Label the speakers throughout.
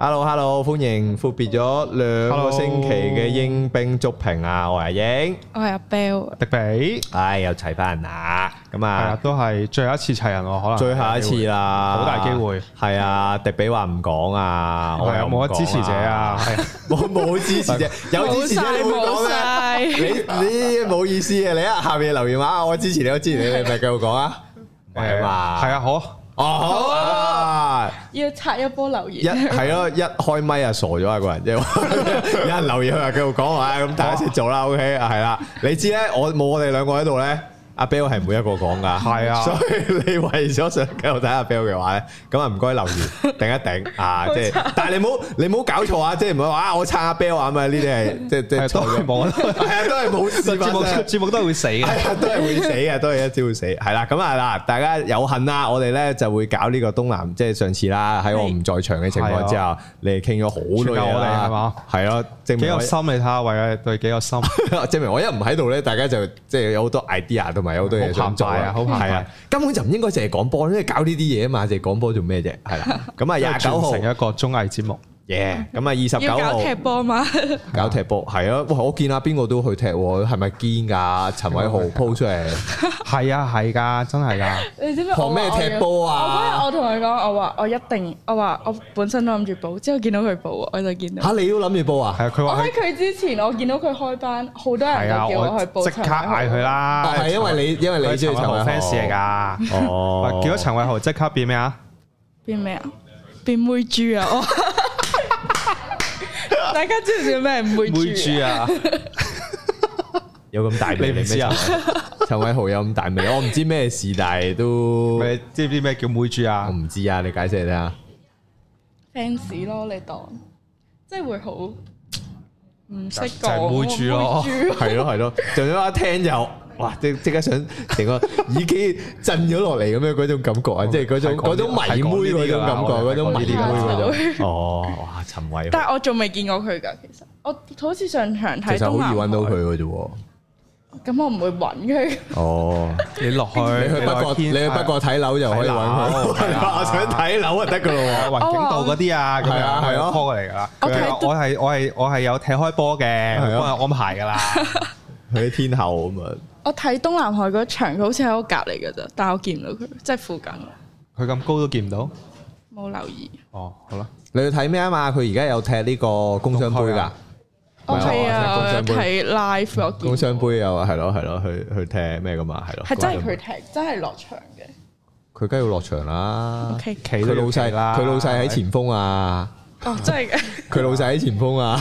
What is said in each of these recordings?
Speaker 1: Hello，Hello，歡迎闊別咗兩個星期嘅英兵足評啊！我係英，
Speaker 2: 我係阿 Bell，啊
Speaker 3: 迪比
Speaker 1: 唉，又齊翻人啦，咁
Speaker 3: 係啊
Speaker 1: 啊，，
Speaker 3: 都係最後一次齊人喎，可能
Speaker 1: 最後一次啦，
Speaker 3: 好大機會，
Speaker 1: 係啊，迪比話唔講啊，我
Speaker 3: 係啊，
Speaker 1: 又
Speaker 3: 冇
Speaker 1: 冇
Speaker 3: 得支持者啊，， 係啊
Speaker 1: 冇冇支持 者，有
Speaker 2: 冇
Speaker 1: 支持
Speaker 2: 晒
Speaker 1: 者你會講
Speaker 2: 冇
Speaker 1: 咩？
Speaker 2: 晒，
Speaker 1: 你你冇意思嘅，你啊下面留言話啊我支持你，我支持你，你咪繼續講啊，唔係嘛，
Speaker 3: 係，啊，好，
Speaker 1: 哦好啊。
Speaker 2: 要刷一波留
Speaker 1: 一
Speaker 2: 言，
Speaker 1: 係咯，一開咪啊傻咗啊個人，即係 有人留言佢話繼續講啊，咁大家先做啦，OK 啊係啦，你知咧，我冇我哋兩個喺度咧，阿 Bill 係每一個講噶，
Speaker 3: 係啊
Speaker 1: 所以你為咗想繼續睇阿 Bill 嘅話咧，咁啊唔該留言頂一頂啊，即係，但係你 唔好你唔好搞錯啊，即係唔係話啊我撐阿 Bill 啊嘛，呢啲係即係即係
Speaker 3: 係都
Speaker 1: 錯
Speaker 3: 係
Speaker 1: 嘅，
Speaker 3: 冇啦，
Speaker 1: 係啊都係冇事發
Speaker 3: 節目
Speaker 1: 生
Speaker 3: 節目都係會死嘅，
Speaker 1: 係啊，都係會死嘅，都係一朝會死。係啦，咁啊嗱，大家有幸啦，我哋咧就會搞呢個東南，即係上次啦，喺我唔在場嘅情況之下，你哋傾咗好多嘢
Speaker 3: 啊全靠我哋
Speaker 1: 啦，
Speaker 3: 係嘛？
Speaker 1: 係咯，證
Speaker 3: 幾
Speaker 1: 明
Speaker 3: 有
Speaker 1: 我
Speaker 3: 心你睇下，為咗對幾有心，
Speaker 1: 證明我一唔喺度咧，大家就即係有好多 idea 同埋有好多嘢想做
Speaker 3: 好澎湃啊好澎湃
Speaker 1: 係啊，根本就唔應該淨係講波，因為搞呢啲嘢啊嘛，淨係講波做咩啫？係 啦，咁啊 廿九號
Speaker 3: 成一個綜藝節目，
Speaker 1: 耶，咁啊二十
Speaker 2: 要
Speaker 1: 九號
Speaker 2: 搞踢波嘛？
Speaker 1: 搞踢波，係啊，哇！我見阿邊個都去踢喎，係咪堅㗎？陳偉 豪 po 出嚟。
Speaker 3: 係啊係㗎，真係㗎，
Speaker 2: 你知唔知我話
Speaker 1: 學咩
Speaker 2: 我要
Speaker 1: 踢波啊
Speaker 2: 我嗰日我同佢講，我話我一定，我話我本身都諗住報，之後見到佢報，我就見到
Speaker 1: 吓。你都諗住報啊？
Speaker 3: 係啊，佢
Speaker 2: 我
Speaker 3: 話
Speaker 2: 喺
Speaker 3: 佢
Speaker 2: 佢之前，我見到佢開班，好多人
Speaker 3: 係啊，
Speaker 2: 就叫我去報
Speaker 3: 我即刻嗌佢，啦，
Speaker 1: 哦係因為你因為
Speaker 3: 佢
Speaker 1: 你
Speaker 3: 係
Speaker 1: 中
Speaker 3: 陳
Speaker 1: 意
Speaker 3: 偉
Speaker 1: 陳
Speaker 3: 豪
Speaker 1: 偉豪
Speaker 3: fans 嚟㗎，
Speaker 1: 哦，
Speaker 3: 叫咗陳偉豪即刻變咩啊？
Speaker 2: 變咩啊？變妹豬啊！ 我大家知唔知咩係妹
Speaker 3: 妹
Speaker 2: 豬
Speaker 3: 豬
Speaker 2: 啊？
Speaker 3: 啊，
Speaker 1: 有咁大味
Speaker 3: 你唔知啊
Speaker 1: 咩陳偉豪 陳偉豪有咁大味，我唔知咩事，但係都
Speaker 3: 你知唔知咩叫妹豬
Speaker 1: 我
Speaker 3: 啊？
Speaker 1: 唔知啊，你解釋嚟聽下。
Speaker 2: fans 咯，你當即係會好唔識講，
Speaker 3: 就係妹豬咯
Speaker 2: 妹豬
Speaker 1: 係咯係咯，就咁一聽就哇，即即刻想成 個耳機震咗落嚟咁樣嗰種感覺啊，即係嗰種
Speaker 3: 哦係講
Speaker 1: 嗰
Speaker 3: 呢
Speaker 1: 種迷妹嗰種感覺，
Speaker 3: 係講呢啲㗎啦
Speaker 1: 嗰種迷妹
Speaker 2: 我哋係
Speaker 1: 嗰
Speaker 2: 講
Speaker 1: 種。哦，哇，陳偉
Speaker 2: 但
Speaker 1: 豪
Speaker 2: 係我仲未見過佢㗎，其實我好似上場
Speaker 1: 其實
Speaker 2: 睇東
Speaker 1: 好
Speaker 2: 南
Speaker 1: 易揾到佢
Speaker 2: 亞，
Speaker 1: 嘅啫喎。
Speaker 2: 咁我唔會揾佢。
Speaker 1: 哦，
Speaker 3: 你落去，
Speaker 1: 你去北角，你去北角睇樓就可以揾佢。
Speaker 3: 睇樓
Speaker 1: 係啊 我想睇樓就得噶咯。
Speaker 3: 啊雲景道嗰啲啊，咁
Speaker 1: 係啊
Speaker 3: 樣
Speaker 1: 哦係啊
Speaker 3: 係啊 call 嚟噶啦。
Speaker 2: 我
Speaker 3: 佢
Speaker 2: 睇
Speaker 3: 話
Speaker 2: 都
Speaker 3: 我係我係我係有踢開波嘅，
Speaker 1: 係啊
Speaker 3: 幫我安排 噶啦。
Speaker 1: 佢天后咁啊，
Speaker 2: 我睇東南亞嗰場，佢好似喺我隔離㗎咋，但係我見唔到佢，即係附近，
Speaker 3: 佢咁高都見唔到。
Speaker 2: 冇留意。
Speaker 3: 哦，好啦，
Speaker 1: 你要睇咩啊嘛？佢而家有踢呢個工商杯
Speaker 3: 東區
Speaker 1: 噶
Speaker 3: 啊，
Speaker 2: 我係啊，
Speaker 1: 我
Speaker 2: 我
Speaker 1: 真係工
Speaker 2: 有
Speaker 1: 商杯
Speaker 2: 睇 live 我
Speaker 1: 工
Speaker 2: 見，
Speaker 1: 商杯又係咯係咯，去去踢咩噶嘛係咯，
Speaker 2: 係真係佢
Speaker 1: 踢，
Speaker 2: 踢，真係落場嘅。
Speaker 1: 佢梗係要落場啦。
Speaker 2: OK，
Speaker 3: 企
Speaker 1: 佢
Speaker 3: 都
Speaker 1: 老
Speaker 3: 要企
Speaker 1: 細
Speaker 3: 啦，
Speaker 1: 佢老細喺前鋒啊，
Speaker 2: 哦，真係嘅，
Speaker 1: 佢老細喺前鋒啊，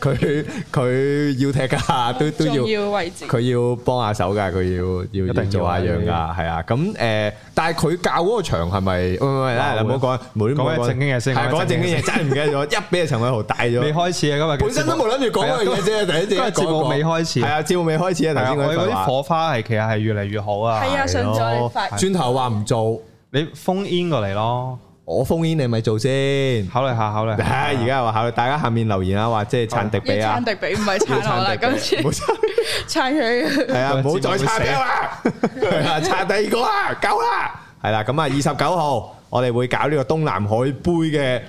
Speaker 1: 佢佢要踢噶，都都
Speaker 2: 重
Speaker 1: 要。
Speaker 2: 要位置。
Speaker 1: 佢要幫下手㗎，佢要要
Speaker 3: 一定
Speaker 1: 要
Speaker 3: 要
Speaker 1: 做下樣㗎，係啊。咁誒、呃但係佢教嗰個場係咪？唔唔唔，嗱唔好講，冇啲
Speaker 3: 講正經嘢先
Speaker 1: 係
Speaker 3: 講
Speaker 1: 講正經
Speaker 3: 正經
Speaker 1: 嘢，真係唔記得咗，一俾陳偉豪帶
Speaker 3: 未
Speaker 1: 咗。
Speaker 3: 開始啊，今日嘅
Speaker 1: 本身都
Speaker 3: 節目
Speaker 1: 冇諗住講嗰樣嘢啫，第一隻
Speaker 3: 今日節目未開始
Speaker 1: 係啊，節目未開始啊，
Speaker 3: 係
Speaker 1: 頭
Speaker 3: 啊，
Speaker 1: 先
Speaker 3: 我
Speaker 1: 嗰
Speaker 3: 哋嗰啲
Speaker 1: 啲
Speaker 3: 火花係其實係越嚟越好啊。
Speaker 2: 係啊，上次我哋發
Speaker 1: 轉頭話唔做，
Speaker 3: 你封煙過嚟咯，
Speaker 1: 我封煙你咪做先。
Speaker 3: 考慮下，考慮下。
Speaker 1: 唉，而家又話考慮，大家下面留言啊，或者係撐迪
Speaker 2: 要
Speaker 1: 比啊
Speaker 2: 撐，迪比，唔係撐
Speaker 1: 要
Speaker 2: 我啦，
Speaker 1: 撐
Speaker 2: 今
Speaker 1: 迪
Speaker 2: 次
Speaker 1: 比，唔好撐，
Speaker 2: 撐佢。
Speaker 1: 係啊，唔好再
Speaker 3: 節目
Speaker 1: 撐
Speaker 3: 會死
Speaker 1: 俾我啦，係啊， 撐第二個啦，夠啦，係啦，咁啊，二十九號我哋會搞呢個東南海杯嘅。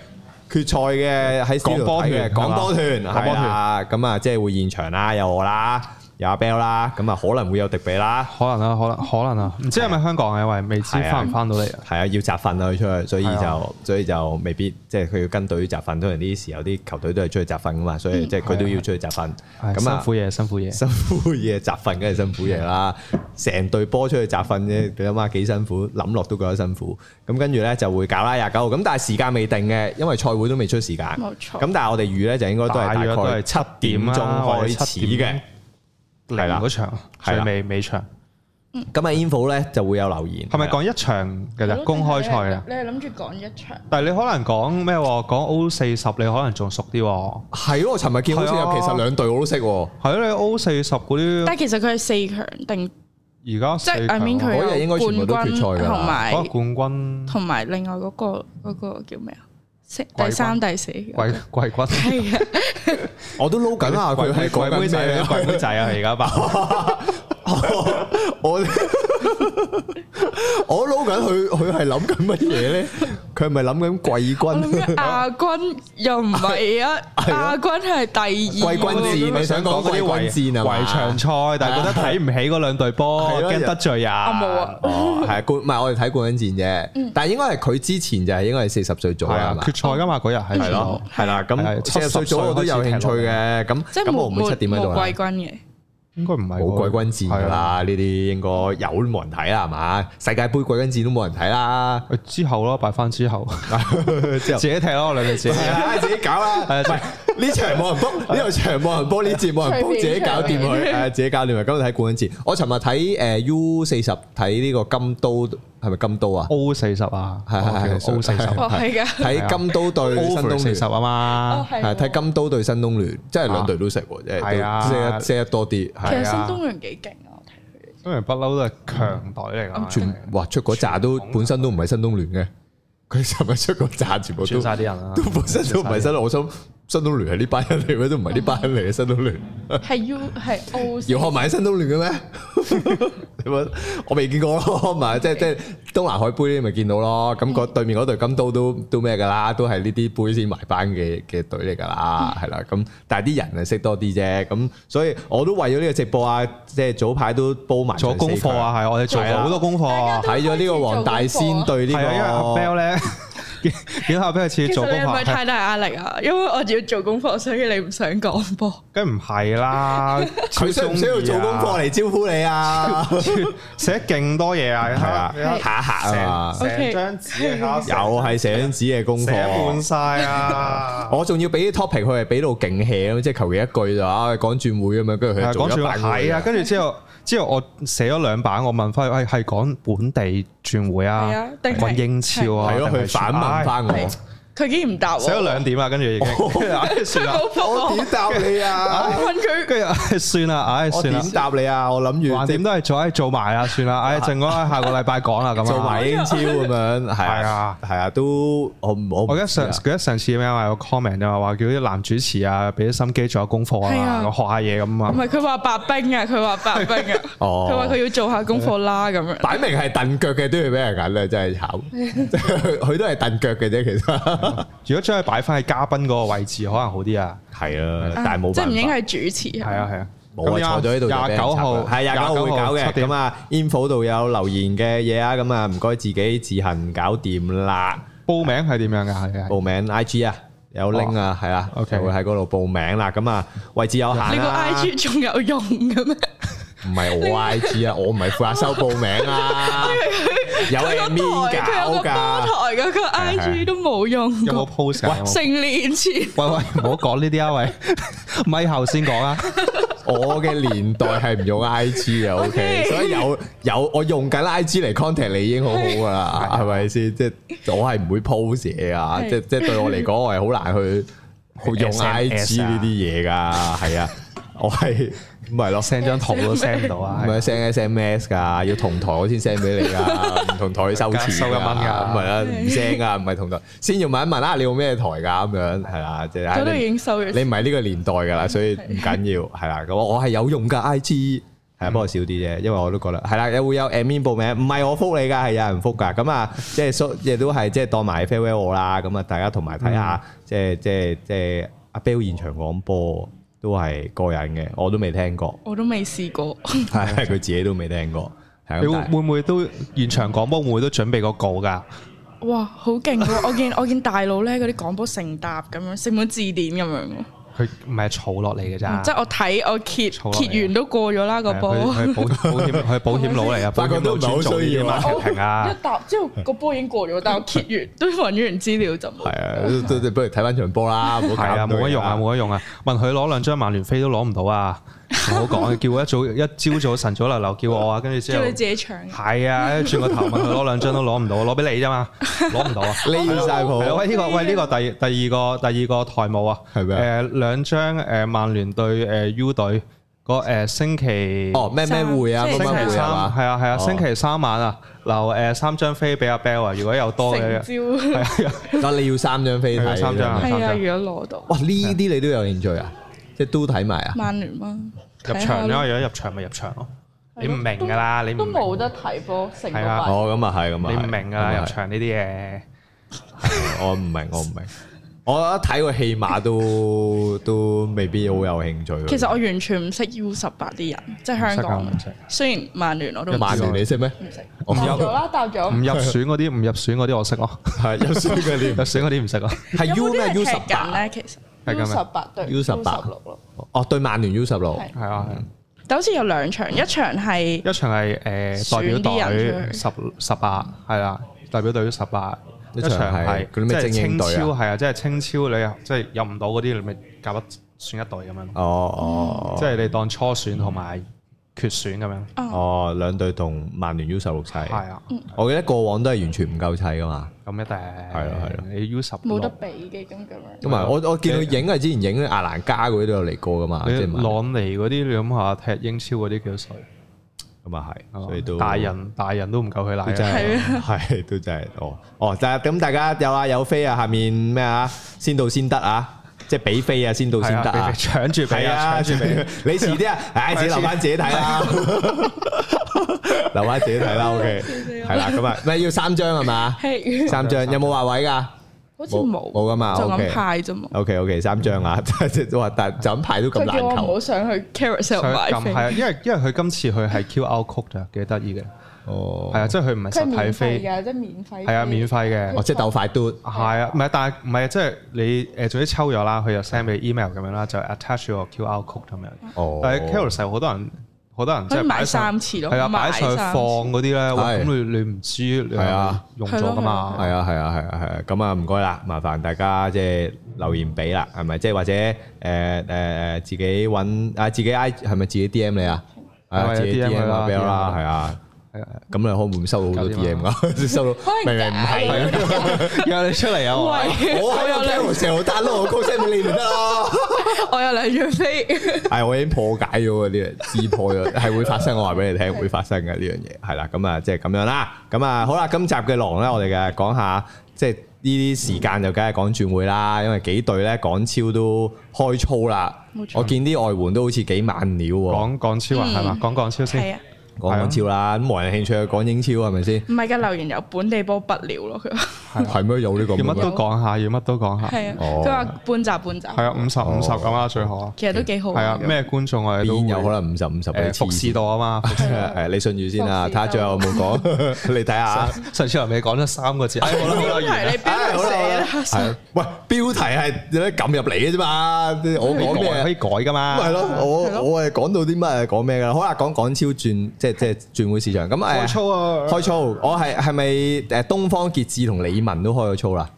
Speaker 1: 決賽嘅喺
Speaker 3: 廣波團
Speaker 1: 嘅廣波團
Speaker 3: 係嘛
Speaker 1: 係啦，咁啊即係會現場啦，有我啦，有阿 Bell 啦，咁啊可能會有迪比啦，
Speaker 3: 可能啊，可能可能啊，唔知係咪香港啊？因為未知
Speaker 1: 係啊
Speaker 3: 翻唔翻到嚟啊。
Speaker 1: 係啊，要集訓啊，佢出去，所以
Speaker 3: 係
Speaker 1: 就
Speaker 3: 啊
Speaker 1: 所以就未必即係佢要跟隊集訓。當然呢時有啲球隊都係出去集訓噶嘛，所以即係佢都要出去集訓。
Speaker 3: 嗯啊係
Speaker 1: 咁
Speaker 3: 辛
Speaker 1: 啊，
Speaker 3: 苦嘢，辛苦嘢。
Speaker 1: 辛苦嘢集訓梗係辛苦嘢啦。
Speaker 3: 啊
Speaker 1: 成隊波出去集訓啫，你諗下幾辛苦，諗落都覺得辛苦。咁跟住咧就會搞啦廿九號，咁但係時間未定嘅，因為賽會都未出時間。
Speaker 2: 冇錯
Speaker 1: 咁但係我哋預咧就應該都係
Speaker 3: 大約
Speaker 1: 大
Speaker 3: 都
Speaker 1: 概
Speaker 3: 係
Speaker 1: 七
Speaker 3: 七
Speaker 1: 點
Speaker 3: 點
Speaker 1: 鐘
Speaker 3: 啦
Speaker 1: 開
Speaker 3: 或者
Speaker 1: 始
Speaker 3: 七
Speaker 1: 嘅
Speaker 3: 點。
Speaker 1: 係啦
Speaker 3: 嗰場
Speaker 1: 係啦
Speaker 3: 最尾尾場
Speaker 1: 咁啊 info 咧就會有留言。
Speaker 3: 係咪講一場嘅啫？公開賽啊！
Speaker 2: 你係諗住講一場？
Speaker 3: 但係你可能講咩喎？講 O 四十你可能仲熟啲喎。
Speaker 1: 係咯？我尋日見好似有
Speaker 3: 係啊
Speaker 1: 其實兩隊我都識喎。
Speaker 3: 係咯，你 O 四十嗰
Speaker 2: 但係其實佢係四強定
Speaker 3: 啲而家
Speaker 2: 即
Speaker 3: 四
Speaker 2: 係 I mean 佢
Speaker 1: 嗰日應該全部
Speaker 2: 有
Speaker 1: 都
Speaker 2: 冠
Speaker 1: 決
Speaker 2: 軍
Speaker 1: 賽㗎啦
Speaker 2: 同埋
Speaker 3: 嗰個冠軍
Speaker 2: 同埋另外嗰個嗰個叫咩啊？四第三第四嗰個
Speaker 3: 季季軍
Speaker 2: 係 啊，
Speaker 1: 我都撈緊啊！啊佢係
Speaker 3: 季
Speaker 1: 講
Speaker 3: 妹
Speaker 1: 緊
Speaker 3: 仔
Speaker 1: 咩
Speaker 3: 啊，季妹仔啊，而家爆
Speaker 1: 我 我撈緊佢，佢係諗緊乜嘢咧？佢係咪諗緊貴
Speaker 2: 我諗緊
Speaker 1: 軍？
Speaker 2: 亞軍又唔係啊，
Speaker 1: 係啊
Speaker 2: 亞軍係第二
Speaker 1: 季軍
Speaker 2: 喎。
Speaker 1: 戰你想講嗰啲
Speaker 3: 圍
Speaker 1: 圍戰啊嘛
Speaker 3: 圍場賽，但係覺得睇唔起嗰兩隊波，
Speaker 1: 係咯
Speaker 3: 驚得罪人。
Speaker 2: 我冇啊
Speaker 1: 哦，係冠，唔係我哋睇冠軍戰啫。但係應該係佢之前就係應該係四十歲
Speaker 3: 係
Speaker 1: 左右係
Speaker 3: 啊，
Speaker 1: 嘛？
Speaker 3: 決賽噶嘛嗰日係
Speaker 1: 係咯，係啦。
Speaker 3: 係
Speaker 1: 咁四十歲左右我都有興趣嘅。咁
Speaker 2: 即係
Speaker 1: 咁
Speaker 2: 冇
Speaker 1: 我唔會七點喺度啊
Speaker 2: 冇
Speaker 1: 啦
Speaker 2: 季。軍嘅，
Speaker 3: 應該唔係
Speaker 1: 冇
Speaker 3: 喎
Speaker 1: 季軍戰㗎
Speaker 3: 係啊
Speaker 1: 啦，呢啲應該有都冇人睇啦，係嘛？世界盃季軍戰都冇人睇啦，
Speaker 3: 誒之後咯，擺翻之 後，
Speaker 1: 之後
Speaker 3: 自己踢咯，兩隊自己。
Speaker 1: 係啦，自己搞啦。
Speaker 3: 係啊
Speaker 1: 唔係呢場冇人 book，呢度場冇人 book，呢節冇人 book，
Speaker 2: 隨便
Speaker 1: 自己搞掂
Speaker 2: 隨
Speaker 1: 佢，係自己搞掂佢。今日睇冠軍戰，我尋日睇誒 U 四十睇呢個金都係咪金都啊？
Speaker 3: O 四十啊，
Speaker 1: 係係係
Speaker 3: O 四十
Speaker 2: 哦係㗎，
Speaker 1: 睇金都對新
Speaker 3: ，O
Speaker 1: 東
Speaker 3: 啊四
Speaker 1: 聯
Speaker 3: 十。啊
Speaker 2: 哦
Speaker 3: 嘛，
Speaker 2: 係
Speaker 1: 係
Speaker 2: 喎
Speaker 1: 睇金都對新東聯，真係兩隊都食喎，即
Speaker 3: 係
Speaker 1: 係
Speaker 3: 啊
Speaker 1: 都識得識得多啲，
Speaker 2: 其
Speaker 1: 係
Speaker 2: 實
Speaker 3: 啊
Speaker 2: 新東聯幾勁啊！我睇佢哋
Speaker 3: 當然不嬲都係強隊嚟㗎嘛，
Speaker 1: 全哇出嗰扎都本身都唔係新東聯嘅，佢尋日出嗰扎全部
Speaker 3: 轉
Speaker 1: 都
Speaker 3: 晒啲人啦
Speaker 1: 都。本身都唔 係新東，我心新東聯係呢班人嚟咩？都唔係呢班人嚟嘅新東聯。
Speaker 2: 係 U 係 O
Speaker 1: 要學埋新東聯嘅咩？ 你咪我未見過咯， 咪即係即係東南海杯呢啲咪見到咯。咁嗰對面嗰隊金都都都咩㗎啦，都係呢啲杯先埋班嘅嘅隊嚟㗎啦，係啦。咁但係啲人係識多啲啫。咁所以我都為咗呢個直播啊，即係早排都煲埋
Speaker 3: 做功課啊，係我哋做過好多功課
Speaker 1: 上四
Speaker 3: 啊。
Speaker 1: 強，睇咗呢個黃大仙對呢
Speaker 3: 係啊，因為阿
Speaker 1: 個
Speaker 3: Bell 咧，見到阿 Bell 似
Speaker 2: 其
Speaker 3: 做
Speaker 2: 實
Speaker 3: 功
Speaker 2: 你係咪
Speaker 3: 課，
Speaker 2: 太大壓力啊？因為我要做功課，所以你唔想講波。
Speaker 3: 梗唔係啦。
Speaker 1: 佢需唔需
Speaker 3: 啊
Speaker 1: 要做功課嚟招呼你 啊？
Speaker 3: 嚟？寫勁多嘢啊！你
Speaker 1: 係
Speaker 3: 睇下
Speaker 1: 啊，
Speaker 3: 你睇
Speaker 1: 下
Speaker 3: 下
Speaker 1: 下啊嘛，
Speaker 3: 成成
Speaker 2: OK
Speaker 3: 張紙啊，
Speaker 1: 又係寫張紙嘅功
Speaker 3: 寫
Speaker 1: 課。
Speaker 3: 滿晒 啊！
Speaker 1: 我仲要俾啲 topic 佢係俾到勁 hea 咯，即係求其一句就啊講轉會咁樣，跟住佢
Speaker 3: 係
Speaker 1: 就做
Speaker 3: 講
Speaker 1: 一
Speaker 3: 住
Speaker 1: 版喎
Speaker 3: 係啊，，跟住之後之後我寫咗兩版，我問翻佢，係係講本地轉會
Speaker 2: 係
Speaker 3: 啊
Speaker 2: 啊，定係
Speaker 3: 揾英超啊，
Speaker 1: 係咯，
Speaker 3: 定係
Speaker 1: 佢反問
Speaker 3: 全部。
Speaker 1: 翻我，
Speaker 2: 係佢竟然唔答
Speaker 3: 唉寫咗
Speaker 2: 我，
Speaker 3: 兩點啦，啊跟住已經，
Speaker 1: 哦
Speaker 3: 唉算啦，
Speaker 2: 冇覆 我。
Speaker 1: 點答你啊？
Speaker 2: 我問佢
Speaker 3: 跟住唉算啦，唉
Speaker 1: 我
Speaker 3: 算啦
Speaker 1: 點，答你啊？我諗
Speaker 3: 橫
Speaker 1: 住
Speaker 3: 掂
Speaker 1: 即
Speaker 3: 都係做，唉做埋啦，算 啦，唉陣間下個禮拜講啦咁啊。
Speaker 1: 做埋英超咁樣，係
Speaker 3: 係啊
Speaker 1: 啊，係啊，都我唔我唔
Speaker 3: 我記得
Speaker 1: 知啊
Speaker 3: 上記得上次咩話有 comment 就話叫啲男主持啊，俾啲心機做下功課
Speaker 2: 係
Speaker 3: 啊，
Speaker 2: 啊
Speaker 3: 我學下嘢咁啊
Speaker 2: 唔。係佢話白冰啊，佢話白冰啊，
Speaker 1: 哦
Speaker 2: 佢話佢要做下功課啦咁樣。
Speaker 1: 擺明係蹬腳嘅都要俾人揀啦，真係慘，即係佢佢都係蹬腳嘅啫，其實
Speaker 3: 如果將佢擺翻喺嘉賓嗰個位置，可能好啲啊。
Speaker 1: 係啊，但係冇
Speaker 2: 即係
Speaker 1: 辦
Speaker 2: 唔應
Speaker 1: 法。
Speaker 2: 該係主持
Speaker 3: 係啊係啊，
Speaker 1: 冇啊，坐咗喺度就俾
Speaker 3: 廿
Speaker 1: 人插
Speaker 3: 九號
Speaker 1: 啦係廿九號會搞嘅。咁啊，info 度有留言嘅嘢啊，咁啊，唔該自己自行搞掂啦。
Speaker 3: 報名係點樣㗎？係係
Speaker 1: 報名 I G 啊，有 link 啊，係啦
Speaker 3: OK
Speaker 1: 就會喺嗰度報名啦。咁啊，位置有限啦
Speaker 2: 你個 I G 仲有用嘅咩？
Speaker 1: 唔係我 I G 啊，我唔係負責收報名 啊，有
Speaker 2: 佢
Speaker 1: admin
Speaker 2: 個台佢有個
Speaker 1: 搞㗎。
Speaker 2: 波台嗰個 I G 都冇用
Speaker 3: 有冇
Speaker 2: 過，
Speaker 3: post 㗎？有冇
Speaker 2: 成年前。
Speaker 3: 喂喂，唔好講呢啲 啊！喂，咪後先講啊！
Speaker 1: 我嘅年代係唔用 I G 嘅 ，OK，所以有有我用緊 I G 嚟 contact 你已經好好噶 啦，係咪先？即係我係唔會 post 嘢啊，
Speaker 2: 係
Speaker 1: 即即係對我嚟講，我係好難去 去用 I
Speaker 3: SMS
Speaker 1: G 呢啲嘢噶，係啊， 我係唔係咯
Speaker 3: send 張圖都 send 唔到啊
Speaker 1: 唔！係 send SMS 噶，要同台我先 send 俾你 噶，唔同台收錢㗎
Speaker 3: 收一蚊㗎
Speaker 1: 唔係啊，唔 send 噶，唔係同台，先要問一問啊啦，你用咩台㗎咁樣係啦，即
Speaker 2: 早都已
Speaker 1: 係
Speaker 2: 經收咗
Speaker 1: 你唔係呢個年代㗎啦，所以唔緊要係啦。咁我係有用㗎 IG。係啊，
Speaker 3: 嗯
Speaker 1: 不過少啲啫，因為我都覺得係啦，會有 admin 報名，唔係我覆你㗎，係有人覆㗎。咁啊，即係所亦都係即係當埋 farewell 我啦。咁啊，大家同埋睇下，
Speaker 3: 嗯
Speaker 1: 即係即係即係阿 Bill 現場講波都係過癮嘅，我都未聽過。
Speaker 2: 我都未試過，
Speaker 1: 係 佢自己都未聽過，係
Speaker 3: 嗯
Speaker 1: 啊咁
Speaker 3: 你會
Speaker 1: 但係
Speaker 3: 會唔會都現場講波會唔會都準備個稿㗎？
Speaker 2: 哇，好勁喎！我見我見大佬咧嗰啲廣播成沓咁樣，成本字典咁樣喎
Speaker 3: 佢唔係儲落嚟㗎咋？
Speaker 2: 即係我睇我揭
Speaker 3: 嘈啊落嚟啊
Speaker 2: 揭完都過咗啦個
Speaker 3: 係啊
Speaker 2: 波，
Speaker 3: 佢佢保保險佢保險佬 嚟啊！
Speaker 1: 發
Speaker 3: 保
Speaker 1: 覺
Speaker 3: 險佬
Speaker 1: 都唔係好
Speaker 3: 專做呢
Speaker 1: 需
Speaker 3: 啲
Speaker 1: 要啊
Speaker 3: marketing 啊！
Speaker 2: 哦一沓之後個波已經過咗，但我揭完都揾完資料就冇
Speaker 1: 係。啊，都都不如睇翻場波啦，唔好搞
Speaker 3: 係啊，
Speaker 1: 咁多
Speaker 3: 冇
Speaker 1: 嘢
Speaker 3: 得用啊，
Speaker 1: 啦
Speaker 3: 冇得用啊！問佢攞兩張曼聯飛都攞唔到啊！唔好 講，叫佢一早一朝早晨早流流叫我啊，跟住之
Speaker 2: 叫
Speaker 3: 後
Speaker 2: 你自己搶，
Speaker 3: 係啊，轉個頭問佢攞兩張都攞唔到，攞俾你啫嘛，攞唔到啊！
Speaker 1: 匿晒
Speaker 3: 係啊
Speaker 1: 譜，
Speaker 3: 喂呢個喂呢個第第二個第二個台務啊，
Speaker 1: 係咩
Speaker 3: 誒兩張誒曼聯對誒 U 隊個誒星期
Speaker 1: 哦咩咩會啊，乜
Speaker 3: 星
Speaker 1: 乜
Speaker 3: 期
Speaker 1: 會
Speaker 3: 三
Speaker 1: 啊
Speaker 3: 係啊係啊
Speaker 1: 哦
Speaker 3: 星期三晚啊留誒三張飛俾阿 Bell 啊，如果有多嘅
Speaker 2: 成 招
Speaker 3: 係啊
Speaker 1: 嘛，啊你要三張飛睇，
Speaker 3: 三張啊
Speaker 2: 係啊！如果攞到
Speaker 1: 哇呢啲你都有興趣啊，即係都睇埋啊，
Speaker 2: 曼聯嗎？
Speaker 3: 入
Speaker 2: 睇
Speaker 3: 場
Speaker 2: 下
Speaker 3: 啦，
Speaker 2: 咯
Speaker 3: 如果入場咪入場咯，你唔明噶啦，你唔
Speaker 2: 都
Speaker 3: 明
Speaker 2: 冇得睇波，成個
Speaker 3: 係啊
Speaker 2: 八
Speaker 1: 哦，咁啊係，咁啊
Speaker 3: 你
Speaker 1: 係
Speaker 3: 唔明
Speaker 1: 咁
Speaker 3: 噶
Speaker 1: 啊
Speaker 3: 啦，
Speaker 1: 係
Speaker 3: 入場呢啲嘢。
Speaker 1: 我唔明，我唔明。我一睇個戲碼 都都未必好有興趣。
Speaker 2: 其實我完全唔識 U 十八啲人，即係香港
Speaker 3: 唔識㗎唔識。
Speaker 2: 雖然曼聯我都唔
Speaker 1: 曼
Speaker 2: 識
Speaker 1: 聯你識 咩？
Speaker 2: 唔識，
Speaker 1: 我唔
Speaker 2: 答
Speaker 1: 入
Speaker 2: 咗啦，答
Speaker 3: 唔
Speaker 2: 咗。
Speaker 3: 入選嗰啲，唔入選嗰啲我識 咯，
Speaker 1: 係有識嘅你唔
Speaker 3: 入選嗰啲唔識咯。
Speaker 1: 係
Speaker 2: 有
Speaker 1: U
Speaker 2: 冇啲
Speaker 1: 咩
Speaker 2: 係
Speaker 1: ？U
Speaker 2: 踢
Speaker 1: 十
Speaker 2: 緊
Speaker 1: 八
Speaker 2: 咧？其實
Speaker 3: 係
Speaker 2: U
Speaker 3: 咁
Speaker 2: 十
Speaker 3: 啊
Speaker 2: 八對
Speaker 1: U 十八
Speaker 2: 六咯，
Speaker 1: 哦，對曼聯 U 十六
Speaker 2: 係
Speaker 3: 係啊，係啊
Speaker 2: 但好似有兩場，一場係
Speaker 3: 一場係誒代
Speaker 2: 選啲
Speaker 3: 表
Speaker 2: 人
Speaker 3: 隊
Speaker 2: 出
Speaker 3: 十十八係啦，代表隊十八。
Speaker 1: 一
Speaker 3: 一
Speaker 1: 場
Speaker 3: 場
Speaker 1: 係
Speaker 3: 係
Speaker 1: 嗰啲咩
Speaker 3: 即係
Speaker 1: 精英
Speaker 3: 清超
Speaker 1: 隊啊
Speaker 3: 係啊，即係清超你即係入唔到嗰啲，你咪夾一選一隊咁樣。
Speaker 1: 哦
Speaker 3: 即
Speaker 1: 哦
Speaker 3: 係你當初選同埋決選咁樣。
Speaker 1: 哦，兩隊同曼聯 U 十六砌。
Speaker 3: 係啊，
Speaker 2: 嗯
Speaker 1: 我記得過往都係完全唔夠砌噶嘛。
Speaker 3: 咁一定係
Speaker 1: 咯係咯啊
Speaker 3: 你 U 十
Speaker 2: 冇得比嘅咁咁樣。
Speaker 1: 咁埋我我見佢影係之前影阿蘭加嗰啲都有嚟過噶嘛，即
Speaker 3: 你
Speaker 1: 係曼聯
Speaker 3: 朗尼嗰啲，你諗下踢英超嗰啲幾多歲？
Speaker 1: 咁啊係，
Speaker 3: 係嘛
Speaker 1: 所以都
Speaker 3: 大人大人都唔夠佢奶
Speaker 1: 都
Speaker 3: 啊。
Speaker 1: 真係係都真係哦哦，但係咁大家有啊有飛啊，下面咩啊先到先得啊，即係俾飛啊先到先得
Speaker 3: 係啊
Speaker 1: 啊
Speaker 3: 俾，搶住俾
Speaker 1: 係啊，
Speaker 3: 啊，搶住俾。
Speaker 1: 你遲啲啊，唉，自己留翻自己睇 啦，留翻自己睇啦，OK，係啦，咁啊，咪要三張係嘛？
Speaker 2: 係
Speaker 1: 三張有冇話位㗎
Speaker 2: 好似冇
Speaker 1: 冇㗎嘛
Speaker 2: 就
Speaker 1: ，OK
Speaker 2: 咁派啫嘛。
Speaker 1: ？OK OK，三張啊， 即係話但就咁排都咁
Speaker 2: 佢
Speaker 1: 難
Speaker 2: 叫我唔
Speaker 1: 求
Speaker 2: 好，上去 carousel 買
Speaker 3: 想撳係
Speaker 2: 飛，
Speaker 3: 啊，因為因為佢今次佢係 Q out code 咋，幾得意嘅。
Speaker 1: 哦
Speaker 3: 係啊，即係佢唔係
Speaker 2: 佢係
Speaker 3: 實體
Speaker 2: 免費
Speaker 3: 飛，
Speaker 2: 㗎，即係免費。
Speaker 3: 係啊，免費嘅
Speaker 1: 哦，。即係鬥快嘟，
Speaker 3: 係啊，唔係，但係唔係，即係你誒，總之抽咗啦，佢又 send 俾 email 咁樣啦，就 attach 咗個 QR code 咁樣。
Speaker 1: 哦，
Speaker 3: 但係 Carousel 好多人，好多人即
Speaker 2: 佢
Speaker 3: 係
Speaker 2: 買
Speaker 3: 擺上
Speaker 2: 三次咯，
Speaker 3: 係啊，擺
Speaker 2: 買
Speaker 3: 上去放
Speaker 2: 三次
Speaker 3: 嗰啲咧，哇
Speaker 1: 係
Speaker 3: 咁你你唔知你
Speaker 1: 係啊
Speaker 3: 用咗噶嘛？
Speaker 1: 係啊係啊係啊係啊，咁啊唔該啦，麻煩大家即係留言俾啦，係咪？即係或者誒誒誒自己揾啊自己 I 係咪自己 D M 你啊？係
Speaker 3: 係
Speaker 1: 啊，
Speaker 3: 啊
Speaker 1: 自己 D
Speaker 3: DM
Speaker 1: M 啊
Speaker 3: 啦
Speaker 1: 俾我啦，
Speaker 3: DM
Speaker 1: 係啊。
Speaker 3: 係啊，
Speaker 1: 咁你可唔會收到好多
Speaker 3: 搞掂
Speaker 1: D M
Speaker 3: 啦
Speaker 1: 啊？ 收到
Speaker 2: 可
Speaker 1: 明
Speaker 2: 能
Speaker 1: 明唔係
Speaker 2: 假
Speaker 1: 啊，
Speaker 3: 約你出嚟啊！我
Speaker 2: 喂，
Speaker 1: 我喺度 c a r o u s e l 單咯，我 call 聲俾你咪得咯。
Speaker 2: 我有兩張飛，
Speaker 1: 係，我已經破解咗嗰啲，自破咗，係會發生。我話俾你聽，會發生嘅呢樣嘢，係啦。咁啊，即係咁樣啦。咁啊，好啦，今集嘅狼咧，我哋嘅講下，即係呢啲時間就梗係講轉會啦，因為幾隊咧港超都開操啦
Speaker 2: 冇。錯
Speaker 1: 我見啲外援都好似幾慢料喎，
Speaker 3: 講港超啊，係嘛？講港超
Speaker 2: 係
Speaker 3: 先，
Speaker 2: 啊，
Speaker 1: 講港超啦，咁冇人興趣講英超啊係咪先？
Speaker 2: 唔係嘅留言有本地波不了咯，佢話
Speaker 1: 係咩？有呢個
Speaker 3: 要乜都
Speaker 1: 咁
Speaker 3: 講下，要乜都講下。
Speaker 2: 係啊，
Speaker 1: 哦
Speaker 2: 佢話半集半集，
Speaker 3: 係啊，五十五十咁啦，最好啊。
Speaker 2: 其實都幾好，
Speaker 3: 係啊，咩觀眾我哋都
Speaker 1: 邊有
Speaker 3: 會
Speaker 1: 可能五十五十
Speaker 3: 誒服侍到啊嘛。服侍
Speaker 1: 誒，你信住先啦，睇
Speaker 2: 服侍
Speaker 1: 下
Speaker 2: 到
Speaker 1: 最後有冇講， 你睇下。
Speaker 3: 上次又未講咗三個字，哎好啦好啦
Speaker 2: 標
Speaker 3: 完啦
Speaker 1: 啊
Speaker 2: 題你標題寫啦，
Speaker 1: 係啊喂，標題係有得撳入嚟嘅啫嘛，我
Speaker 3: 可以
Speaker 1: 講
Speaker 3: 改可
Speaker 1: 咩
Speaker 3: 以？改噶嘛
Speaker 1: 咁？係咯，
Speaker 2: 係
Speaker 1: 我
Speaker 2: 咯
Speaker 1: 我係講到啲乜就講咩㗎啦。好啦，講港超轉即係即係轉會市場咁誒，
Speaker 3: 開操啊！
Speaker 1: 開操，我係係咪誒東方傑志同李文都開咗操啦？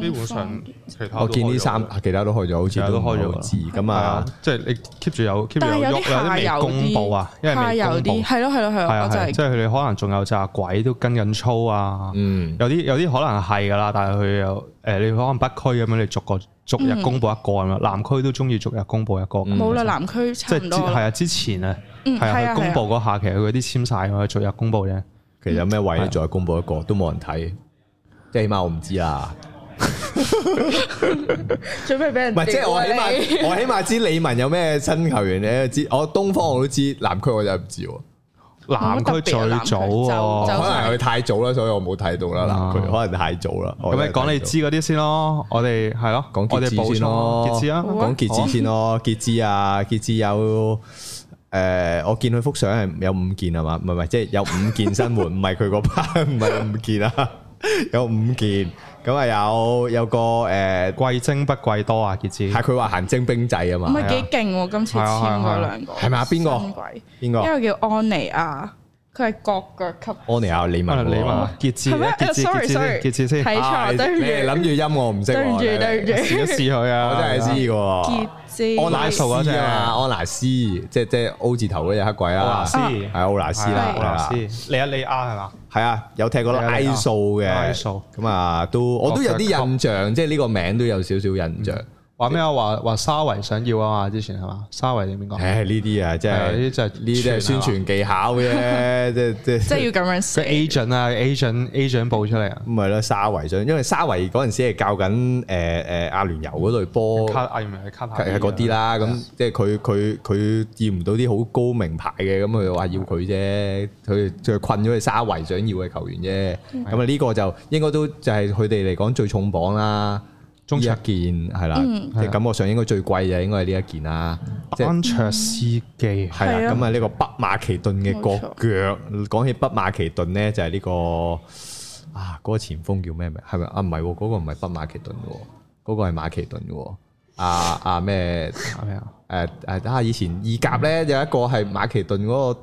Speaker 3: 基本上其他
Speaker 1: 我見呢三啊其他都開咗，好似
Speaker 3: 啊其他
Speaker 1: 都
Speaker 3: 都
Speaker 1: 開
Speaker 3: 開咗㗎
Speaker 1: 咗
Speaker 3: 啦
Speaker 1: 字咁
Speaker 3: 咁
Speaker 1: 啊
Speaker 3: 啊，，即係你 keep 住有 keep
Speaker 2: 但係
Speaker 3: 住
Speaker 2: 有
Speaker 3: 有
Speaker 2: 啲下
Speaker 3: 喐，有啲
Speaker 2: 游
Speaker 3: 未公佈啊，因為
Speaker 2: 啲，下
Speaker 3: 未
Speaker 2: 游
Speaker 3: 公
Speaker 2: 啲
Speaker 3: 佈。
Speaker 2: 係咯係咯係
Speaker 3: 係
Speaker 2: 咯，我
Speaker 3: 啊
Speaker 2: 就
Speaker 3: 係，即
Speaker 2: 係
Speaker 3: 係佢哋可能仲有隻鬼都跟緊操啊，
Speaker 1: 嗯
Speaker 3: 有啲有啲可能係噶啦，但係佢又誒，你可能北區咁樣，你逐個逐
Speaker 2: 嗯
Speaker 3: 日公佈一個咁樣，南區都中意逐日公佈一個
Speaker 1: 嗯
Speaker 3: 咁樣，
Speaker 2: 冇啦，南區差
Speaker 3: 即
Speaker 2: 唔
Speaker 3: 係之
Speaker 2: 多
Speaker 3: 係
Speaker 2: 啦，
Speaker 3: 啊，之前啊，
Speaker 2: 嗯
Speaker 3: 係啊，
Speaker 2: 係
Speaker 3: 佢
Speaker 2: 啊
Speaker 3: 公
Speaker 2: 係啊
Speaker 3: 佈嗰下其實佢啲簽晒㗎，逐日公佈啫，
Speaker 1: 其實有咩位
Speaker 3: 嗯
Speaker 1: 再公佈一個都冇人睇，即係起碼我唔知啦。
Speaker 2: 準備俾人
Speaker 1: 唔係，即係我起
Speaker 2: 屌啊
Speaker 1: 碼我起碼知李文有咩新球員你知，我東方我都知，南區我就唔知喎。
Speaker 3: 南
Speaker 2: 冇乜特別
Speaker 3: 區
Speaker 2: 啊
Speaker 3: 最
Speaker 2: 南區
Speaker 3: 早
Speaker 2: 就
Speaker 3: 喎
Speaker 2: 就。
Speaker 1: 可能佢太早啦，所以我冇睇到啦。南區可能太早啦。我
Speaker 3: 咁
Speaker 1: 真係
Speaker 3: 你講
Speaker 1: 睇
Speaker 3: 你
Speaker 1: 到
Speaker 3: 知嗰啲先咯，我哋係咯，
Speaker 1: 講
Speaker 3: 我哋
Speaker 1: 傑
Speaker 3: 補
Speaker 1: 志先咯，
Speaker 3: 充傑志啊，
Speaker 2: 好啊
Speaker 1: 講傑志先咯，傑志啊，傑志有誒，我見佢幅相係有五件係嘛？唔係唔係，即係有五件新援，唔係佢嗰班，唔係五件啊， 有五件。咁啊有有個誒，
Speaker 3: 貴精不貴多啊，傑志
Speaker 1: 係佢話行徵兵制啊
Speaker 2: 唔
Speaker 1: 嘛？
Speaker 2: 係幾勁喎！今次
Speaker 3: 係啊係啊
Speaker 2: 簽
Speaker 3: 係啊
Speaker 2: 嗰兩個
Speaker 1: 係咪啊邊個
Speaker 2: 新貴
Speaker 1: 邊個？哦
Speaker 2: 一個叫安妮亞，佢係國腳級。
Speaker 1: 安妮亞李文
Speaker 3: 啊
Speaker 1: 喎，
Speaker 3: 你話傑志
Speaker 2: 係咩哎
Speaker 3: 啊，傑志傑
Speaker 2: Sorry，
Speaker 3: 志先
Speaker 2: sorry，
Speaker 3: 傑志先，
Speaker 2: 睇
Speaker 1: 啊
Speaker 2: 錯，
Speaker 1: 你
Speaker 2: 對唔
Speaker 1: 你係
Speaker 2: 住，
Speaker 1: 諗住音我唔識喎，
Speaker 2: 對唔住，對唔住。
Speaker 3: 試一試佢啊，
Speaker 1: 我真係知嘅喎
Speaker 2: 傑。志，
Speaker 1: 安娜
Speaker 3: 數
Speaker 1: 嗰
Speaker 3: 嗰
Speaker 1: 只
Speaker 3: 隻
Speaker 1: 啊嘛，安娜斯，即係即係 O 字頭嗰只黑鬼
Speaker 3: 奧拿
Speaker 1: 啦，
Speaker 3: 斯
Speaker 1: 係奧拿斯啦，
Speaker 2: 係
Speaker 1: 奧
Speaker 3: 奧
Speaker 1: 拿
Speaker 3: 拿
Speaker 1: 斯
Speaker 3: 斯，，利亞利亞係嘛？
Speaker 1: 係啊，有踢過
Speaker 3: 係啊
Speaker 1: I 數嘅
Speaker 3: 拉數
Speaker 1: 咁啊，都我都有啲印象，即係呢個名都有少少印象。
Speaker 3: 話咩啊？話話沙維想要啊嘛，之前係嘛？沙維定邊個？係
Speaker 1: 唉，呢啲啊，即
Speaker 3: 啊
Speaker 1: 係
Speaker 3: 呢啲就係
Speaker 1: 呢啲係宣
Speaker 3: 傳係嘛
Speaker 1: 傳技巧啫，即即
Speaker 4: 即係要咁樣
Speaker 3: 佢
Speaker 4: 寫。
Speaker 3: agent 啊，agent agent 報出嚟啊，
Speaker 1: 唔係啦，沙維想，因為沙維嗰陣時係教緊誒誒阿聯酋嗰隊波，
Speaker 3: 卡
Speaker 1: 係
Speaker 3: 啊唔係卡塔
Speaker 1: 係嗰啲啦。咁即係佢佢佢要唔到啲好高名牌嘅，咁佢話要佢啫，佢佢困咗佢沙維想要嘅球員
Speaker 2: 嗯
Speaker 1: 啫。咁啊呢個就應該都就係佢哋嚟講最重磅啦。
Speaker 3: 中
Speaker 1: 呢一
Speaker 3: 場啊
Speaker 1: 件係啦，
Speaker 2: 嗯
Speaker 1: 即係感覺上應該最貴就應該係呢一件啦。即係
Speaker 3: 安卓司機
Speaker 1: 係
Speaker 2: 係
Speaker 1: 啦，
Speaker 2: 啊
Speaker 1: 咁啊呢個北馬其頓嘅國腳，講起北馬其頓咧就係呢個啊嗰個前鋒叫咩名？係咪啊？唔係喎，嗰個唔係北馬其頓嘅喎，嗰個係馬其頓嘅喎。啊啊咩？
Speaker 3: 係咪啊？
Speaker 1: 誒誒啊！以前意甲咧有一個係馬其頓嗰個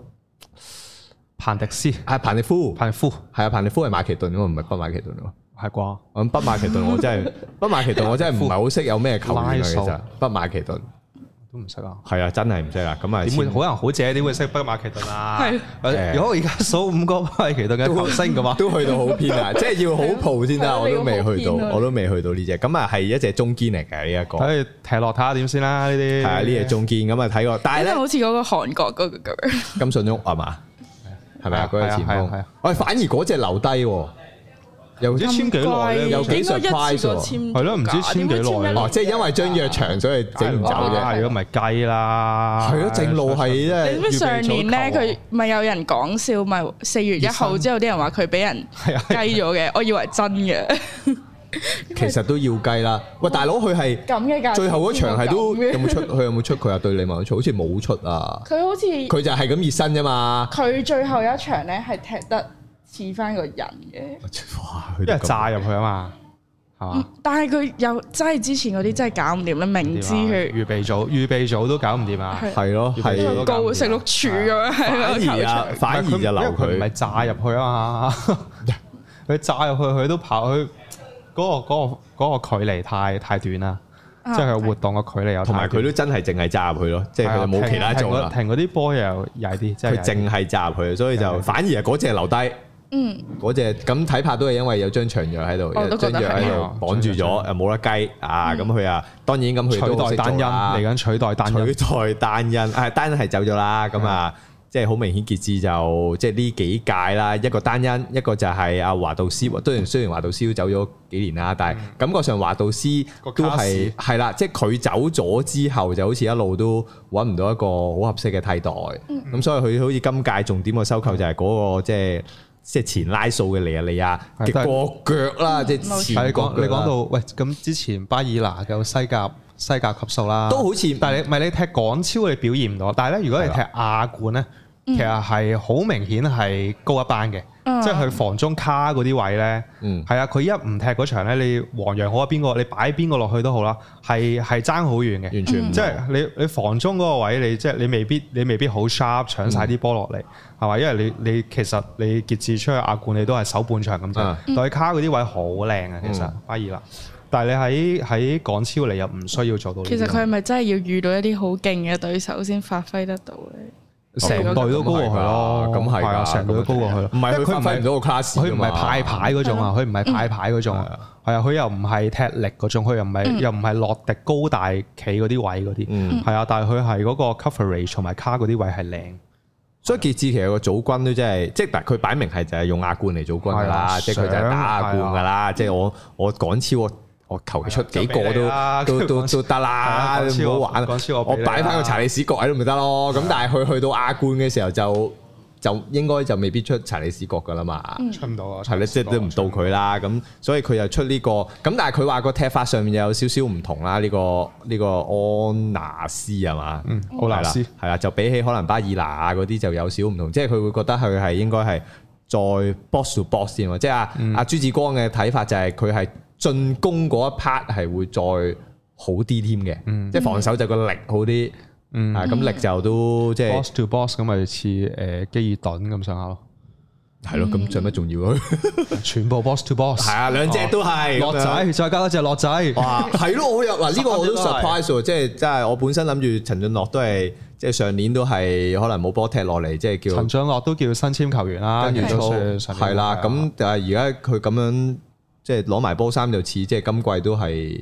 Speaker 3: 彭迪斯、
Speaker 1: 啊彭利夫，
Speaker 3: 彭迪夫
Speaker 1: 係啊彭利夫係馬其頓喎，唔係北馬其頓喎。
Speaker 3: 係啩？
Speaker 1: 咁北馬其頓我 真係北馬其頓我真係唔係好識有咩球員啊，
Speaker 3: 拉
Speaker 1: 其
Speaker 3: 素
Speaker 1: 實北馬其頓
Speaker 3: 都唔識啊！
Speaker 1: 係啊，真係唔識啦。咁啊，
Speaker 3: 點會 好人好姐點會識北馬其頓啊？
Speaker 2: 係
Speaker 3: 誒如果我而家數五個北馬其頓嘅球星嘅 話，
Speaker 1: 都去到好偏啊，即係要好蒲先
Speaker 2: 係
Speaker 1: 得，
Speaker 2: 啊
Speaker 1: 我都未去到，
Speaker 2: 你要好偏啊
Speaker 1: 我都未去到呢只。咁啊，係一隻中堅嚟嘅呢一個，
Speaker 3: 睇佢踢落睇下點先啦。呢啲
Speaker 1: 係啊，呢只中堅咁啊睇過，但係
Speaker 2: 因為
Speaker 1: 咧
Speaker 2: 好似嗰個韓國嗰個咁樣，
Speaker 1: 金信煜係嘛，係咪啊？嗰
Speaker 3: 係
Speaker 1: 個
Speaker 3: 啊
Speaker 1: 前
Speaker 3: 係啊係
Speaker 1: 鋒
Speaker 3: 啊，
Speaker 1: 喂，反而嗰只留低喎，又
Speaker 3: 唔知簽幾
Speaker 2: 哦
Speaker 3: 耐咧？
Speaker 1: 有幾
Speaker 2: 應該一
Speaker 1: surprise
Speaker 2: 次過
Speaker 1: 喎
Speaker 2: 簽
Speaker 3: 係咯唔知
Speaker 2: 㗎
Speaker 3: 簽
Speaker 2: 點會
Speaker 3: 幾耐
Speaker 2: 一
Speaker 3: 咯
Speaker 1: 哦，即係因為張約長所以整唔走
Speaker 3: 啊
Speaker 1: 啫，
Speaker 3: 如果唔係雞啦，
Speaker 1: 係咯，正路係
Speaker 2: 你知唔
Speaker 1: 啫，
Speaker 2: 知上年咧，佢咪有人講笑，咪四月一號之後啲人話佢俾人
Speaker 3: 係啊
Speaker 2: 雞咗嘅，我以為真嘅。
Speaker 1: 其實都要計啦。喂，大佬佢係
Speaker 2: 咁嘅價，
Speaker 1: 最後嗰場係都 有
Speaker 2: 咁
Speaker 1: 冇
Speaker 2: 嘅
Speaker 1: 出？佢有冇出佢啊？對你咪好似冇出啊，
Speaker 2: 佢好似
Speaker 1: 佢就係咁熱身啫嘛。
Speaker 2: 佢最後一場咧係踢得似翻個人嘅，
Speaker 1: 哇，佢
Speaker 3: 因
Speaker 1: 都
Speaker 3: 為
Speaker 1: 咁
Speaker 3: 炸入去啊嘛，係嘛？
Speaker 2: 但係佢又真係之前嗰啲真係搞嗯唔掂咧，明知佢
Speaker 3: 啊預備組預備組都搞唔掂啊！
Speaker 2: 係
Speaker 1: 係咯，
Speaker 3: 要
Speaker 1: 係
Speaker 3: 俾
Speaker 2: 一個高食碌柱咁樣
Speaker 1: 啊反
Speaker 2: 喺個球
Speaker 1: 而啊
Speaker 2: 場，，
Speaker 1: 反而就留
Speaker 3: 因為佢唔係
Speaker 1: 佢。
Speaker 3: 炸入去 啊嘛，佢炸入去佢都跑去嗰個嗰個嗰個距離太太短啦，
Speaker 2: 啊
Speaker 3: 即係佢活動嘅距離又
Speaker 1: 同埋佢都真係淨係炸入去咯，即係佢就冇其他做啦。
Speaker 3: 啊停嗰啲波又曳啲，即
Speaker 1: 佢
Speaker 3: 係
Speaker 1: 淨係炸入去，所以就
Speaker 3: 係啊
Speaker 1: 反而係嗰只留低，
Speaker 2: 嗯，
Speaker 1: 嗰只咁睇怕都係因為有張長藥喺度，有
Speaker 2: 我哦都
Speaker 1: 張
Speaker 2: 覺得係
Speaker 1: 藥喺度綁住咗，
Speaker 3: 係
Speaker 1: 又冇得雞啊！咁佢啊，當然咁佢都好
Speaker 3: 嗯
Speaker 1: 識
Speaker 3: 取代單
Speaker 1: 做
Speaker 3: 音
Speaker 1: 啦
Speaker 3: 嚟。緊，取代單
Speaker 1: 取
Speaker 3: 音
Speaker 1: 代單因，啊單因係走咗啦，咁啊，
Speaker 3: 嗯
Speaker 1: 即係好明顯傑志就即係呢幾屆啦，一個單因，一個就係阿華道斯，雖然雖然華道斯都走咗幾年啦，但係感覺上華道斯
Speaker 3: 嗯個
Speaker 1: 都
Speaker 3: 卡
Speaker 1: 係
Speaker 3: 士
Speaker 1: 係啦，即係佢走咗之後，就好似一路都揾唔到一個好合適嘅替代，咁所以佢好似今屆重點嘅收購就係嗰個即係。即係前拉素嘅尼日利亞
Speaker 3: 係
Speaker 1: 啊嘅
Speaker 3: 都係
Speaker 1: 國腳啦，即係前
Speaker 3: 但係你
Speaker 1: 國
Speaker 3: 講
Speaker 1: 腳啦
Speaker 3: 你講到喂，咁之前巴爾拿嘅西甲西甲級數啦，
Speaker 1: 都好似
Speaker 3: 但係你唔係你踢港超你表現唔到，但係咧如果你踢
Speaker 1: 啊
Speaker 3: 亞冠咧，其實係好明顯係高一班嘅，
Speaker 2: 嗯
Speaker 3: 即係佢防中卡嗰啲位咧，
Speaker 1: 嗯
Speaker 3: 係啊，佢一唔踢嗰場咧，你黃洋好啊邊個，你擺邊個落去都好啦，係係爭好遠嘅。
Speaker 1: 完全唔
Speaker 3: 即
Speaker 1: 同
Speaker 3: 係你你防中嗰個位，你即係你未必你未必好 sharp 搶晒啲波落
Speaker 1: 嗯
Speaker 3: 嚟，係嘛？因為你你其實你傑志出去亞冠，你都係守半場咁
Speaker 1: 啊
Speaker 3: 啫。內卡嗰啲位好靚啊，其實
Speaker 1: 嗯
Speaker 3: 巴爾納，但係你喺喺港超你又唔需要做到呢啲。
Speaker 2: 其實佢係咪真係要遇到一啲好勁嘅對手先發揮得到咧？
Speaker 3: 成隊
Speaker 2: 啊
Speaker 3: 都高過佢咯，
Speaker 1: 咁係㗎
Speaker 3: 啊，成隊都高過佢咯。
Speaker 1: 唔係
Speaker 3: 因
Speaker 1: 佢
Speaker 3: 為
Speaker 1: 發
Speaker 3: 佢唔
Speaker 1: 揮
Speaker 3: 係
Speaker 1: 唔到個 class，
Speaker 3: 佢唔係
Speaker 1: 㗎嘛嗯
Speaker 3: 派牌嗰種啊，佢唔係派牌嗰種啊，係啊，佢又唔係踢力嗰種，佢又唔係又唔係落迪高大企嗰啲位嗰
Speaker 1: 嗯
Speaker 3: 啲，係啊，但係佢係嗰個 coverage 同埋卡嗰啲位係靚。
Speaker 1: 所以傑志其實個組軍都真係，即係但佢擺明係就係用亞冠嚟組軍噶
Speaker 3: 係
Speaker 1: 啦，
Speaker 3: 啊
Speaker 1: 即係佢就係打亞冠噶啦，即係我我港超我我求其出幾個
Speaker 3: 係啊
Speaker 1: 都
Speaker 3: 就俾
Speaker 1: 都
Speaker 3: 你啦
Speaker 1: 都都得啦，
Speaker 3: 係啊
Speaker 1: 你唔好玩
Speaker 3: 港超我
Speaker 1: 我
Speaker 3: 港超我俾你啦
Speaker 1: 擺翻個查理士角喺度咪得咯。咁但係佢去到亞冠嘅時候就就應該就未必出查理士角噶啦嘛。
Speaker 3: 出唔到啊！
Speaker 1: 係啦，即係都唔到佢啦，咁所以佢又出呢、個，咁但係佢話個踢法上面有少少唔同啦，呢、個呢、個安拿斯係嘛？
Speaker 3: 嗯奧拿斯
Speaker 1: 係啦係啦，就比起可能巴爾拿啊嗰啲就有少唔同，即係佢會覺得佢係應該係再 box to box 先喎，即係阿
Speaker 3: 嗯
Speaker 1: 阿朱志光嘅睇法就係佢係進攻嗰一 part 係會再好啲添嘅，
Speaker 3: 嗯
Speaker 1: 即係防守就個力好啲，
Speaker 3: 嗯
Speaker 1: 啊咁力就都即係
Speaker 3: boss to boss 咁咪似誒基爾頓咁上下咯，
Speaker 1: 係咯，咁做乜重要啊？
Speaker 3: 全部 boss to boss 哦
Speaker 1: 係啊，兩隻都係
Speaker 3: 落
Speaker 1: 咁樣
Speaker 3: 仔，再加多隻落仔，
Speaker 1: 哇，係咯，我又嗱呢個我都
Speaker 3: 三隻都係
Speaker 1: surprise 喎，即係即係我本身諗住陳俊樂都係即係上年都係可能冇波踢落嚟，即係叫
Speaker 3: 陳俊樂都叫新簽球員啦，
Speaker 1: 跟
Speaker 3: 元
Speaker 1: 住
Speaker 3: 素
Speaker 1: 都
Speaker 3: 係
Speaker 1: 係
Speaker 3: 啊
Speaker 1: 啦。咁但係而家佢咁樣即係攞埋波衫就似即係今季都係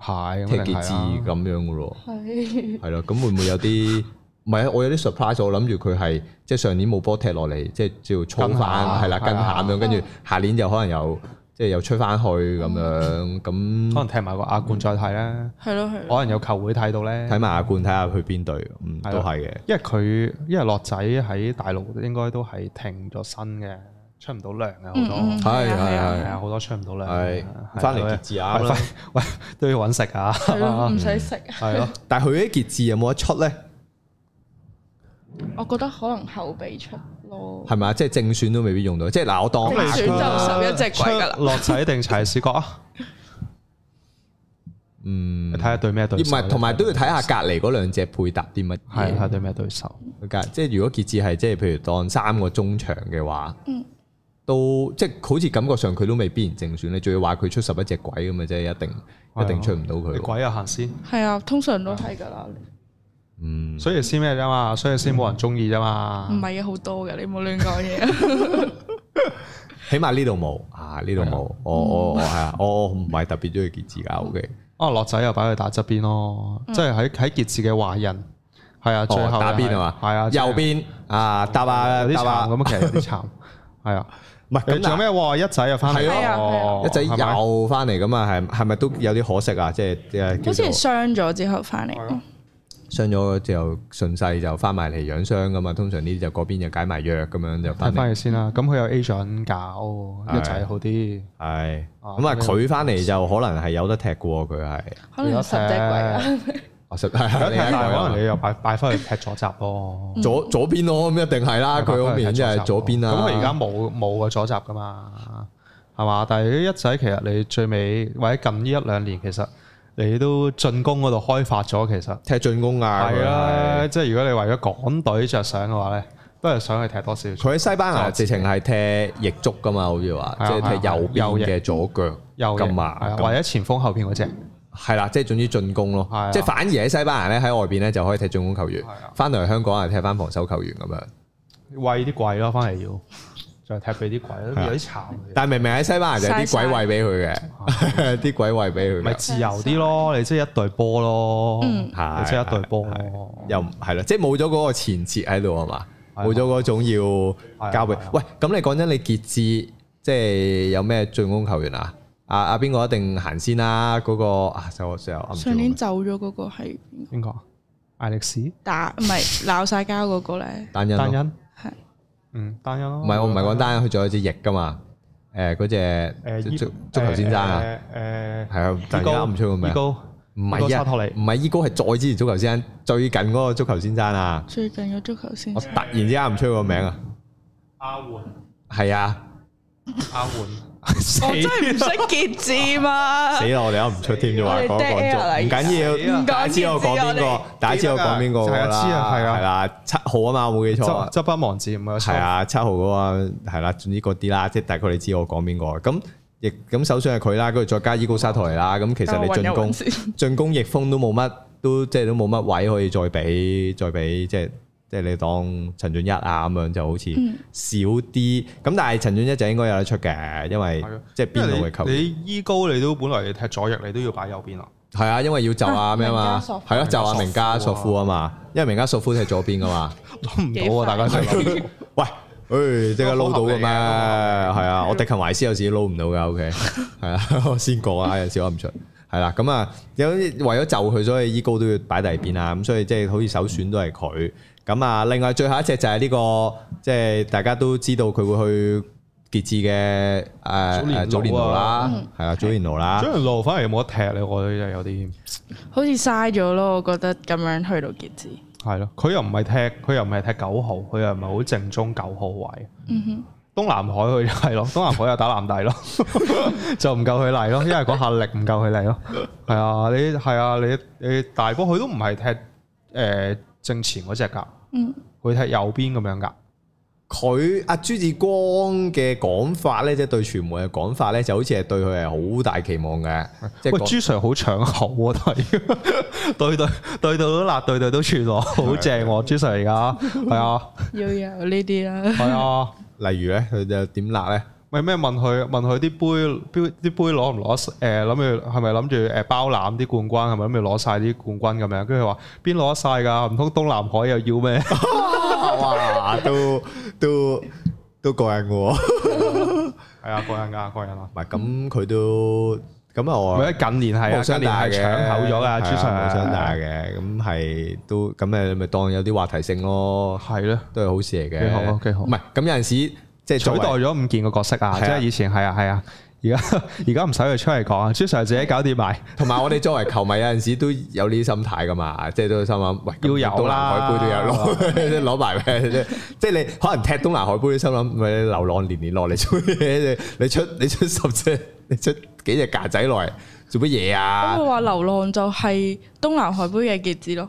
Speaker 3: 係咁
Speaker 1: 踢
Speaker 3: 定
Speaker 1: 幾
Speaker 3: 係啊
Speaker 1: 支
Speaker 3: 啦
Speaker 1: 咁樣噶咯，
Speaker 2: 係
Speaker 1: 係咯，咁會唔會有啲？唔係啊，我有啲 surprise，我諗住佢係即係上年冇波踢落嚟，即係照操
Speaker 3: 跟
Speaker 1: 翻
Speaker 3: 下
Speaker 1: 係啦，
Speaker 3: 係啊
Speaker 1: 跟下咁樣，跟住下年又可能又即係又吹翻去咁樣，
Speaker 3: 可能
Speaker 1: 咁
Speaker 3: 踢埋個亞冠再睇啦，
Speaker 2: 係咯係
Speaker 3: 可
Speaker 2: 咯，
Speaker 3: 能有球會睇到咧。
Speaker 1: 嗯睇埋亞冠睇下去邊隊，嗯，
Speaker 3: 係啦啊
Speaker 1: 都係嘅。
Speaker 3: 因為佢因為樂仔喺大陸應該都係停咗身嘅，出唔到糧嘅好
Speaker 2: 嗯嗯
Speaker 3: 多，
Speaker 1: 係
Speaker 2: 係啊係
Speaker 1: 係
Speaker 2: 啊
Speaker 3: 係啊好多出唔到糧，
Speaker 1: 係
Speaker 3: 係
Speaker 1: 翻
Speaker 3: 係
Speaker 1: 嚟
Speaker 3: 啊
Speaker 1: 傑志啱 啦，
Speaker 3: 都要揾食啊，
Speaker 2: 係咯，唔使食。 啊
Speaker 3: 係咯，
Speaker 1: 但係佢啲傑志有冇得出咧？
Speaker 2: 我覺得可能後備出咯，
Speaker 1: 係咪啊？即係正選都未必用到，即係嗱，我當啊
Speaker 2: 正選就十一隻鬼㗎啦
Speaker 3: 出樂仔定柴屎角啊？
Speaker 1: 嗯
Speaker 3: 你睇，下對咩對
Speaker 1: 唔
Speaker 3: 手，
Speaker 1: 係同埋都要睇下隔離嗰兩隻配搭啲乜
Speaker 3: 係睇
Speaker 1: 嘢。
Speaker 3: 下對咩對手。
Speaker 1: 隔即係如果傑志係即係譬如當三個中場嘅話，
Speaker 2: 嗯
Speaker 1: 都即係好似感覺上佢都未必然正選，你仲要話佢出十一隻鬼咁啊，即係一定一定出唔到佢
Speaker 3: 你
Speaker 1: 喎。
Speaker 3: 鬼啊行先，
Speaker 2: 係啊，通常都係㗎啦，
Speaker 1: 嗯，
Speaker 3: 所以先咩啫嘛，所以先冇人中意啫嘛
Speaker 2: 唔。係啊，好多嘅，你冇亂講嘢。
Speaker 1: 起碼呢度冇啊，呢度冇。我我我係啊，我我唔係特別中意傑志㗎，OK。
Speaker 3: 哦，樂仔又擺佢打側邊咯，
Speaker 2: 嗯
Speaker 3: 即係喺喺傑志嘅華人，係啊，最後
Speaker 1: 哦打
Speaker 3: 又係
Speaker 1: 邊係嘛？
Speaker 3: 係啊，
Speaker 1: 右
Speaker 3: 即係
Speaker 1: 邊啊，搭啊
Speaker 3: 有啲
Speaker 1: 搭啊，
Speaker 3: 慘咁，其實有啲慘，係啊。
Speaker 1: 唔係
Speaker 3: 咁
Speaker 1: 咁
Speaker 3: 仲有
Speaker 1: 嗱
Speaker 3: 咩喎？一仔又翻嚟，
Speaker 1: 係啊
Speaker 2: 係啊
Speaker 3: 哦
Speaker 1: 一仔
Speaker 3: 係咪
Speaker 1: 又翻嚟咁啊，係係咪都有啲可惜啊？即係誒，叫
Speaker 2: 好似係
Speaker 1: 做
Speaker 2: 傷咗之後翻嚟，
Speaker 1: 傷咗之後，順勢就翻埋嚟養傷咁啊。通常呢啲就嗰邊就解埋藥咁樣就
Speaker 3: 睇
Speaker 1: 翻嚟。
Speaker 3: 翻佢先啦。咁佢有 agent 搞，
Speaker 1: 係
Speaker 3: 一仔好啲，
Speaker 1: 係
Speaker 3: 啊
Speaker 1: 咁啊，
Speaker 3: 咁樣
Speaker 1: 佢翻嚟就可能係有得踢嘅喎，佢係啊
Speaker 2: 可能十隻鬼啊啦，
Speaker 1: 我 實係
Speaker 3: 有一踢
Speaker 1: 另一個
Speaker 3: 但係可
Speaker 1: 啦
Speaker 3: 能你又擺擺翻去踢左閘咯。
Speaker 1: 左左邊咯，咁一定係啊啦。佢好明顯就係左邊啊啦。
Speaker 3: 嗯咁佢而家冇冇個左閘噶嘛，係嘛？但係一仔其實你最尾或者近呢一兩年，其實你都進攻嗰度開發咗，其實
Speaker 1: 踢進攻啊，
Speaker 3: 係啊，
Speaker 1: 佢係
Speaker 3: 即係如果你為咗港隊着想嘅話咧，都係想去踢多少少
Speaker 1: 佢喺西班牙直情係踢翼足噶嘛，好似話
Speaker 3: 係啊
Speaker 1: 即係踢右邊
Speaker 3: 右翼
Speaker 1: 嘅左腳
Speaker 3: 右翼
Speaker 1: 咁
Speaker 3: 係
Speaker 1: 啊
Speaker 3: 啊，
Speaker 1: 咁
Speaker 3: 或者前鋒後邊嗰只
Speaker 1: 係啦，即係總之進攻
Speaker 3: 係啊
Speaker 1: 咯，即係反而喺西班牙咧喺外邊咧就可以踢進攻球員
Speaker 3: 係啊，
Speaker 1: 翻嚟香港啊踢翻防守球員咁樣。
Speaker 3: 喂啲鬼咯，翻嚟要再踢俾啲鬼，有啲慘嘅。
Speaker 1: 啊但係明明喺西班牙就係啲鬼喂俾佢嘅， 啲鬼喂俾佢
Speaker 3: 咪
Speaker 1: 嘅，
Speaker 3: 自由啲咯，你即係一隊波咯，
Speaker 2: 嗯
Speaker 1: 係
Speaker 3: 你即係一隊波咯。
Speaker 1: 又唔係啦，即係冇咗嗰個前設喺度係嘛，
Speaker 3: 係啊
Speaker 1: 冇咗嗰種要交俾
Speaker 3: 係啊係啊。
Speaker 1: 喂，咁你講真，你傑志即係有咩進攻球員啊？啊啊邊個一定行先啦？嗰個啊就我就暗 住
Speaker 2: 上年走咗嗰個係邊個
Speaker 3: 邊個啊？艾力士
Speaker 2: 打唔係鬧晒交嗰個咧，
Speaker 1: 單人
Speaker 3: 單
Speaker 1: 咯，
Speaker 3: 人
Speaker 2: 係
Speaker 3: 嗯單人咯。
Speaker 1: 唔係我唔係講單人，佢仲有隻翼噶嘛？誒嗰
Speaker 3: 誒
Speaker 1: 只
Speaker 3: 伊
Speaker 1: 足足球先生啊，
Speaker 3: 誒誒
Speaker 1: 係啊，突然間
Speaker 3: 伊高
Speaker 1: 啱唔出個名
Speaker 3: 伊，高
Speaker 1: 唔
Speaker 3: 伊高
Speaker 1: 係
Speaker 3: 沙
Speaker 1: 啊，
Speaker 3: 托利
Speaker 1: 唔係伊高係再之前足球先生最近嗰個足球先生啊，
Speaker 2: 最近嘅足球先
Speaker 1: 我突然之間啱唔出個名啊，
Speaker 3: 阿換
Speaker 1: 係啊。
Speaker 3: 阿哦換，
Speaker 2: 我哦真係唔識傑志嘛
Speaker 1: 死，啦！我哋啱唔出添啫話
Speaker 2: 我哋
Speaker 1: 講一
Speaker 2: dead air 啦
Speaker 1: 講
Speaker 2: 已經
Speaker 1: 唔緊要，
Speaker 2: 唔講
Speaker 1: 大家知我講邊
Speaker 2: 知我
Speaker 1: 個
Speaker 2: 哋，
Speaker 1: 大家知我講邊個㗎
Speaker 3: 係
Speaker 1: 啦，
Speaker 3: 啊知啊係啊
Speaker 1: 係啦，七號啊嘛，我冇記錯
Speaker 3: 執，執筆忘字唔係
Speaker 1: 係，啊，七號嗰個係啦，總之嗰啲啦，即係大概你知我講邊個，咁亦咁首先係佢啦，跟住再加伊高沙台啦，咁其實你進攻進攻逆風都冇乜，都即係都冇乜位可以再俾再俾即係。即係你當陳俊一啊咁樣就好似
Speaker 2: 嗯
Speaker 1: 少啲，咁但係陳俊一就應該有得出嘅，因為
Speaker 3: 係啊
Speaker 1: 即係邊路嘅球員
Speaker 3: 因為你你伊高你都本來你踢左翼你都要擺右邊啊。
Speaker 1: 係啊，因為要就啊
Speaker 2: 啊
Speaker 1: 咩嘛
Speaker 2: 明加索，夫
Speaker 1: 係咯，就啊明
Speaker 3: 明
Speaker 1: 加
Speaker 3: 加
Speaker 1: 索
Speaker 3: 索
Speaker 1: 夫
Speaker 3: 夫
Speaker 1: 啊嘛，因為明加索夫係左邊噶嘛。
Speaker 3: 諗唔到啊！大
Speaker 2: 幾
Speaker 3: 家
Speaker 2: 快
Speaker 3: 真係諗唔
Speaker 1: 喂，誒，即刻撈到嘅
Speaker 3: 都好合理嘅
Speaker 1: 咩？係啊，我迪勤懷斯有時撈唔到噶，OK，係啊，我先講啊，有時我唔出。係啦，咁啊，有啲為咗就佢，所以伊高都要擺第二邊啊，咁所以即係好似首選都係佢。咁啊，另外最後一隻就係呢個，即係大家都知道佢會去傑志嘅
Speaker 3: 祖
Speaker 1: 誒
Speaker 3: 連奴
Speaker 1: 誒祖連奴
Speaker 3: 啊
Speaker 1: 啦，係啦，祖連奴啦
Speaker 3: 到。。張路反而冇得踢你，我覺得有啲
Speaker 2: 好似嘥咗咯，我覺得咁樣去到傑志，
Speaker 3: 係咯。佢又唔係踢，佢又唔係踢九號，佢又唔係好正宗九號位。
Speaker 2: 嗯
Speaker 3: 東南海佢係咯，東南海又打南大咯， 就唔夠佢嚟咯，因為嗰下力唔夠佢嚟咯。係啊，你係啊，你你大波佢都唔係踢誒、呃正前嗰只㗎，
Speaker 2: 哼，嗯，
Speaker 3: 佢踢右邊咁樣㗎。
Speaker 1: 佢阿朱志光嘅講法咧，即係對傳媒嘅講法咧，就好似係對佢係好大期望嘅，即係講
Speaker 3: 喂，朱 Sir 好搶口喎，都係 對對對對都辣，對對都串我，好正喎，朱 Sir 而家係啊
Speaker 2: 要有呢啲啦，
Speaker 3: 係啊。
Speaker 1: 例如咧，佢就點辣咧？
Speaker 3: 唔咪咩問佢問佢啲杯杯啲杯攞唔攞？誒諗住係咪諗住誒包攬啲冠軍？係咪諗住攞晒啲冠軍咁樣？跟住佢話邊攞得晒㗎？唔通東南海又要咩？
Speaker 1: 哇，都都都過癮嘅喎。
Speaker 3: 係啊，過癮㗎，過癮啊！
Speaker 1: 唔係咁，佢都咁啊，我
Speaker 3: 咪近年係啊，
Speaker 1: 冇
Speaker 3: 近
Speaker 1: 想
Speaker 3: 年
Speaker 1: 大
Speaker 3: 係
Speaker 1: 嘅，
Speaker 3: 搶口咗㗎，
Speaker 1: 係
Speaker 3: 朱
Speaker 1: 啊
Speaker 3: Sir
Speaker 1: 冇想大嘅，咁係都咁你咪當有啲話題性咯，
Speaker 3: 係咧。
Speaker 1: 都係好事嚟嘅。
Speaker 3: 幾好啊幾好
Speaker 1: 唔係咁有陣時即係
Speaker 3: 取
Speaker 1: 作為
Speaker 3: 代咗唔見個角色啊！
Speaker 1: 係啊
Speaker 3: 即係以前係啊係啊，而家而家唔使佢出嚟講啊，朱 Sir 自己搞掂埋。
Speaker 1: 同埋我哋作為球迷有陣時都有呢啲心態噶嘛， 即係都心諗，喂，
Speaker 3: 要有
Speaker 1: 東南海
Speaker 3: 啦
Speaker 1: 杯都有攞 攞埋咩啫？即係你可能踢東南海杯，心諗咪你流浪年年落嚟做乜嘢？ 你出你出十隻，你出幾隻架仔落嚟做乜嘢 啊
Speaker 2: 咁？佢話流浪就係東南海杯嘅傑志咯，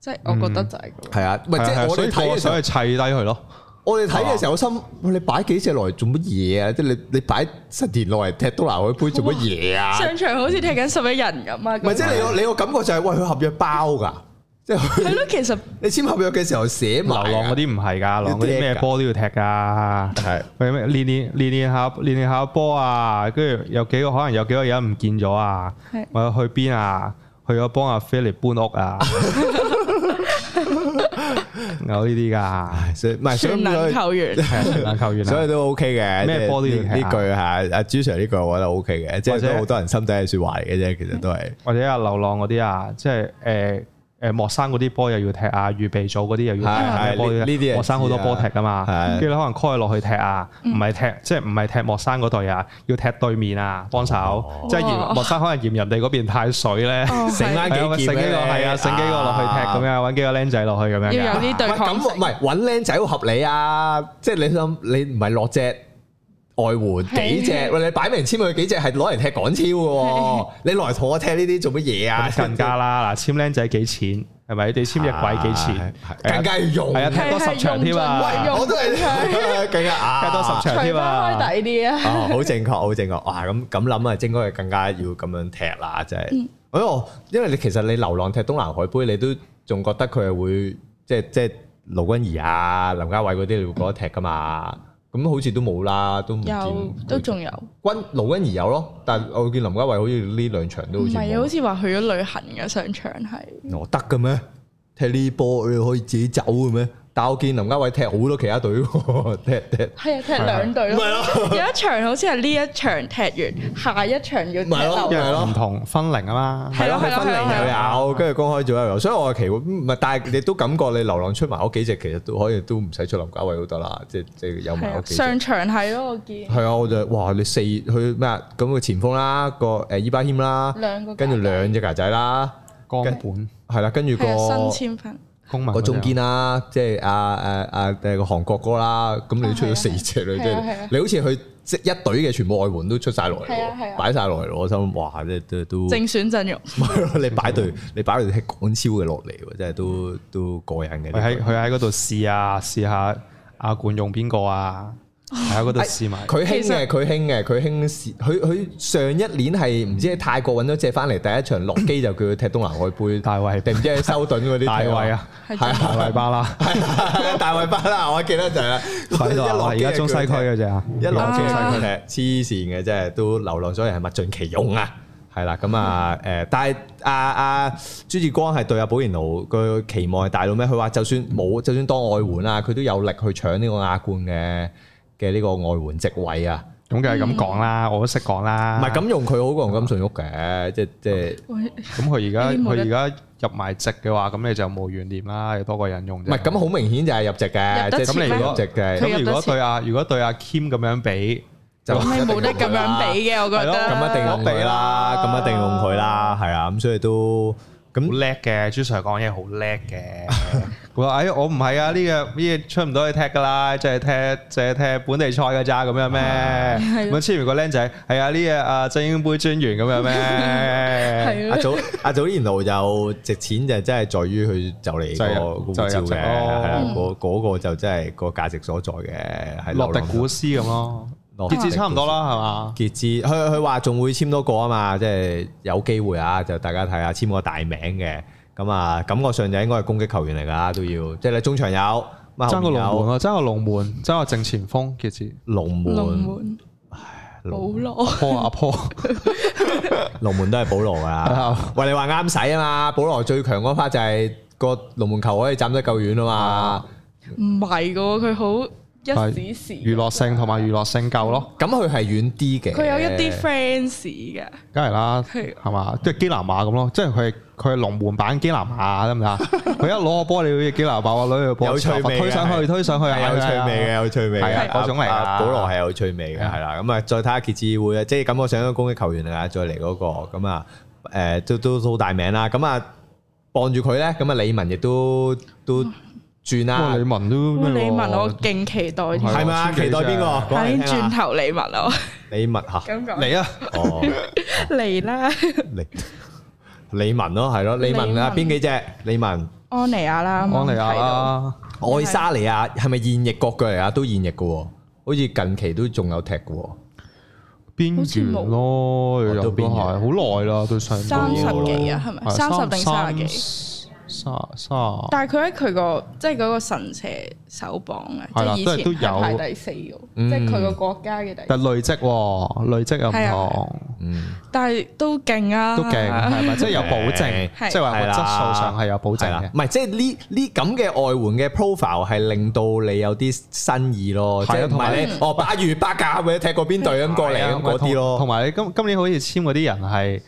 Speaker 2: 即係我覺得就係咁。
Speaker 1: 係啊，唔係即
Speaker 3: 係啊
Speaker 1: 係我
Speaker 3: 所
Speaker 1: 哋
Speaker 3: 以
Speaker 1: 睇
Speaker 3: 我
Speaker 1: 嘅時候
Speaker 3: 想去砌低佢咯。
Speaker 1: 我哋睇嘅時候，我心喂你擺幾隻落嚟做乜嘢啊？即係你你擺十年落嚟踢東南海杯做乜嘢啊？
Speaker 2: 上場好似踢緊十一人咁啊！
Speaker 1: 唔係即係你
Speaker 2: 係
Speaker 1: 個你個感覺就係喂佢合約包㗎，即係佢
Speaker 2: 咯，其實
Speaker 1: 你簽合約嘅時候寫
Speaker 3: 流
Speaker 1: 埋㗎
Speaker 3: 浪嗰啲唔係㗎，流浪嗰啲咩波都要踢㗎。
Speaker 1: 係
Speaker 3: 喂咩練練練練下練練下波啊，跟住有幾個可能有幾個人唔見咗啊
Speaker 2: 係，
Speaker 3: 我去邊啊？去咗幫阿 Philip 搬屋 啊，有呢啲㗎，
Speaker 1: 唉所以唔係所
Speaker 2: 全能
Speaker 1: 以
Speaker 2: 球 員
Speaker 3: 係啊全能球員啊
Speaker 1: 所以都 OK 嘅，
Speaker 3: 咩波都要
Speaker 1: 即係呢
Speaker 3: 踢啊
Speaker 1: 呢句係阿朱 Sir 呢句，我覺得 OK 嘅，即
Speaker 3: 或
Speaker 1: 係
Speaker 3: 者
Speaker 1: 都好多人心底嘅説話嚟嘅啫，其實都係
Speaker 3: 或者啊流浪嗰啲啊，即係誒誒莫生嗰啲波又要踢啊，預備組嗰啲又要踢
Speaker 1: 係
Speaker 3: 啊，
Speaker 1: 係
Speaker 3: 咩波都要踢
Speaker 1: 呢呢啲係
Speaker 3: 莫生好多波踢噶嘛
Speaker 1: 知啊係，
Speaker 3: 跟住咧可能 call 佢落去踢啊，
Speaker 2: 嗯
Speaker 3: 唔係踢即係唔係踢莫生嗰隊啊，要踢對面啊幫手，即係嫌
Speaker 2: 哇
Speaker 3: 莫生可能嫌人哋嗰邊太水咧。
Speaker 2: 哦係
Speaker 1: 剩翻
Speaker 3: 係啊
Speaker 1: 幾件
Speaker 3: 剩幾個係啊，剩幾個落去踢
Speaker 1: 樣。
Speaker 3: 咁樣，揾幾個僆仔落去咁樣㗎。
Speaker 2: 要有啲
Speaker 1: 喂
Speaker 2: 對抗
Speaker 1: 咁
Speaker 2: 性
Speaker 1: 唔係揾僆仔好合理啊！即係你諗你唔係落隻外援幾隻，
Speaker 2: 係
Speaker 1: 喂你擺明簽佢幾隻係攞嚟踢港超嘅喎，你來同我踢呢啲做乜嘢啊？
Speaker 3: 咁更加啦，嗱，簽僆仔幾錢係咪？你簽隻鬼幾錢？
Speaker 1: 係更加要用。
Speaker 3: 係啊，踢多十場添
Speaker 2: 係
Speaker 3: 啊，
Speaker 2: 係用盡運
Speaker 1: 我都係 更加啊，
Speaker 3: 踢多十
Speaker 2: 除
Speaker 3: 場
Speaker 2: 翻
Speaker 3: 添啊
Speaker 2: 開底啲啊！
Speaker 1: 哦，好正確，好正確。哇，咁咁諗啊，應該係更加要咁樣踢啦，真係。
Speaker 2: 嗯
Speaker 1: 因為我因為你其實你流浪踢東南海杯，你都仲覺得佢係會即係即係盧君怡啊、林家偉嗰啲，你會覺得踢噶嘛？咁好似都冇啦，都唔見
Speaker 2: 有都仲有，
Speaker 1: 君盧君怡有咯，但係我見林家偉好似呢兩場都
Speaker 2: 唔
Speaker 1: 好似
Speaker 2: 係啊好
Speaker 1: 冇。
Speaker 2: 似話去咗旅行嘅上場係，
Speaker 1: 我得嘅咩？踢呢波你可以自己走嘅咩？但我見林家偉踢好多其他隊喎， 踢踢。
Speaker 2: 係啊踢兩隊咯，有一場好似係呢一場踢完，下一場要踢
Speaker 1: 咪咯
Speaker 3: 因
Speaker 2: 流浪
Speaker 1: 係咯
Speaker 3: 為唔同分齡啊嘛。
Speaker 1: 係
Speaker 2: 係
Speaker 1: 咯，
Speaker 2: 咯
Speaker 1: 係
Speaker 2: 係咯
Speaker 1: 分
Speaker 2: 係咯
Speaker 1: 齡又有，跟住公開組又有，所以我係奇怪，唔係，但係你都感覺你流浪出埋嗰幾隻，其實都可以都唔使出林家偉都得啦，即係即係有
Speaker 2: 係
Speaker 1: 埋
Speaker 2: 啊
Speaker 1: 嗰幾隻。
Speaker 2: 上場係咯，我見
Speaker 1: 係啊，我就哇，你四佢咩啊？咁個前鋒啦，個誒伊巴謙啦，
Speaker 2: 兩個
Speaker 1: 跟住兩隻格仔啦，
Speaker 3: 江本
Speaker 1: 係啦，跟住個
Speaker 2: 係啊新簽分，
Speaker 3: 公民
Speaker 1: 個中堅
Speaker 3: 堅
Speaker 1: 啦，即係阿阿阿誒個韓國哥啦，咁你都出咗四隻啦，
Speaker 2: 係啊
Speaker 1: 即
Speaker 2: 係啊
Speaker 1: 係你好似佢即係一隊嘅全部外援都出晒落嚟
Speaker 2: 係啊係
Speaker 1: 喎，
Speaker 2: 啊
Speaker 1: 擺晒落嚟喎，我心諗哇，即係都都
Speaker 2: 正選陣容，
Speaker 1: 係咯， 你擺對你擺對踢港超嘅落嚟喎，真係都都過癮嘅。
Speaker 3: 佢喺佢喺嗰度試啊，試下亞冠用邊個啊？喺嗰度試埋。
Speaker 1: 佢興
Speaker 2: 其
Speaker 1: 嘅，
Speaker 2: 實
Speaker 1: 佢興嘅，佢興時佢佢上一年係唔知喺泰國揾咗隻翻嚟，第一場落機就叫佢踢東南海杯，
Speaker 3: 大衛
Speaker 1: 定唔知喺修頓嗰啲踢
Speaker 3: 大衛，啊，
Speaker 2: 係
Speaker 1: 係
Speaker 3: 大
Speaker 1: 啊，
Speaker 3: 衛巴啦，
Speaker 1: 係啊 大衛班啦，我記得就係啦，
Speaker 3: 喺度啊！而家中西區
Speaker 1: 嘅
Speaker 3: 嗰只啊，
Speaker 1: 一落機
Speaker 2: 啊
Speaker 1: 就踢，黐線嘅真係都流浪，所以係物盡其用啊！係啦， 咁啊誒，但係阿阿朱志光係對阿保賢奴個期望係大到咩？佢話就算冇，就算當外援啊，佢都有力去搶呢個亞冠嘅嘅呢個外援席位啊！
Speaker 3: 咁梗係咁講啦，我都識講啦。
Speaker 1: 唔係咁用佢好過用金信屋嘅，即即唔
Speaker 2: 喂
Speaker 3: 咁佢而家
Speaker 2: 呢啲冇得
Speaker 3: 佢而家入埋籍嘅話，咁你就無懸念啦，有多個人用啫。
Speaker 1: 係咁好明顯就係入籍嘅，
Speaker 2: 入得
Speaker 1: 即
Speaker 2: 切
Speaker 1: 咁
Speaker 3: 咩
Speaker 1: 入籍嘅，
Speaker 2: 佢
Speaker 3: 咁
Speaker 2: 入
Speaker 3: 如
Speaker 2: 得
Speaker 3: 果
Speaker 2: 切
Speaker 3: 對阿如果對阿 Kim 咁樣比，
Speaker 1: 就
Speaker 2: 咁你冇得
Speaker 1: 一定
Speaker 2: 咁
Speaker 1: 用佢啦
Speaker 2: 樣比嘅，我覺
Speaker 3: 係咯
Speaker 2: 得
Speaker 1: 咁一定用佢啦，
Speaker 3: 一定
Speaker 1: 咁
Speaker 3: 啦
Speaker 1: 一定用佢啦，係啊，咁所以都
Speaker 3: 好
Speaker 1: 咁
Speaker 3: 叻嘅，朱 Sir 講嘢好叻嘅。佢話：哎，我唔係啊，呢個呢個出唔到去踢噶啦，就係踢就係踢本地賽㗎咋，咁樣咩？
Speaker 2: 係
Speaker 3: 咁
Speaker 2: 咯
Speaker 3: 樣簽完個僆仔，係啊，呢個啊精英杯專員咁樣咩？
Speaker 2: 係
Speaker 1: 阿
Speaker 2: 咯，
Speaker 1: 祖 阿祖賢奴就值錢就真係在於佢就嚟
Speaker 3: 就係
Speaker 1: 個護
Speaker 3: 入就係哦
Speaker 1: 照
Speaker 3: 入
Speaker 1: 嘅，
Speaker 3: 籍咯
Speaker 1: 係啦，嗰嗰個就真係個價值所在嘅，係
Speaker 3: 洛
Speaker 1: 流
Speaker 3: 迪
Speaker 1: 浪
Speaker 3: 古斯咁咯，
Speaker 1: 洛迪
Speaker 3: 傑
Speaker 1: 古
Speaker 3: 志差唔多啦，係嘛？
Speaker 1: 傑志，佢佢話仲會簽多個啊嘛，即係有機會啊，就大家睇下簽個大名嘅，咁啊感覺上就應該係攻擊球員嚟㗎，都要即係你中場有，咁啊
Speaker 3: 爭個
Speaker 1: 後面
Speaker 3: 龍門
Speaker 1: 有
Speaker 3: 咯，爭個龍門，爭個正前鋒傑志，
Speaker 1: 龍門，
Speaker 2: 龍門保
Speaker 1: 龍
Speaker 2: 羅
Speaker 3: 坡啊阿坡，
Speaker 1: 龍門都係保羅㗎啦。喂，你話啱使啊嘛？保羅最強嗰 part 就係個龍門球可以斬得夠遠
Speaker 2: 哦
Speaker 1: 啊嘛。
Speaker 2: 唔係噶，佢好一時時
Speaker 3: 娛樂性同埋娛樂性夠咯，
Speaker 1: 咁佢係遠啲嘅，
Speaker 2: 佢有一啲 fans 嘅，
Speaker 3: 梗係啦，
Speaker 2: 嗯係
Speaker 3: 係嘛，即係基南馬咁咯，即係佢係佢係龍門版基南馬得唔得 啊？佢一攞個波，你要基南馬個女個波，
Speaker 1: 有趣味嘅
Speaker 3: 推上去，推上去，
Speaker 1: 係有趣
Speaker 3: 係啊
Speaker 1: 味嘅，，有趣味
Speaker 3: 係
Speaker 1: 嘅
Speaker 3: 啊嗰種嚟㗎
Speaker 1: 啊啊保羅係有趣味嘅，
Speaker 3: 係啊
Speaker 1: 係啦。咁啊，再睇下傑志會啊，即係感覺上一個攻擊球員嚟㗎，再嚟嗰個咁啊，誒都都都好大名啦。咁啊，傍住佢咧，咁啊，李文亦都都轉
Speaker 3: 啊哇
Speaker 1: 啦
Speaker 3: 李。文都咩喎
Speaker 2: 哇啊李文我勁期待
Speaker 3: 係
Speaker 1: 係
Speaker 2: 添，
Speaker 1: 咪啊？
Speaker 3: 我
Speaker 1: 期待邊個？
Speaker 3: 我
Speaker 1: 講嚟聽
Speaker 2: 睇轉
Speaker 1: 下
Speaker 2: 頭李文我
Speaker 1: 李文嚇，
Speaker 2: 咁講
Speaker 3: 嚟啊！
Speaker 1: 哦，
Speaker 2: 嚟啦，
Speaker 1: 李李文咯，係咯，李文啊，
Speaker 2: 李
Speaker 1: 邊
Speaker 2: 文
Speaker 1: 幾隻？李文、
Speaker 2: 安妮亞啦，
Speaker 3: 安
Speaker 2: 啱
Speaker 3: 利
Speaker 2: 啱
Speaker 3: 亞
Speaker 2: 睇到
Speaker 3: 啦，
Speaker 1: 愛沙尼亞係咪現役國腳嚟啊？都現役嘅喎，好似近期都仲有踢嘅喎。
Speaker 3: 邊緣咯，
Speaker 1: 似冇
Speaker 3: 又都係好耐啦，對上
Speaker 2: 三十
Speaker 1: 幾
Speaker 2: 幾啊，係咪？
Speaker 3: 係
Speaker 2: 三十定三十幾？
Speaker 3: 幾？三三
Speaker 2: 但係佢喺佢個即係嗰個神射手榜啊，即
Speaker 3: 係啦
Speaker 2: 係以
Speaker 3: 都係都
Speaker 2: 前
Speaker 3: 有
Speaker 2: 係排第四嘅，
Speaker 1: 嗯
Speaker 2: 即係佢個國家嘅第，
Speaker 3: 但累積喎，累積又唔
Speaker 2: 係
Speaker 3: 同，
Speaker 1: 嗯，
Speaker 2: 但係都勁啊，
Speaker 3: 都勁係咪？即係有保證，
Speaker 1: 係
Speaker 3: 即係話個質素上係有保證
Speaker 1: 係啦
Speaker 3: 嘅，。
Speaker 1: 唔係即係呢呢咁嘅外援嘅 profile 係令到你有啲新意咯，即
Speaker 3: 係啊
Speaker 1: 係唔
Speaker 3: 同埋
Speaker 1: 係你哦巴如巴架咁樣踢過邊隊咁過嚟咁嗰啲
Speaker 3: 啊同
Speaker 1: 咯。
Speaker 3: 埋你今今年好似簽嗰啲人係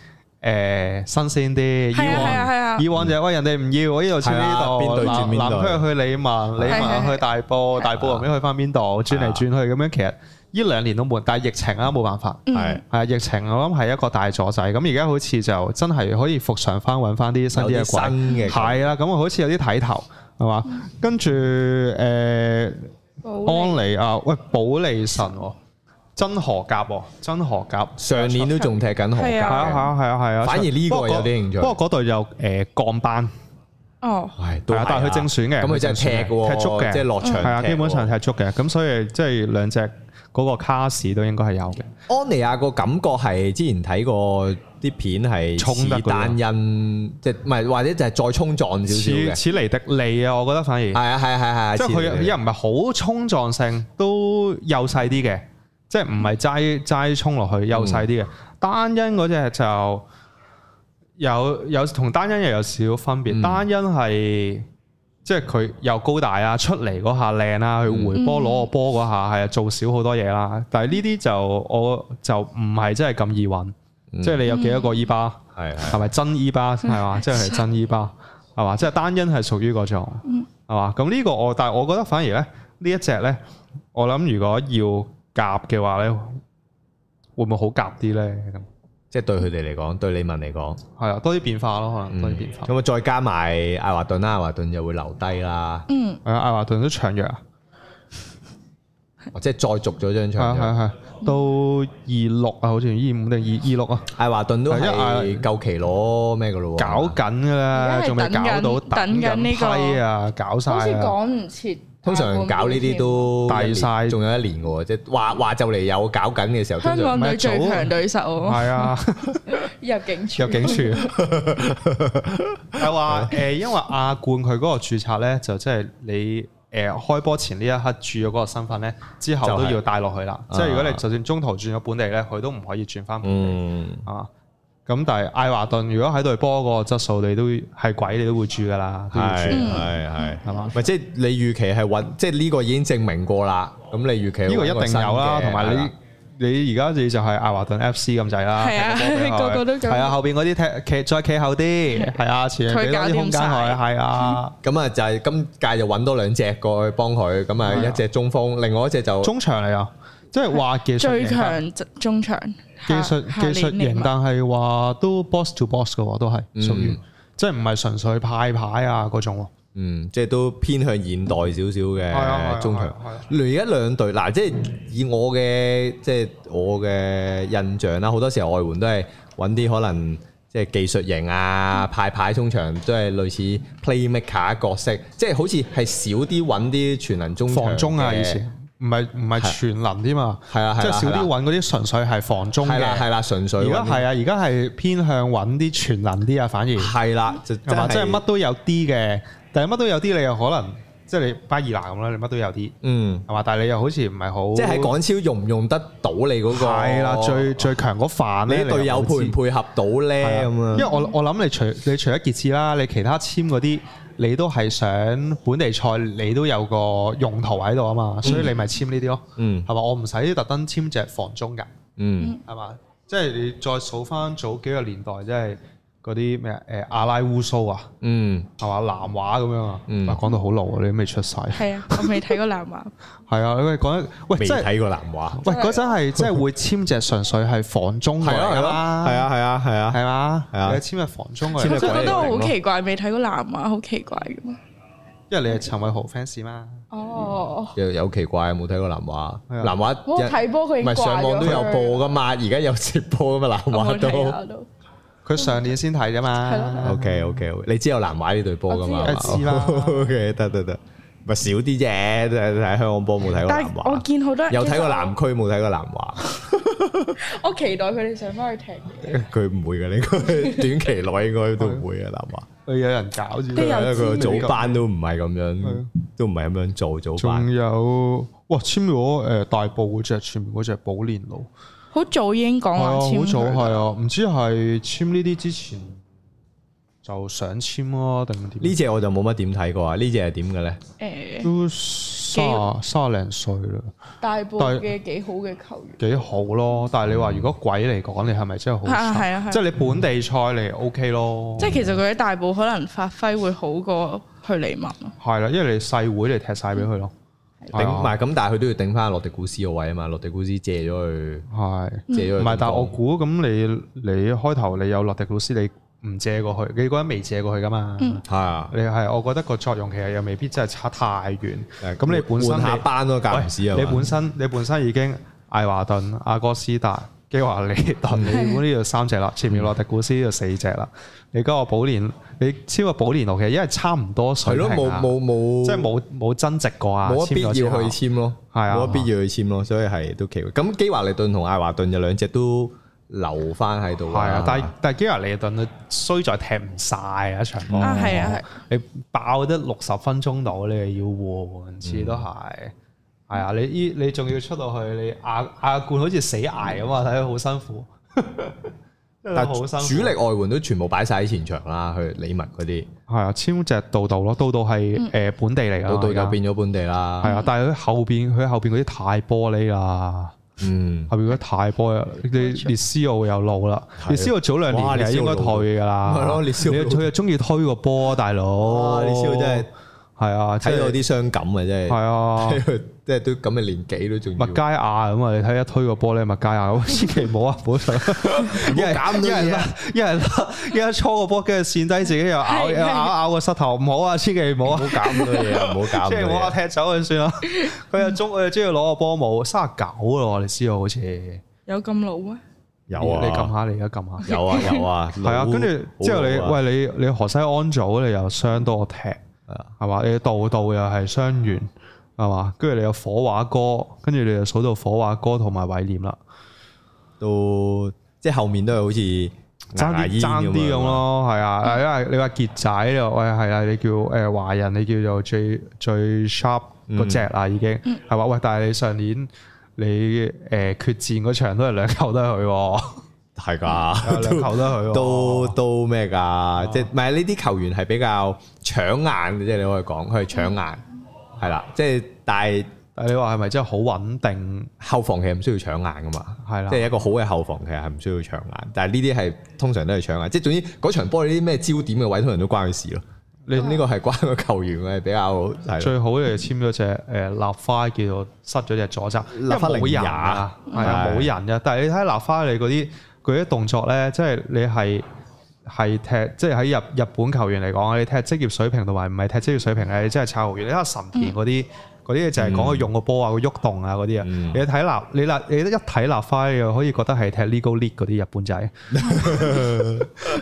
Speaker 3: 誒新鮮啲，
Speaker 2: 係
Speaker 3: 以
Speaker 2: 啊係啊
Speaker 3: 往
Speaker 2: 係啊
Speaker 3: 以往就係喂人哋唔要，我呢度簽
Speaker 1: 係
Speaker 3: 呢
Speaker 1: 啊邊
Speaker 3: 度，
Speaker 1: 隊轉邊隊
Speaker 3: 南南區去理文，理
Speaker 2: 係係
Speaker 3: 文
Speaker 2: 係
Speaker 3: 去大埔，大埔後尾去翻邊
Speaker 1: 啊
Speaker 3: 度，轉嚟轉去咁樣，其實呢兩年都悶，但係疫情啊冇辦法。
Speaker 2: 嗯
Speaker 1: 係
Speaker 3: 係啊，疫情我諗係一個大阻滯，咁而家好似就真係可以復常翻，揾翻啲新
Speaker 1: 有
Speaker 3: 啲
Speaker 1: 啲
Speaker 3: 嘅鬼。
Speaker 1: 新嘅球員
Speaker 3: 係啦，咁啊好似有啲睇頭係嘛？跟住呃誒安
Speaker 2: 安
Speaker 3: 利啊，喂保利神喎，真荷甲喎，真荷甲。
Speaker 1: 上年都仲踢緊荷
Speaker 3: 係啊係
Speaker 2: 係
Speaker 1: 甲
Speaker 3: 啊係啊係啊！
Speaker 1: 反而呢個
Speaker 3: 不過嗰
Speaker 1: 有啲興趣
Speaker 3: 不過嗰隊就誒降班，
Speaker 2: 哦，
Speaker 1: 嘅，係
Speaker 3: 係啊但係佢正選嘅
Speaker 1: 咁佢真係踢嘅喎，
Speaker 3: 踢足嘅
Speaker 1: 即係落場
Speaker 3: 係啊，
Speaker 1: 踢
Speaker 3: 基本上
Speaker 1: 喎
Speaker 3: 踢足嘅，咁所以即係兩隻嗰個卡士都應該係有嘅。
Speaker 1: 安妮亞個感覺係之前睇過啲片係
Speaker 3: 衝得
Speaker 1: 似
Speaker 3: 㗎啦
Speaker 1: 單因，即係唔係或者就係再衝撞少少
Speaker 3: 似
Speaker 1: 嘅，
Speaker 3: 似尼迪利啊，我覺得反而
Speaker 1: 係啊係啊係啊係啊，
Speaker 3: 即係
Speaker 1: 似
Speaker 3: 佢
Speaker 1: 嘅
Speaker 3: 又唔係好衝撞性，都幼細啲嘅，即係唔係齋齋衝落
Speaker 1: 嗯
Speaker 3: 去幼細啲嘅。單因嗰只就有有同單因又有少少分別。
Speaker 1: 嗯
Speaker 3: 單因係即係佢又高大啊，出嚟嗰下靚啦，佢回波
Speaker 2: 嗯
Speaker 3: 攞個波嗰下係啊做少好多嘢啦。但係呢啲就我就唔係真係咁易揾，
Speaker 1: 嗯
Speaker 3: 即係你有幾多個伊 E 巴？
Speaker 1: 係係
Speaker 3: 係咪真伊
Speaker 2: 嗯
Speaker 3: 巴係 嘛？即係真伊巴係嘛？即係單因係屬於嗰種
Speaker 2: 嗯
Speaker 3: 係嘛？咁呢個我但係我覺得反而咧呢一隻咧，我諗如果要夾嘅話咧，會唔會好夾啲咧？咁
Speaker 1: 即係對佢哋嚟講，對李文嚟講。
Speaker 3: 係啊，多啲變化咯，可能多啲變化。
Speaker 1: 咁啊，再加埋艾華頓啦，艾華頓就會留低啦，
Speaker 2: 嗯，
Speaker 3: 係啊，艾華頓都長約啊，
Speaker 1: 哦即係再續咗張
Speaker 3: 係啊
Speaker 1: 場
Speaker 3: 係
Speaker 1: 約。
Speaker 3: 啊係，到二六啊，好似二五定二二六啊，
Speaker 1: 艾華頓都
Speaker 3: 係因為
Speaker 1: 係夠期攞咩噶咯喎？
Speaker 3: 搞緊㗎
Speaker 2: 而
Speaker 3: 啦，
Speaker 2: 家係
Speaker 3: 仲未搞到
Speaker 2: 等緊等緊呢個
Speaker 3: 批啊，搞晒
Speaker 2: 好似
Speaker 3: 啊，
Speaker 2: 講唔切，
Speaker 1: 通常搞呢啲都
Speaker 3: 大
Speaker 1: 一年
Speaker 3: 晒
Speaker 1: 仲有一年嘅喎，即係話話就嚟有搞緊嘅時候，
Speaker 2: 香
Speaker 1: 通常
Speaker 2: 港隊最
Speaker 3: 唔係早啊
Speaker 2: 強對手
Speaker 3: 係啊。
Speaker 2: 入境處
Speaker 3: 入，境處 係啊話誒，因為亞冠佢嗰個註冊咧，就即係你誒、開波前呢一刻轉咗嗰個身份咧，之後都
Speaker 1: 就係
Speaker 3: 要帶落去啦。
Speaker 1: 啊
Speaker 3: 即係如果你就算中途轉咗本地咧，佢都唔可以轉翻本地、
Speaker 1: 嗯
Speaker 3: 啊。咁但係艾華頓如果喺隊波嗰個質素，你都係鬼，你都會住噶啦，都要
Speaker 1: 係
Speaker 3: 住。
Speaker 1: 係係
Speaker 3: 嗯係嘛？
Speaker 1: 咪即係你預期係揾，即係呢個已經證明過啦。咁你預期
Speaker 3: 呢個
Speaker 1: 個
Speaker 3: 一定有啦，同埋你。你而家你就係艾華頓 FC 咁滯啦，
Speaker 2: 係啊
Speaker 3: 踢波俾佢
Speaker 2: 個個都咁
Speaker 3: 係啊，後邊嗰啲踢企再企後啲，係啊，前面俾多啲空間佢，係啊。
Speaker 1: 咁啊，就係今屆就揾多兩隻過去幫佢，咁啊
Speaker 3: 係啊
Speaker 1: 一隻中鋒，另外一隻就
Speaker 3: 中場嚟啊，即係話技術
Speaker 2: 最
Speaker 3: 型但
Speaker 2: 強中場，
Speaker 3: 技
Speaker 2: 下
Speaker 3: 術技
Speaker 2: 下
Speaker 3: 術
Speaker 2: 年聯
Speaker 3: 型，
Speaker 2: 盟
Speaker 3: 但係話都 boss to boss 嘅喎，都係
Speaker 1: 嗯
Speaker 3: 屬於即係唔係純粹派牌啊嗰種喎。
Speaker 1: 嗯，即係都偏向現代
Speaker 3: 係啊係
Speaker 1: 少少
Speaker 3: 啊
Speaker 1: 嘅中
Speaker 3: 係
Speaker 1: 場
Speaker 3: 啊係啊。
Speaker 1: 你而家兩隊嗱，即係以我嘅即係我嘅印象啦，好多時候外援都係揾啲可能即係技術型啊、派牌中場，都係類似 playmaker 角色，即係好似係少啲揾啲全能中場
Speaker 3: 防中啊，
Speaker 1: 嘅
Speaker 3: 以前唔係唔係全能添嘛，
Speaker 1: 係啦，
Speaker 3: 即
Speaker 1: 係
Speaker 3: 係
Speaker 1: 啦
Speaker 3: 少
Speaker 1: 係
Speaker 3: 啲
Speaker 1: 啦
Speaker 3: 揾嗰啲純粹係防中
Speaker 1: 係啦
Speaker 3: 嘅。
Speaker 1: 係啦，純粹
Speaker 3: 而
Speaker 1: 揾
Speaker 3: 家
Speaker 1: 啲
Speaker 3: 係啊，而家係偏向揾啲全能啲啊，反而
Speaker 1: 係啦，就
Speaker 3: 係嘛，即係
Speaker 1: 係
Speaker 3: 乜都有啲嘅，但係乜都有啲，你又可能即係你巴爾拿咁啦，你乜都有啲
Speaker 1: 嗯，
Speaker 3: 係嘛？但係你又好似唔係好
Speaker 1: 即係喺港超用唔用得到你嗰個？
Speaker 3: 係啦，最最強嗰飯
Speaker 1: 你
Speaker 3: 咧，
Speaker 1: 啲隊友配唔配合到咧咁
Speaker 3: 因為
Speaker 1: 啊？
Speaker 3: 我我諗你除你除咗傑志啦，你其他簽嗰啲，你都係想本地賽，你都有個用途喺度啊嘛，所以你咪簽呢啲咯，
Speaker 1: 嗯
Speaker 3: 係嘛？我唔使特登簽隻防中㗎，
Speaker 1: 嗯
Speaker 3: 係嘛？即係你再數翻早幾個年代，即係嗰啲咩誒阿拉烏蘇啊，
Speaker 1: 嗯，
Speaker 3: 係嘛南華咁樣啊，
Speaker 1: 嗯
Speaker 3: 哇講到好老啊，你都未出世，係
Speaker 2: 係啊，我未睇過南華，
Speaker 3: 啊，你講得喂
Speaker 1: 未
Speaker 3: 真係。
Speaker 1: 睇過南華。
Speaker 3: 喂，嗰陣係即係會簽隻純粹係防中
Speaker 1: 係
Speaker 3: 過嚟
Speaker 1: 啊
Speaker 3: 㗎
Speaker 1: 係
Speaker 3: 啦，
Speaker 1: 啊係啊係啊係啊，
Speaker 3: 係嘛？
Speaker 1: 係啊
Speaker 3: 你簽隻防中過
Speaker 1: 簽
Speaker 3: 嚟
Speaker 1: 隻
Speaker 2: 我
Speaker 1: 防
Speaker 2: 就
Speaker 1: 中
Speaker 2: 覺得我好奇怪，未睇過南華，好奇怪噶嘛。
Speaker 3: 因為你係陳偉豪 fans 啊嘛，
Speaker 2: 哦，
Speaker 1: 有有奇怪冇睇過南華，
Speaker 3: 係啊
Speaker 1: 南華
Speaker 2: 我
Speaker 1: 嗯一
Speaker 2: 睇波佢已
Speaker 1: 唔係
Speaker 2: 經
Speaker 1: 上網都有播噶
Speaker 2: 噶，
Speaker 1: 嘛，而家有直播噶嘛，南華
Speaker 2: 我冇
Speaker 1: 都。
Speaker 2: 睇啊都。
Speaker 3: 佢上年先睇啫
Speaker 2: 係咯
Speaker 1: O
Speaker 3: 嘛。
Speaker 1: K O K，你知有南華呢隊波噶嘛？
Speaker 3: 知啊
Speaker 2: 我
Speaker 3: 梗係知啦
Speaker 1: O K，得 得得，咪少啲啫，都係睇香港波冇睇過
Speaker 2: 但
Speaker 1: 南
Speaker 2: 係我
Speaker 1: 華，
Speaker 2: 見好多人
Speaker 1: 有睇過南，區冇睇過南華，
Speaker 2: 其實我我期待佢哋上翻去踢嘅。
Speaker 1: 佢唔會嘅，應 該短期內應該都唔會嘅南華。
Speaker 3: 佢有人搞住
Speaker 2: 都
Speaker 1: 因
Speaker 2: 有
Speaker 1: 為佢
Speaker 2: 知名
Speaker 1: 早班都唔係咁樣
Speaker 3: 啊，
Speaker 1: 都唔係咁樣做早班
Speaker 3: 仲。有哇簽咗誒大埔嗰只，前面嗰只寶蓮路，
Speaker 2: 好早已經講
Speaker 3: 係
Speaker 2: 話
Speaker 3: 啊，
Speaker 2: 簽
Speaker 3: 好
Speaker 2: 佢
Speaker 3: 早係啊，唔知係簽呢啲之前就想簽咯，定點？
Speaker 1: 呢只我就冇乜點睇過啊，呢只係點嘅咧？
Speaker 2: 誒
Speaker 3: 都卅卅零歲啦，
Speaker 2: 呃大埔
Speaker 3: 但
Speaker 2: 嘅幾好嘅球員，
Speaker 3: 幾好咯。但係你話如果鬼嚟講，你係咪真係好
Speaker 2: 係啊
Speaker 3: 差？
Speaker 2: 係啊係啊
Speaker 3: 即係你本地賽嚟 OK 咯。
Speaker 2: 即係其實佢喺大埔可能發揮會好過去利物咯。
Speaker 3: 係啦，因為你細會你踢晒俾佢咯，係
Speaker 1: 頂
Speaker 3: 啊
Speaker 1: 埋咁，但係佢都要頂翻洛迪古斯個位啊嘛，洛迪古斯借咗佢，
Speaker 3: 係。
Speaker 1: 借咗佢咁多。
Speaker 3: 唔係，但係我估咁你你開頭你有落迪老師，你唔借過去，你嗰陣未借過去噶嘛？
Speaker 1: 係啊，
Speaker 3: 你係我覺得個作用其實又未必真係差太遠。咁你本身
Speaker 1: 換下
Speaker 3: 你
Speaker 1: 班咯，間唔時啊嘛。
Speaker 3: 你本身你本身已經艾華頓、阿哥斯達、基華利頓，你本呢度三隻啦，前面落迪古斯呢度四隻啦，你嗰個保連，你超過保連奴其實因為差唔多
Speaker 1: 係
Speaker 3: 水平
Speaker 1: 咯，
Speaker 3: 啊
Speaker 1: 冇冇冇，
Speaker 3: 即係冇冇增值過啊，
Speaker 1: 冇乜必要
Speaker 3: 簽咗之後
Speaker 1: 去簽咯，
Speaker 3: 係啊
Speaker 1: 冇乜必要去簽咯，所以係都奇怪。咁基華利頓同艾華頓就兩隻都留翻喺度
Speaker 3: 係啊，但係
Speaker 1: 係
Speaker 3: 但係基華利頓佢衰在踢唔晒啊一場波，
Speaker 2: 啊係啊係，
Speaker 3: 你爆得六十分鐘到，你又要換，次
Speaker 1: 嗯
Speaker 3: 都係。係啊，你依你仲要出到去，你亞亞冠好似死捱咁啊，睇佢好辛苦， 真係
Speaker 1: 但
Speaker 3: 好辛苦。
Speaker 1: 主力外援都全部擺晒喺前場啦，去李文嗰啲，
Speaker 3: 係啊，簽隻道道咯，道道係
Speaker 1: 嗯
Speaker 3: 誒本地嚟㗎，
Speaker 1: 到到
Speaker 3: 而
Speaker 1: 就
Speaker 3: 家
Speaker 1: 變咗本地
Speaker 3: 係
Speaker 1: 啦。
Speaker 3: 啊，但係佢後邊佢後邊嗰啲太玻璃啦。
Speaker 1: 嗯，
Speaker 3: 後邊嗰啲太波啊，你列斯奧又老啦
Speaker 1: 係，啊
Speaker 3: 列斯奧早兩年
Speaker 1: 哇
Speaker 3: 其實應該退噶啦，
Speaker 1: 係咯列斯奧
Speaker 3: 你佢又中意推個波，大佬，
Speaker 1: 哇！你笑真係
Speaker 3: 係啊，
Speaker 1: 睇到
Speaker 3: 即
Speaker 1: 啲傷感啊，真
Speaker 3: 係係
Speaker 1: 係。
Speaker 3: 啊，
Speaker 1: 睇佢 即係都咁嘅年紀都仲要。
Speaker 3: 麥佳亞咁啊，你睇一推個波咧，麥佳亞， 喂千祈唔好啊，唔好上，一係
Speaker 1: 搞咁
Speaker 3: 一
Speaker 1: 多嘢
Speaker 3: 係
Speaker 1: 啊
Speaker 3: 一係一係搓個波，跟住跣低自己又咬
Speaker 2: 係
Speaker 3: 又咬咬個膝頭，唔好啊，千祈唔好
Speaker 1: 唔
Speaker 3: 啊
Speaker 1: 好。搞咁多嘢 啊，唔好搞咁
Speaker 3: 即係
Speaker 1: 多
Speaker 3: 我
Speaker 1: 嘢。
Speaker 3: 踢走佢算啦，佢又中佢又中意攞個波冇，三十九咯，列斯奧好似，你
Speaker 2: 有咁老咩？
Speaker 1: 有啊，
Speaker 3: 撳下你而家撳下。
Speaker 1: 有 啊有啊，
Speaker 3: 係啊，
Speaker 1: 老
Speaker 3: 跟
Speaker 1: 好
Speaker 3: 住之後你
Speaker 1: 老啊
Speaker 3: 喂你你何西安祖你又傷多踢，
Speaker 1: 啊
Speaker 3: 係嘛？你道道又係傷完，係嘛？跟住你有火畫哥，跟住你又數到火畫哥同埋韋廉啦，
Speaker 1: 都即係後面都係好似
Speaker 3: 爭
Speaker 1: 牙煙
Speaker 3: 啲爭啲咁
Speaker 1: 樣啊。
Speaker 3: 咯，係啊，因為你話傑仔你話喂係啊，你叫誒華人你叫做最最 sharp
Speaker 1: 嗯
Speaker 3: 嗰只啦已經係嘛？喂，但係你上年你誒決戰嗰場都係兩球都係佢喎，
Speaker 1: 係㗎，
Speaker 3: 兩球都係佢喎，
Speaker 1: 都都咩
Speaker 3: 哦
Speaker 1: 㗎？即係唔係呢啲球員係比較搶眼嘅，即係你可以講佢係搶眼，係啦。即係但係
Speaker 3: 但係你話係咪真係好穩定？
Speaker 1: 後防其實唔需要搶眼㗎嘛，
Speaker 3: 係啦啊
Speaker 1: 即係一個好嘅後防其實係唔需要搶眼，但係呢啲係通常都係搶眼。即係總之嗰場波呢啲咩焦點嘅位，通常都關佢事咯。你呢個係關個球員係比較係咯
Speaker 3: 最好你就簽咗隻誒立花，叫做塞咗隻左閘，因為
Speaker 1: 花
Speaker 3: 冇
Speaker 1: 零
Speaker 3: 人
Speaker 1: 人啊
Speaker 3: 啊，係啊
Speaker 1: 係
Speaker 3: 冇人啊。但係你睇立花你嗰啲佢啲動作咧，即係你係係踢，即係喺日日本球員嚟講，你踢職業水平同埋唔係踢職業水平咧，你真係差好遠。你睇下神田嗰
Speaker 1: 嗯
Speaker 3: 啲。嗰啲就係講佢用個波啊，個喐動啊嗰啲啊，你睇立你立你一睇立花，你又可以覺得係踢 legal league 嗰啲日 本仔，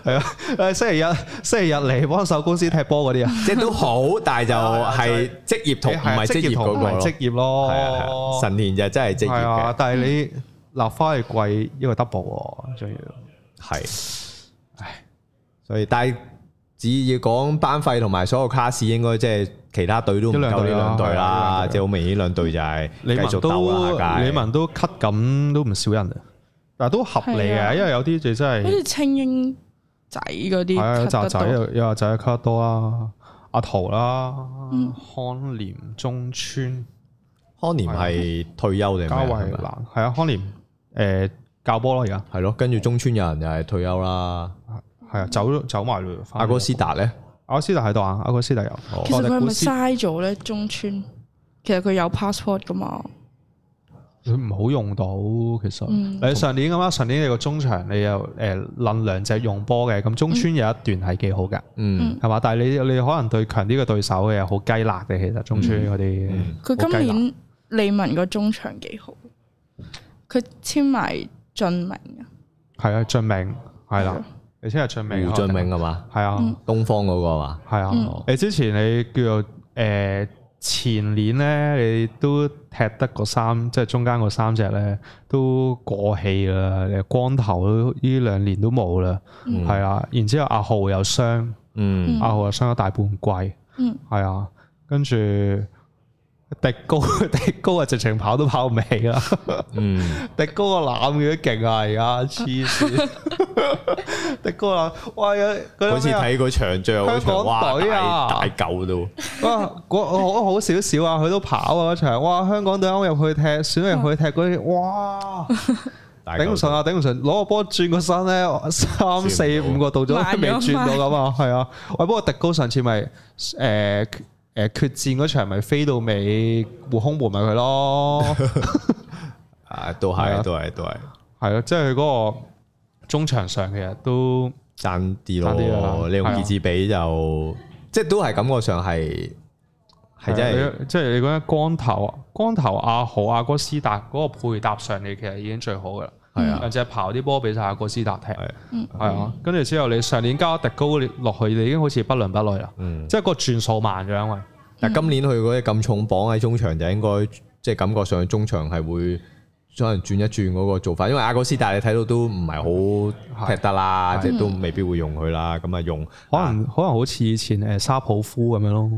Speaker 3: 係啊，誒星期日星期日嚟幫手公司踢波嗰啲啊。
Speaker 1: 即係都好，但係就係職業同
Speaker 3: 你
Speaker 1: 唔
Speaker 3: 啊係
Speaker 1: 係職業嗰
Speaker 3: 同唔
Speaker 1: 個
Speaker 3: 係
Speaker 1: 咯
Speaker 3: 職。業咯，
Speaker 1: 係啊係啊，神年就真係職
Speaker 3: 係
Speaker 1: 業
Speaker 3: 啊
Speaker 1: 嘅，，
Speaker 3: 但係你立花係貴一個 double 喎，仲要
Speaker 1: 係。所以但係只要講班費同埋所有卡士，應該即係其他隊都唔夠呢
Speaker 3: 一兩
Speaker 1: 兩隊
Speaker 3: 隊啦係啊
Speaker 1: 啦，
Speaker 3: 一兩隊
Speaker 1: 即係好明顯兩隊就係繼
Speaker 3: 李文
Speaker 1: 續鬥
Speaker 3: 都
Speaker 1: 啦，下
Speaker 3: 李
Speaker 1: 屆。
Speaker 3: 文都 cut 咁都唔少人啊，但係都合理
Speaker 2: 係啊
Speaker 3: 嘅，因為有啲就真
Speaker 2: 好
Speaker 3: 係
Speaker 2: 似青英仔嗰啲
Speaker 3: 係啊，有
Speaker 2: cut
Speaker 3: 扎
Speaker 2: 得
Speaker 3: 仔
Speaker 2: 到
Speaker 3: 有有扎仔 cut 得多啦，阿陶啦
Speaker 2: 嗯，
Speaker 3: 康廉中村
Speaker 1: 康年係退休定咩
Speaker 3: 嘉
Speaker 1: 啊？
Speaker 3: 慧
Speaker 1: 係咪
Speaker 3: 蘭係啊，康廉誒教波咯而家
Speaker 1: 係咯，跟住中村有人又係退休啦。
Speaker 3: 係啊，走咗走埋啦，
Speaker 1: 阿哥斯達咧，
Speaker 3: 阿哥斯達喺度啊，阿哥斯達有，
Speaker 1: 哦
Speaker 2: 其實佢係
Speaker 3: 我哋
Speaker 2: 咪
Speaker 3: 古斯
Speaker 2: 嘥咗咧？中村其實佢有 passport 噶嘛，
Speaker 3: 佢唔好用到，其實
Speaker 2: 嗯
Speaker 3: 你上年咁啦，上年你個中場你又誒論兩隻用波嘅，咁中
Speaker 2: 嗯
Speaker 3: 村有一段係幾好㗎，
Speaker 1: 嗯，
Speaker 3: 係嘛？但係你你可能對強啲嘅對手嘅好雞肋嘅，其實中村嗰啲
Speaker 1: 嗯
Speaker 2: 佢
Speaker 3: 好雞
Speaker 2: 今
Speaker 3: 肋
Speaker 2: 年利文個中場幾好，佢簽埋俊明啊，
Speaker 3: 係啊，俊明係啦，你先係俊明，
Speaker 1: 胡俊明係嘛？
Speaker 3: 係啊
Speaker 2: 嗯
Speaker 1: 東方嗰個係嘛？
Speaker 3: 係啊
Speaker 2: 嗯，
Speaker 3: 你之前你叫做誒前年咧，你都踢得嗰三，即係中間嗰三隻咧都過氣啦，你光頭都呢兩年都冇啦，
Speaker 2: 嗯
Speaker 3: 係啊，然之後阿浩又傷。
Speaker 1: 嗯，
Speaker 2: 嗯
Speaker 3: 阿豪又傷咗大半季，
Speaker 2: 嗯
Speaker 3: 係啊，跟住迪高 迪高啊，直情跑都跑唔起啦，
Speaker 1: 嗯，
Speaker 3: 迪高個攬嘅都勁啊，而家黐 線，迪高攬，哇有嗰
Speaker 1: 好似
Speaker 3: 啲咩啊
Speaker 1: 睇嗰場最後嗰場，
Speaker 3: 香港
Speaker 1: 哇，
Speaker 3: 隊啊
Speaker 1: 大大嚿都，
Speaker 3: 哇，啊嗰好好少少啊，佢都跑啊嗰場，哇香港隊啱入去踢，選入去踢嗰啲，哇
Speaker 1: 大嚿到
Speaker 3: 頂唔順啊頂唔順，攞個波轉個身咧，三四五個度咗都未轉到咁啊，係啊，喂不過迪高上次咪誒。誒決戰嗰場咪飛到尾護空門咪佢 咯，
Speaker 1: 啊，都
Speaker 3: 係啊
Speaker 1: 係，都係，都係
Speaker 3: 係咯，即係佢嗰個中場上其實都
Speaker 1: 爭啲
Speaker 3: 爭啲啊
Speaker 1: 咯。你用
Speaker 3: 係啊
Speaker 1: 傑志比就，即係都係感覺上係係真係，
Speaker 3: 你即係你覺得光頭啊光頭阿豪阿哥斯達嗰個配搭上嚟其實已經最好噶啦，
Speaker 1: 係啊
Speaker 3: 兩隻刨啲波俾晒阿哥斯達踢，
Speaker 1: 係
Speaker 3: 係啊，跟住之後你上年加迪高落去，你已經好似不倫不類啦，
Speaker 1: 嗯。啊
Speaker 3: 即係個轉數慢咗，因為
Speaker 1: 但今年佢嗰啲咁重磅喺中場就應該即係感覺上中場係會可能轉一轉嗰個做法，因為阿哥斯達你睇到都唔係好踢得啦，即係都未必會用佢啦，咁啊用
Speaker 3: 可能可能好似以前誒沙普夫咁樣咯，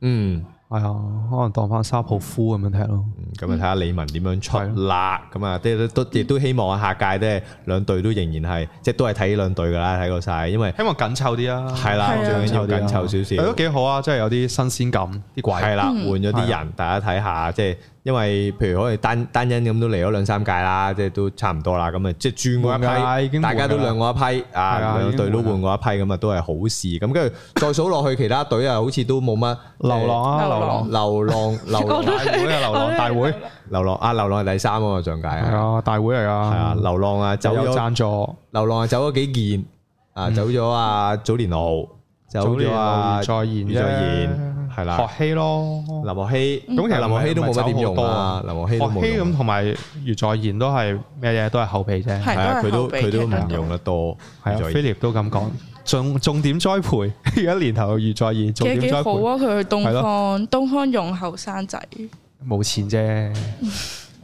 Speaker 1: 嗯
Speaker 3: 係啊，可能當翻沙普夫咁樣踢咯，
Speaker 1: 嗯咁啊睇下李文點樣出啦，咁啊即係都
Speaker 3: 嗯
Speaker 1: 都亦都希望啊下屆咧兩隊都仍然係即係都係睇呢兩隊噶啦，睇過晒，因為
Speaker 3: 希望緊湊啲啊，
Speaker 1: 係啦
Speaker 2: 係啊
Speaker 1: 最緊要緊湊
Speaker 3: 係
Speaker 1: 少
Speaker 3: 都
Speaker 1: 少。
Speaker 3: 幾好啊，即係有啲新鮮感，啲嗯鬼
Speaker 1: 係啦，換咗啲
Speaker 3: 啊
Speaker 1: 人，大家睇下，即係因為譬如可能單單因咁都嚟咗兩三屆啦，即係都差唔多啦，咁啊即係轉過一
Speaker 3: 換㗎啦已
Speaker 1: 批，
Speaker 3: 經換
Speaker 1: 大
Speaker 3: 㗎啦
Speaker 1: 家都兩過一批啊，
Speaker 3: 係啊
Speaker 1: 兩隊都換過一批，咁啊都係好事。咁跟住再數落去，其他隊啊好似都冇乜
Speaker 3: 流浪啊，流浪
Speaker 2: 流浪。
Speaker 1: 流浪流
Speaker 2: 我
Speaker 1: 浪
Speaker 2: 都
Speaker 3: 大會啊，流浪大會，
Speaker 1: 流浪啊，流浪係第三啊嘛，上屆
Speaker 3: 係
Speaker 1: 係
Speaker 3: 啊，大會嚟啊，
Speaker 1: 啊，流浪啊走
Speaker 3: 有
Speaker 1: 咗
Speaker 3: 贊嗯助，
Speaker 1: 流浪啊走咗幾件啊，走咗啊早年路，走
Speaker 3: 早年
Speaker 1: 咗啊
Speaker 3: 啊，再言
Speaker 1: 余再賢係啦
Speaker 3: 哎學希咯，
Speaker 1: 林學希，
Speaker 2: 嗯
Speaker 1: 啊
Speaker 3: 咁其實
Speaker 1: 林學希都冇乜點用啊，
Speaker 3: 唔
Speaker 1: 林
Speaker 3: 學
Speaker 1: 學希都冇
Speaker 3: 希
Speaker 1: 用
Speaker 3: 咁。同埋余再賢都係咩嘢，都係後備啫，
Speaker 2: 係
Speaker 1: 係啊，佢
Speaker 2: 都係
Speaker 1: 都
Speaker 2: 後備
Speaker 1: 佢都
Speaker 2: 踢得
Speaker 1: 唔
Speaker 2: 到
Speaker 1: 用得多，
Speaker 3: 係啊
Speaker 1: 再
Speaker 3: ，Philip 都咁講，重重點栽培， 而家年頭余再賢
Speaker 2: 其
Speaker 3: 重
Speaker 2: 實
Speaker 3: 點
Speaker 2: 幾
Speaker 3: 栽
Speaker 2: 好
Speaker 3: 培，
Speaker 2: 啊！佢去
Speaker 3: 係
Speaker 2: 東
Speaker 3: 咯
Speaker 2: 方，東方用後生仔，
Speaker 3: 冇錢啫，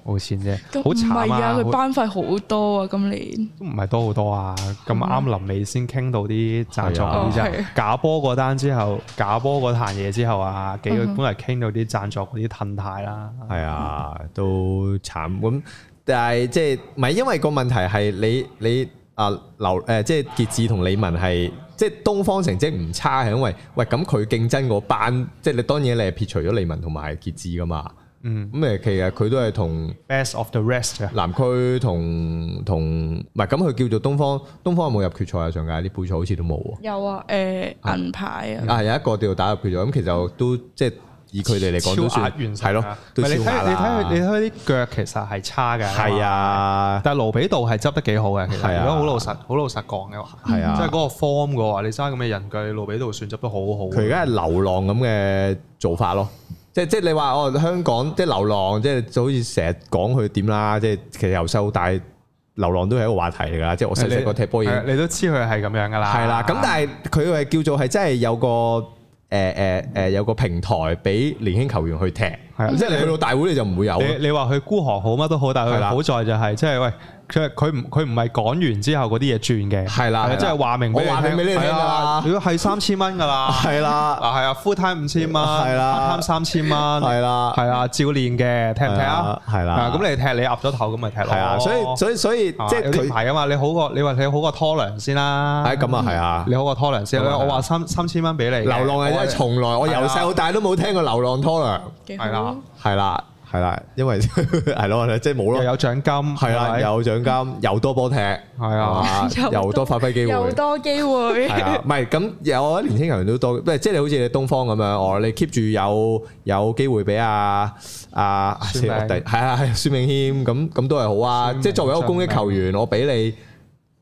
Speaker 3: 冇錢啫，
Speaker 2: 咁
Speaker 3: 好
Speaker 2: 唔
Speaker 3: 慘
Speaker 2: 係啊！
Speaker 3: 啊，
Speaker 2: 佢
Speaker 3: 好
Speaker 2: 班費好多啊，今年
Speaker 3: 都唔係多好多啊，咁啱臨尾先傾到啲贊助嗰啲
Speaker 2: 係啊嗯哦
Speaker 3: 啫
Speaker 2: 係，
Speaker 3: 假波嗰單之後，假波嗰壇嘢之後啊，幾個
Speaker 2: 嗯
Speaker 3: 本嚟傾到啲贊助嗰啲褪態啦，
Speaker 1: 係啊，都慘咁。但係即係唔係因為個問題係你你啊劉誒，即係傑志同李文係即係東方成績唔差，係因為喂咁佢競爭嗰班，即係你當然你係撇除咗李文同埋傑志噶嘛。
Speaker 3: 嗯
Speaker 1: 咁誒，其實佢都係同
Speaker 3: ，best of the rest 啊。
Speaker 1: 南區同同唔係咁，佢叫做東方。東方有冇入決賽啊？上屆啲杯賽好似都冇喎。
Speaker 2: 有啊，誒
Speaker 1: 啊
Speaker 2: 銀牌
Speaker 3: 嗯
Speaker 2: 啊，
Speaker 1: 啊，有一個叫打入決賽，咁其實都即係以佢哋嚟講都
Speaker 3: 超
Speaker 1: 算
Speaker 3: 額完成
Speaker 1: 係咯
Speaker 3: 啊，
Speaker 1: 都
Speaker 3: 唔係
Speaker 1: 超
Speaker 3: 你睇
Speaker 1: 額
Speaker 3: 你睇
Speaker 1: 啦
Speaker 3: 佢，你睇佢啲腳其實係差嘅。
Speaker 1: 係，啊，
Speaker 3: 但係盧比道係執得幾好嘅，其
Speaker 1: 係
Speaker 3: 實
Speaker 1: 啊
Speaker 3: 如果好老實好老實講嘅話，
Speaker 1: 係啊
Speaker 3: 即係嗰個 form 嘅話，你揸咁嘅人腳，你盧比道算執得好好。
Speaker 1: 佢而家係流浪咁嘅做法咯。即即係你話哦，香港即係流浪，即係就好似成日講佢點啦。即係其實由細到大，流浪都係一個話題嚟㗎啦。即係我細細個踢波已經
Speaker 3: 係啊你都啊知佢係咁樣㗎啦。
Speaker 1: 係啦。咁但係佢係叫做係真係有個誒誒誒有個平台俾年輕球員去踢。
Speaker 3: 係啊
Speaker 1: 即係你去到大會你就唔會有咯。啊
Speaker 3: 你你話佢孤寒好乜都好，但係
Speaker 1: 係
Speaker 3: 佢
Speaker 1: 啦
Speaker 3: 好在就係即係喂佢佢唔佢唔係講完之後嗰啲嘢轉嘅，
Speaker 1: 係啦
Speaker 3: 係啊
Speaker 1: 係啦
Speaker 3: 即係話明俾
Speaker 1: 我話明俾你聽㗎
Speaker 3: 係啊
Speaker 1: 啦
Speaker 3: 如果係三千蚊㗎啦，
Speaker 1: 係
Speaker 3: 嗱
Speaker 1: 啦，
Speaker 3: 係啊，full time 五千蚊，
Speaker 1: 係啦
Speaker 3: part time 三千蚊，係
Speaker 1: 係啦
Speaker 3: 係啊，照練嘅，踢唔踢啊？
Speaker 1: 係啦
Speaker 3: 啊咁你踢你岌咗頭咁咪踢咯。
Speaker 1: 係啊，所以所以所以
Speaker 3: 係嘛
Speaker 1: 即係
Speaker 3: 有啲唔
Speaker 1: 佢
Speaker 3: 哦係啊嘛，你好過你話你好過拖糧先啦，
Speaker 1: 係咁啊，係啊
Speaker 3: 你。好過拖糧先
Speaker 1: 咁
Speaker 3: 啦。
Speaker 1: 啊係啊
Speaker 3: 我話三三千蚊俾你嘅，
Speaker 1: 流浪係真係從來我由
Speaker 3: 啊
Speaker 1: 細到大都冇聽過流浪拖糧，
Speaker 2: 幾
Speaker 3: 係啦
Speaker 2: 好。
Speaker 1: 係啦係啦，因為 係咯，即係冇
Speaker 3: 又
Speaker 1: 咯，
Speaker 3: 有獎金，
Speaker 1: 係
Speaker 3: 係
Speaker 1: 啦，
Speaker 3: 咪
Speaker 1: 有獎金，又多波踢，係
Speaker 3: 係啊，
Speaker 1: 嘛，
Speaker 2: 又多
Speaker 1: 又多發揮機
Speaker 2: 又
Speaker 1: 會。
Speaker 2: 多機會，
Speaker 1: 係啊，唔係咁有我覺得年輕人都多，唔係即係你好似你東方咁樣，哦，你 keep 住有有機會俾阿阿
Speaker 3: 孫明
Speaker 1: 係啊 係孫銘謙咁咁都係好啊！
Speaker 3: 孫明
Speaker 1: 即係作為一個攻擊球員，我俾你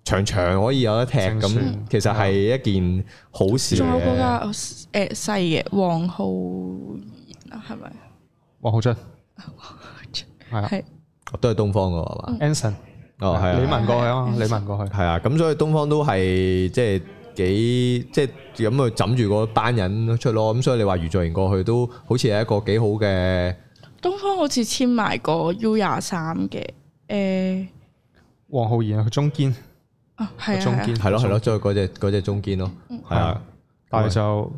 Speaker 1: 場場可以有得踢，
Speaker 3: 正選
Speaker 1: 咁其實係一件好事
Speaker 2: 仲有嗰
Speaker 1: 嘅。
Speaker 2: 個誒細嘅黃浩然啊，係咪？
Speaker 3: 黃浩俊係啊
Speaker 2: 係
Speaker 1: 都係東方嘅係嘛？
Speaker 3: ，Anson，
Speaker 1: 哦係
Speaker 3: 你
Speaker 1: 啊，
Speaker 3: 問過去啊嘛，你問過去。
Speaker 1: 係啊，咁所以東方都係即係。幾即係咁去枕住嗰班人出咯，咁所以你話余俊賢過去都好似係一個幾好嘅，
Speaker 2: 東方好似簽埋個 U 廿三嘅，誒
Speaker 3: 黃浩然啊，佢中堅，
Speaker 2: 啊係
Speaker 3: 佢中
Speaker 2: 啊係
Speaker 3: 堅
Speaker 2: 啊，
Speaker 1: 係咯係咯，即係嗰只嗰只中堅咯，係啊。
Speaker 3: 但係就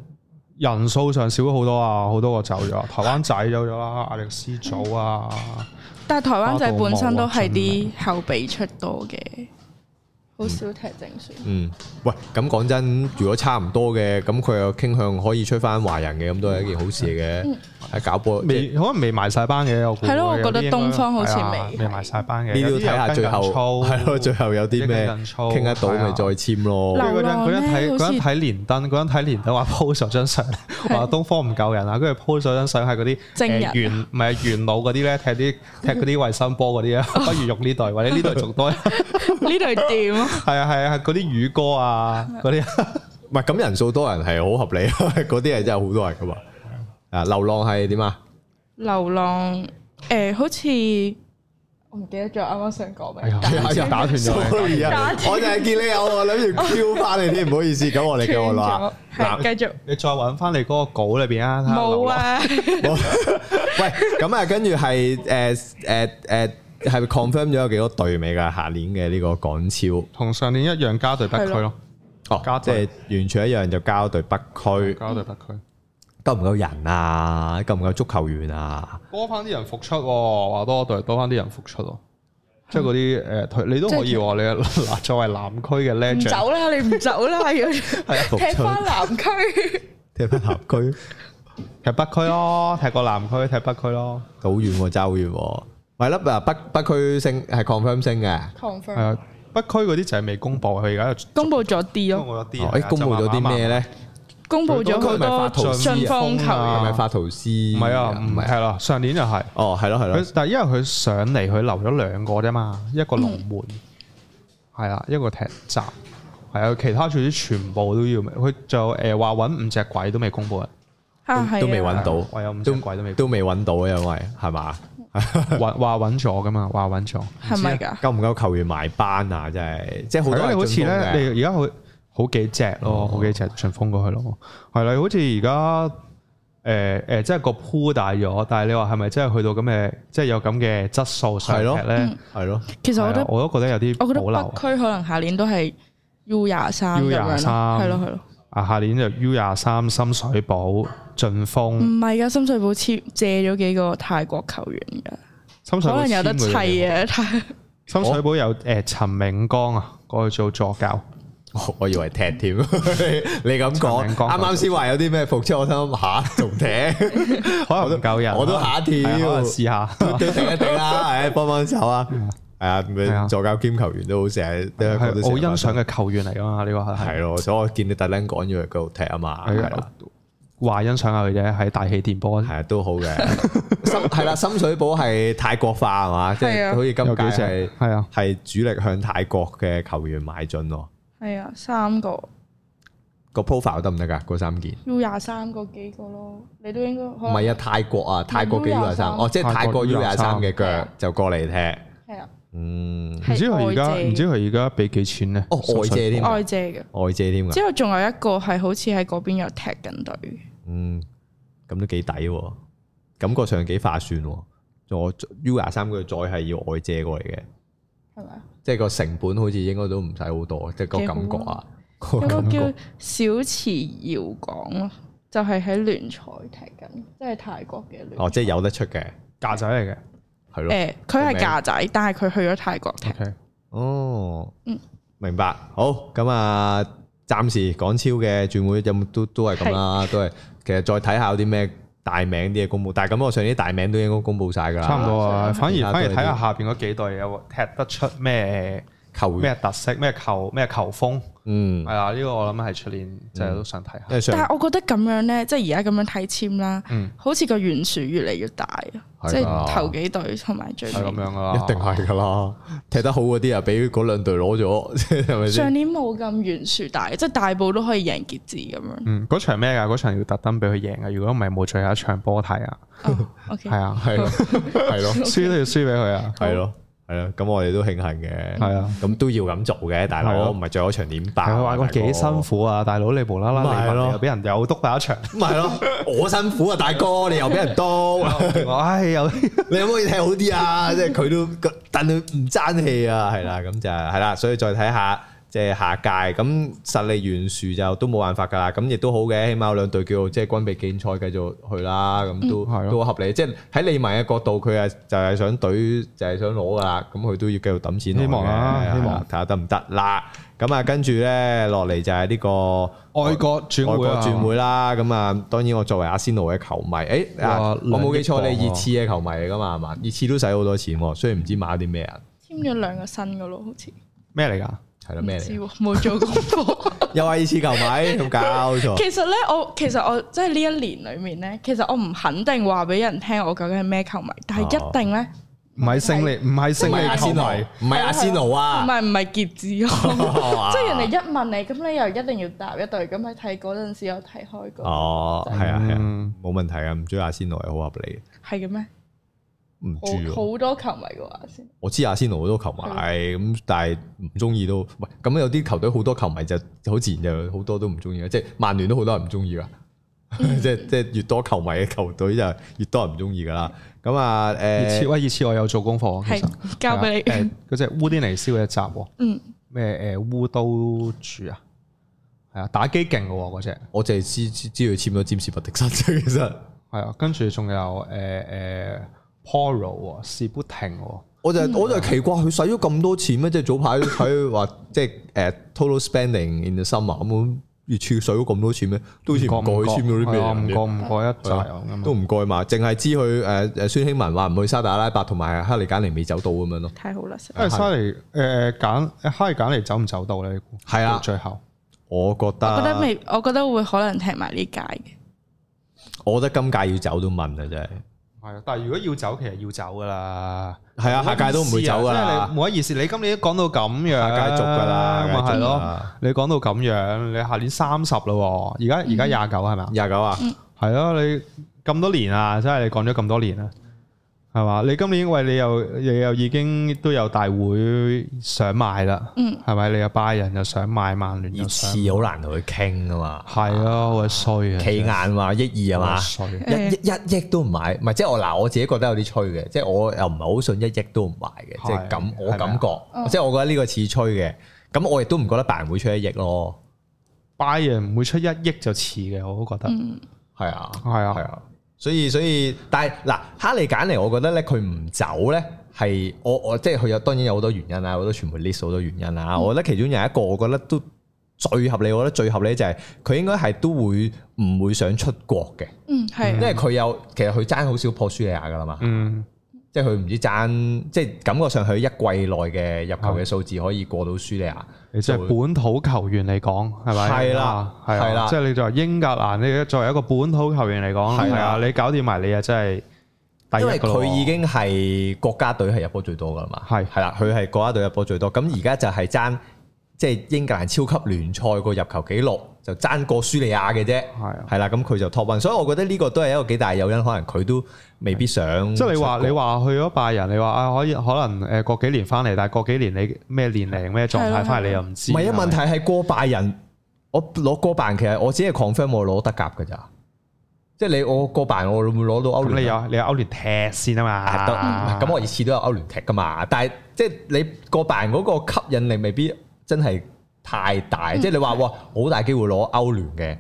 Speaker 3: 人數上少咗好多啊，好多個走咗，台灣仔走咗啦，亞歷斯祖啊，
Speaker 2: 但係台灣仔本身都係啲後備出多嘅，好少踢正選。
Speaker 1: 嗯，喂，咁講真，如果差唔多嘅，咁佢又傾向可以吹翻華人嘅，咁都係一件好事嘅。喺搞波，即係
Speaker 3: 未可能未埋晒班嘅，我估
Speaker 2: 係咯我覺得
Speaker 3: 有啲應該
Speaker 2: 東方好似
Speaker 3: 係啊
Speaker 2: 未
Speaker 3: 未埋晒班嘅，
Speaker 1: 呢啲要睇下最後， 係咯，最後有啲咩傾
Speaker 3: 傾
Speaker 1: 得到咪再簽咯。
Speaker 2: 嗱
Speaker 3: 啊嗰陣嗰陣睇
Speaker 2: 流浪咧
Speaker 3: 嗰
Speaker 2: 好
Speaker 3: 陣
Speaker 2: 似
Speaker 3: 睇連登，嗰陣睇連登話 po 咗張相，話東方唔夠人啊，跟住 po 咗張相係嗰啲
Speaker 2: 證人
Speaker 3: 誒元唔係元老嗰啲咧，踢啲踢嗰啲衞生波 嗰啲啊，不如用呢隊或者呢隊仲多，係
Speaker 2: 呢隊點啊？
Speaker 3: 啊係啊，嗰啲宇哥啊嗰啲
Speaker 1: 唔係咁人數多人係好合理，嗰啲係真係好多人噶嘛。啊，流浪係點啊？
Speaker 2: 流浪誒，好似我唔記得咗啱啱想講
Speaker 3: 哎
Speaker 2: 咩
Speaker 3: 呀，好似打斷咗你
Speaker 1: Sorry 啊，我就係見你有，我諗住 Q 翻你添，唔好意思，咁我哋嘅我 啦。
Speaker 2: 斷咗係繼續
Speaker 3: 你再揾翻你嗰個稿裏邊啊，睇下流
Speaker 2: 冇
Speaker 3: 浪，
Speaker 2: 啊，
Speaker 1: 喂，咁啊，跟住係誒誒誒，係咪 confirm 咗有幾多隊未㗎？下年嘅呢個港超。
Speaker 3: 同上年一樣加隊北區咯，
Speaker 1: 哦，
Speaker 3: 交
Speaker 1: 即
Speaker 3: 隊
Speaker 1: 係完全一樣，就交對北區，
Speaker 3: 加隊北區，
Speaker 1: 夠唔夠人啊？夠唔夠足球員啊？
Speaker 3: 多翻啲人復出喎，話多隊多翻啲人復出喎。即係嗰啲誒退，你都可以喎。你嗱 作為南區嘅
Speaker 2: 唔
Speaker 3: legend，
Speaker 2: 走啦，你唔走 啦，要
Speaker 1: 復
Speaker 2: 踢翻南區。
Speaker 1: 踢翻南區，
Speaker 3: 踢北區咯，踢過南區，踢北區咯。
Speaker 1: 好遠喎，爭好遠喎。咪粒啊，北北區升係 confirm 升嘅，
Speaker 3: 係
Speaker 2: confirm
Speaker 3: 啊，北區嗰啲就係未公佈，佢而家
Speaker 2: 公佈咗啲
Speaker 3: 公
Speaker 2: 咯，
Speaker 3: 佈咗啲
Speaker 1: 哦
Speaker 3: 人，
Speaker 1: 誒公佈咗啲咩？咧？
Speaker 2: 公佈咗好多進鋒球
Speaker 3: 啊
Speaker 1: 係
Speaker 2: 員，
Speaker 1: 咪發圖斯？
Speaker 3: 就
Speaker 1: 唔
Speaker 3: 慢慢慢慢唔係啊，唔係，係啦，上年就係
Speaker 1: 哦，係咯係咯
Speaker 3: 佢，，但係因為佢上嚟佢留咗兩個啫嘛，一個龍門係啦，一個踢閘係啊，其他總之全部都要，佢就誒話揾五隻鬼都未公佈啊，
Speaker 2: 啊係啊
Speaker 1: 都未揾到
Speaker 3: 我有五隻鬼都未
Speaker 1: 都
Speaker 3: 公
Speaker 1: 都未揾到啊，因為係嘛？
Speaker 3: 佈，揾話揾咗噶嘛，話揾咗，
Speaker 2: 係咪㗎？
Speaker 1: 夠唔夠球員埋班啊？真係，即係好
Speaker 3: 係
Speaker 1: 多
Speaker 3: 咯，你
Speaker 1: 人
Speaker 3: 好似
Speaker 1: 進攻嘅哦
Speaker 3: 咧，你而家好好幾隻咯，好幾隻順風過去咯，係啦，好似而家誒誒，即係個鋪大咗，但係你話係咪真係去到咁嘅，即係有咁嘅質素上
Speaker 1: 係咯
Speaker 3: 踢咧？
Speaker 1: 係咯，
Speaker 2: 其嗯實
Speaker 3: 係啊
Speaker 2: 我覺得
Speaker 3: 我都覺得有啲
Speaker 2: 我覺得
Speaker 3: 保留啊
Speaker 2: 北區可能下年都係 U 廿三咁
Speaker 3: U
Speaker 2: 樣
Speaker 3: 廿
Speaker 2: 咯，
Speaker 3: 三
Speaker 2: 係咯係咯，
Speaker 3: 啊！下年就 U 廿三深水埗晉
Speaker 2: 唔
Speaker 3: 峰，
Speaker 2: 係㗎，深水埗簽借咗幾個泰國球員㗎，
Speaker 3: 深水
Speaker 2: 可
Speaker 3: 埗
Speaker 2: 能有得
Speaker 3: 簽佢哋
Speaker 2: 砌啊！泰
Speaker 3: 深水埗
Speaker 1: 哦
Speaker 3: 有誒陳明光啊，過去做助教，
Speaker 1: 我我以為踢添， 你咁
Speaker 3: 陳
Speaker 1: 講，
Speaker 3: 明光
Speaker 1: 啱啱先話有啲咩復出，我心諗嚇仲 踢。
Speaker 3: 可能唔夠人，啊
Speaker 1: 我都嚇一跳
Speaker 3: 係可能 試下。
Speaker 1: 都頂一頂啦，係幫幫手啊，係啊，
Speaker 3: 係啊
Speaker 1: 咁助教兼球員都好成日都
Speaker 3: 係
Speaker 1: 係
Speaker 3: 我好欣賞嘅球員嚟噶嘛？呢個係
Speaker 1: 係咯，所以我見你特登趕咗去嗰度踢啊嘛，係
Speaker 3: 係
Speaker 1: 啦，
Speaker 3: 話欣賞下佢啫，喺大氣電波
Speaker 1: 係啊，都好嘅，深係啦，深水埗係泰國化係嘛，即
Speaker 2: 係
Speaker 1: 係
Speaker 2: 啊
Speaker 1: 好似今
Speaker 3: 有
Speaker 1: 屆
Speaker 3: 幾
Speaker 1: 係
Speaker 3: 隻係啊，
Speaker 1: 係主力向泰國嘅球員買進咯，
Speaker 2: 係啊，三個
Speaker 1: 個 profile 得唔得㗎？嗰三件
Speaker 2: U 廿三嗰幾個咯，你都應該
Speaker 1: 唔
Speaker 2: 可能
Speaker 1: 係啊，泰國啊，泰國嘅 U 廿三，
Speaker 2: U23
Speaker 1: 哦，即係泰國 U 廿三嘅
Speaker 2: 係
Speaker 1: 腳
Speaker 2: 啊
Speaker 1: 就過嚟踢，
Speaker 2: 係啊，
Speaker 1: 嗯，
Speaker 3: 唔知佢而家
Speaker 2: 係外借
Speaker 3: 唔知佢而家俾幾錢咧？
Speaker 1: 哦外借添
Speaker 2: 外借嘅。
Speaker 1: 外借添㗎，
Speaker 2: 之後仲有一個係好似喺嗰邊有踢緊隊，
Speaker 1: 嗯，咁都幾抵喎，感覺上幾划算喎。我 U 廿三佢再係要外借過嚟嘅，
Speaker 2: 係咪啊？
Speaker 1: 即係個成本好似應該都唔使好多，即係個感覺啊，個
Speaker 2: 有個
Speaker 1: 感
Speaker 2: 叫
Speaker 1: 覺
Speaker 2: 小池搖港咯，就係喺聯賽踢緊，即係泰國嘅聯賽。
Speaker 1: 哦，即係有得出嘅，
Speaker 3: 架仔嚟嘅
Speaker 1: 係咯。
Speaker 2: 誒，佢係架仔，但係佢去咗泰國踢。
Speaker 3: ，OK，
Speaker 1: 哦，
Speaker 2: 嗯
Speaker 1: 明白。好，咁啊，暫時港超嘅轉會有冇都都係咁啦，都係其實再睇下有啲咩大名啲嘅公佈，但係咁我上啲大名都應該公佈晒㗎啦，
Speaker 3: 差唔多啊。
Speaker 2: 啊
Speaker 3: 反
Speaker 1: 其他
Speaker 3: 而
Speaker 1: 都
Speaker 3: 反
Speaker 1: 係
Speaker 3: 而睇下
Speaker 1: 啲
Speaker 3: 下邊嗰幾隊有踢得出咩
Speaker 1: 球員
Speaker 3: 咩特色、咩球咩球風，
Speaker 1: 嗯
Speaker 3: 係，啊，呢個我諗係出年即係都想睇
Speaker 1: 因
Speaker 3: 下。
Speaker 1: 為
Speaker 2: 但
Speaker 1: 上
Speaker 2: 係我覺得咁樣咧，即係而家咁樣睇簽啦，
Speaker 3: 嗯，
Speaker 2: 好似個懸殊越嚟越大啊！
Speaker 1: 係㗎
Speaker 2: 即係頭幾隊同埋最
Speaker 3: 係咁
Speaker 2: 尾。
Speaker 3: 樣噶啦，
Speaker 1: 一定係㗎啦，踢得好嗰啲啊，俾嗰兩隊攞咗， 即係係咪
Speaker 2: 上
Speaker 1: 先？
Speaker 2: 年冇咁懸殊大，即係大埔都可以贏傑志咁樣。
Speaker 3: 嗯，嗰場咩㗎？嗰場要特登俾佢贏啊！如果唔係冇最後一場波睇啊，
Speaker 2: 哦，OK，
Speaker 3: 係啊，
Speaker 1: 係咯，係咯，
Speaker 3: 輸都要輸俾佢啊，
Speaker 1: 係咯，係咯，咁我哋都慶幸嘅，
Speaker 3: 係啊，
Speaker 1: 咁都要咁做嘅，大
Speaker 3: 係
Speaker 1: 佬，
Speaker 3: 咯
Speaker 1: 唔係最後一場點爆？啊
Speaker 3: 佢啊話過
Speaker 1: 大哥
Speaker 3: 幾辛苦啊，大佬你無啦啦
Speaker 1: 咪係
Speaker 3: 嚟
Speaker 1: 咯
Speaker 3: 埋又俾人又督打一場，
Speaker 1: 咪係咯，我辛苦啊，大哥，你又俾人刀，啊
Speaker 3: 我唉又
Speaker 1: 你可唔可以踢好啲 啊？即係佢都，但佢唔爭氣啊，係啦，咁就係啦，所以再睇下即係下屆，咁實力懸殊就都冇辦法㗎啦，咁亦都好嘅，起碼有兩隊叫做即係軍備競賽繼續去啦，咁都
Speaker 3: 嗯係咯
Speaker 1: 都合理。即係喺利民嘅角度，佢係就係想隊，就係想攞㗎啦，咁佢都要繼續揼錢落去嘅。
Speaker 3: 希望啦
Speaker 1: 係
Speaker 3: 希望
Speaker 1: 睇下得唔得啦。咁啊，跟住咧落嚟就係呢個。
Speaker 3: 外國轉
Speaker 1: 外
Speaker 3: 會
Speaker 1: 國
Speaker 3: 啊，
Speaker 1: 轉會啦，咁啊，當然我作為阿仙奴嘅球迷，誒，啊
Speaker 3: 哇
Speaker 1: 我冇記錯，
Speaker 3: 兩
Speaker 1: 你
Speaker 3: 億磅喎
Speaker 1: 熱刺嘅球迷嚟噶嘛，係嘛？熱刺都使好多錢喎，雖然唔知買咗啲咩人，
Speaker 2: 簽咗兩個新嘅咯，好似
Speaker 3: 咩嚟㗎？
Speaker 1: 係咯
Speaker 2: 唔
Speaker 1: 咩
Speaker 2: 知
Speaker 1: 嚟？啊
Speaker 2: 喎冇做功課。
Speaker 1: 又係熱刺球迷，咁搞
Speaker 3: 哦
Speaker 1: 錯，
Speaker 2: 其實咧，我其實我即係呢一年裏面咧，其實我唔肯定話俾人聽我究竟係咩球迷，但
Speaker 3: 哦
Speaker 2: 係一定咧，
Speaker 3: 唔係勝利，唔係
Speaker 1: 唔係
Speaker 3: 勝利
Speaker 1: 阿
Speaker 3: 球
Speaker 1: 仙奴，
Speaker 3: 迷，
Speaker 1: 唔係阿仙奴
Speaker 2: 唔
Speaker 1: 啊，哦
Speaker 2: 係唔係傑
Speaker 1: 即
Speaker 2: 志咯。即
Speaker 3: 啊
Speaker 2: 係人哋一問你，咁你又一定要答一對，咁你睇嗰陣時有睇開過，
Speaker 1: 哦，係啊係啊
Speaker 3: 嗯，
Speaker 1: 冇問題啊，唔追阿仙奴係好合理
Speaker 2: 係嘅咩？
Speaker 1: 嘅，唔
Speaker 3: 啊
Speaker 2: 好
Speaker 1: 住
Speaker 2: 好多球迷嘅話先，
Speaker 1: 我知阿仙奴好多球迷，咁但係唔中意都，喂，咁有啲球隊好多球迷就好自然就好多都唔中意啦，即係曼聯都好多人唔中意噶， 即係即係越多球迷嘅球隊就越多人唔中意噶啦。咁啊，
Speaker 3: 熱刺
Speaker 1: 誒，
Speaker 3: 喂熱刺，我有做功課啊，其實
Speaker 2: 係交俾
Speaker 3: 係啊
Speaker 2: 你。
Speaker 3: 誒嗰只烏甸尼斯嗰一集喎，
Speaker 2: 嗯，
Speaker 3: 咩誒烏都主啊，係啊，打機勁嘅喎嗰只。
Speaker 1: 我淨係知知知佢簽咗占士弗迪森啫， 其實
Speaker 3: 係啊，跟住仲有誒誒 Poro 喎，士不停喎，
Speaker 1: 我就我就奇怪佢使咗咁多錢咩？即係早排 睇話即係誒 total spending in the summer 咁，熱刺使咗咁多錢咩？都好似唔過佢簽咗啲咩
Speaker 3: 係啊
Speaker 1: 人
Speaker 3: 唔
Speaker 1: 嘅
Speaker 3: 過唔過一紮咁啊
Speaker 1: 都唔該嘛，淨係知佢誒誒孫興文話唔去沙特阿拉伯同埋克里簡尼未走到咁樣咯。
Speaker 2: 太好啦，實
Speaker 3: 因為沙尼誒揀誒哈利簡尼走唔走到咧？你估
Speaker 1: 係啊
Speaker 3: 到最後
Speaker 1: 我覺得，
Speaker 2: 我覺得，未，我覺得會可能踢埋呢屆嘅。
Speaker 1: 我覺得今屆要走都問啊，真係。
Speaker 3: 係啊，但係如果要走，其實要走噶啦。
Speaker 1: 係啊，下屆都唔會走噶
Speaker 3: 即係
Speaker 1: 啦
Speaker 3: 你，冇乜意思。你今年都講到咁樣，
Speaker 1: 下屆續噶啦，
Speaker 3: 啊咪係
Speaker 1: 繼續㗎
Speaker 3: 咯。
Speaker 1: 啦。
Speaker 3: 你講到咁樣，你下年三十啦喎，而家而家廿九係咪啊？
Speaker 1: 廿九啊，
Speaker 3: 係啊，你咁多年啊，真係你講咗咁多年啦，係嘛？你今年喂你又你又已經都有大會想賣啦，
Speaker 2: 嗯
Speaker 3: 係咪？你又拜仁又想賣，曼聯又
Speaker 1: 熱
Speaker 3: 想，
Speaker 1: 刺好難同佢傾啊嘛，
Speaker 3: 係啊，我衰啊，
Speaker 1: 企硬嘛，億二啊嘛
Speaker 3: 我。衰，
Speaker 1: 一億一億都唔買，唔係即係我嗱，我自己覺得有啲吹嘅，即係我又唔係好信一億都唔買嘅，
Speaker 3: 係
Speaker 1: 即係感我
Speaker 3: 係咪啊
Speaker 1: 感覺，即係我覺得呢個似吹嘅，咁我亦都唔覺得拜仁會出一億咯，
Speaker 3: 拜仁唔會出一億就似嘅，我都覺得
Speaker 2: 嗯，
Speaker 1: 係啊，
Speaker 3: 係
Speaker 1: 係
Speaker 3: 啊，
Speaker 1: 啊，所以所以，但係嗱，哈利簡尼，我覺得咧，佢唔走咧，係我我即係佢有當然有好多原因啦，好多傳媒 list 好多原因
Speaker 3: 嗯
Speaker 1: 啦。我覺得其中有一個，我覺得都最合理，我覺得最合理就係佢應該係都會唔會想出國嘅，
Speaker 2: 嗯，
Speaker 1: 因
Speaker 2: 係啊，
Speaker 1: 為佢有其實佢爭好少啊破舒利亞噶啦嘛，
Speaker 3: 嗯，
Speaker 1: 即係佢唔知爭，即係感覺上佢一季內嘅入
Speaker 3: 啊
Speaker 1: 球嘅數字可以過到舒利亞。
Speaker 3: 你即係本土球員嚟講，係咪？
Speaker 1: 係啦
Speaker 3: 啊
Speaker 1: 係
Speaker 3: 係
Speaker 1: 啦
Speaker 3: 啦，即係你作為英格蘭，你作為一個本土球員嚟講，
Speaker 1: 係
Speaker 3: 係
Speaker 1: 啦
Speaker 3: 啊，你搞掂埋你啊，真係第一
Speaker 1: 因為
Speaker 3: 㗎咯
Speaker 1: 佢已經係國家隊係入波最多噶啦嘛，
Speaker 3: 係
Speaker 1: 係啦，佢係國家隊入波最多。
Speaker 3: 啊
Speaker 1: 咁而家就係爭即係英格蘭超級聯賽個入球紀錄，就爭過舒利亞嘅啫。
Speaker 3: 係啊。
Speaker 1: 係啦，咁佢就 top one，所以我覺得呢個都係一個幾大嘅誘因，可能佢都未必想。
Speaker 3: 即係你話
Speaker 1: 出國
Speaker 3: 你話去咗拜仁，你話啊可以可能誒過幾年翻嚟，但係過幾年你咩年齡咩狀態翻嚟你又唔知。
Speaker 1: 唔係啊？問題
Speaker 3: 係咪
Speaker 1: 係過拜仁，我攞過拜仁其實我只係 confirm 我攞德甲㗎咋，即係你我個辦我會唔會攞到歐
Speaker 3: 咁
Speaker 1: 聯
Speaker 3: 你
Speaker 1: 啊？
Speaker 3: 有你有歐聯踢先啊
Speaker 1: 啊都
Speaker 3: 嘛，
Speaker 1: 咁我熱刺都有歐聯踢噶嘛，但係即係你個辦嗰個吸引力未必真係太大，即係你話哇好大機會攞歐聯嘅，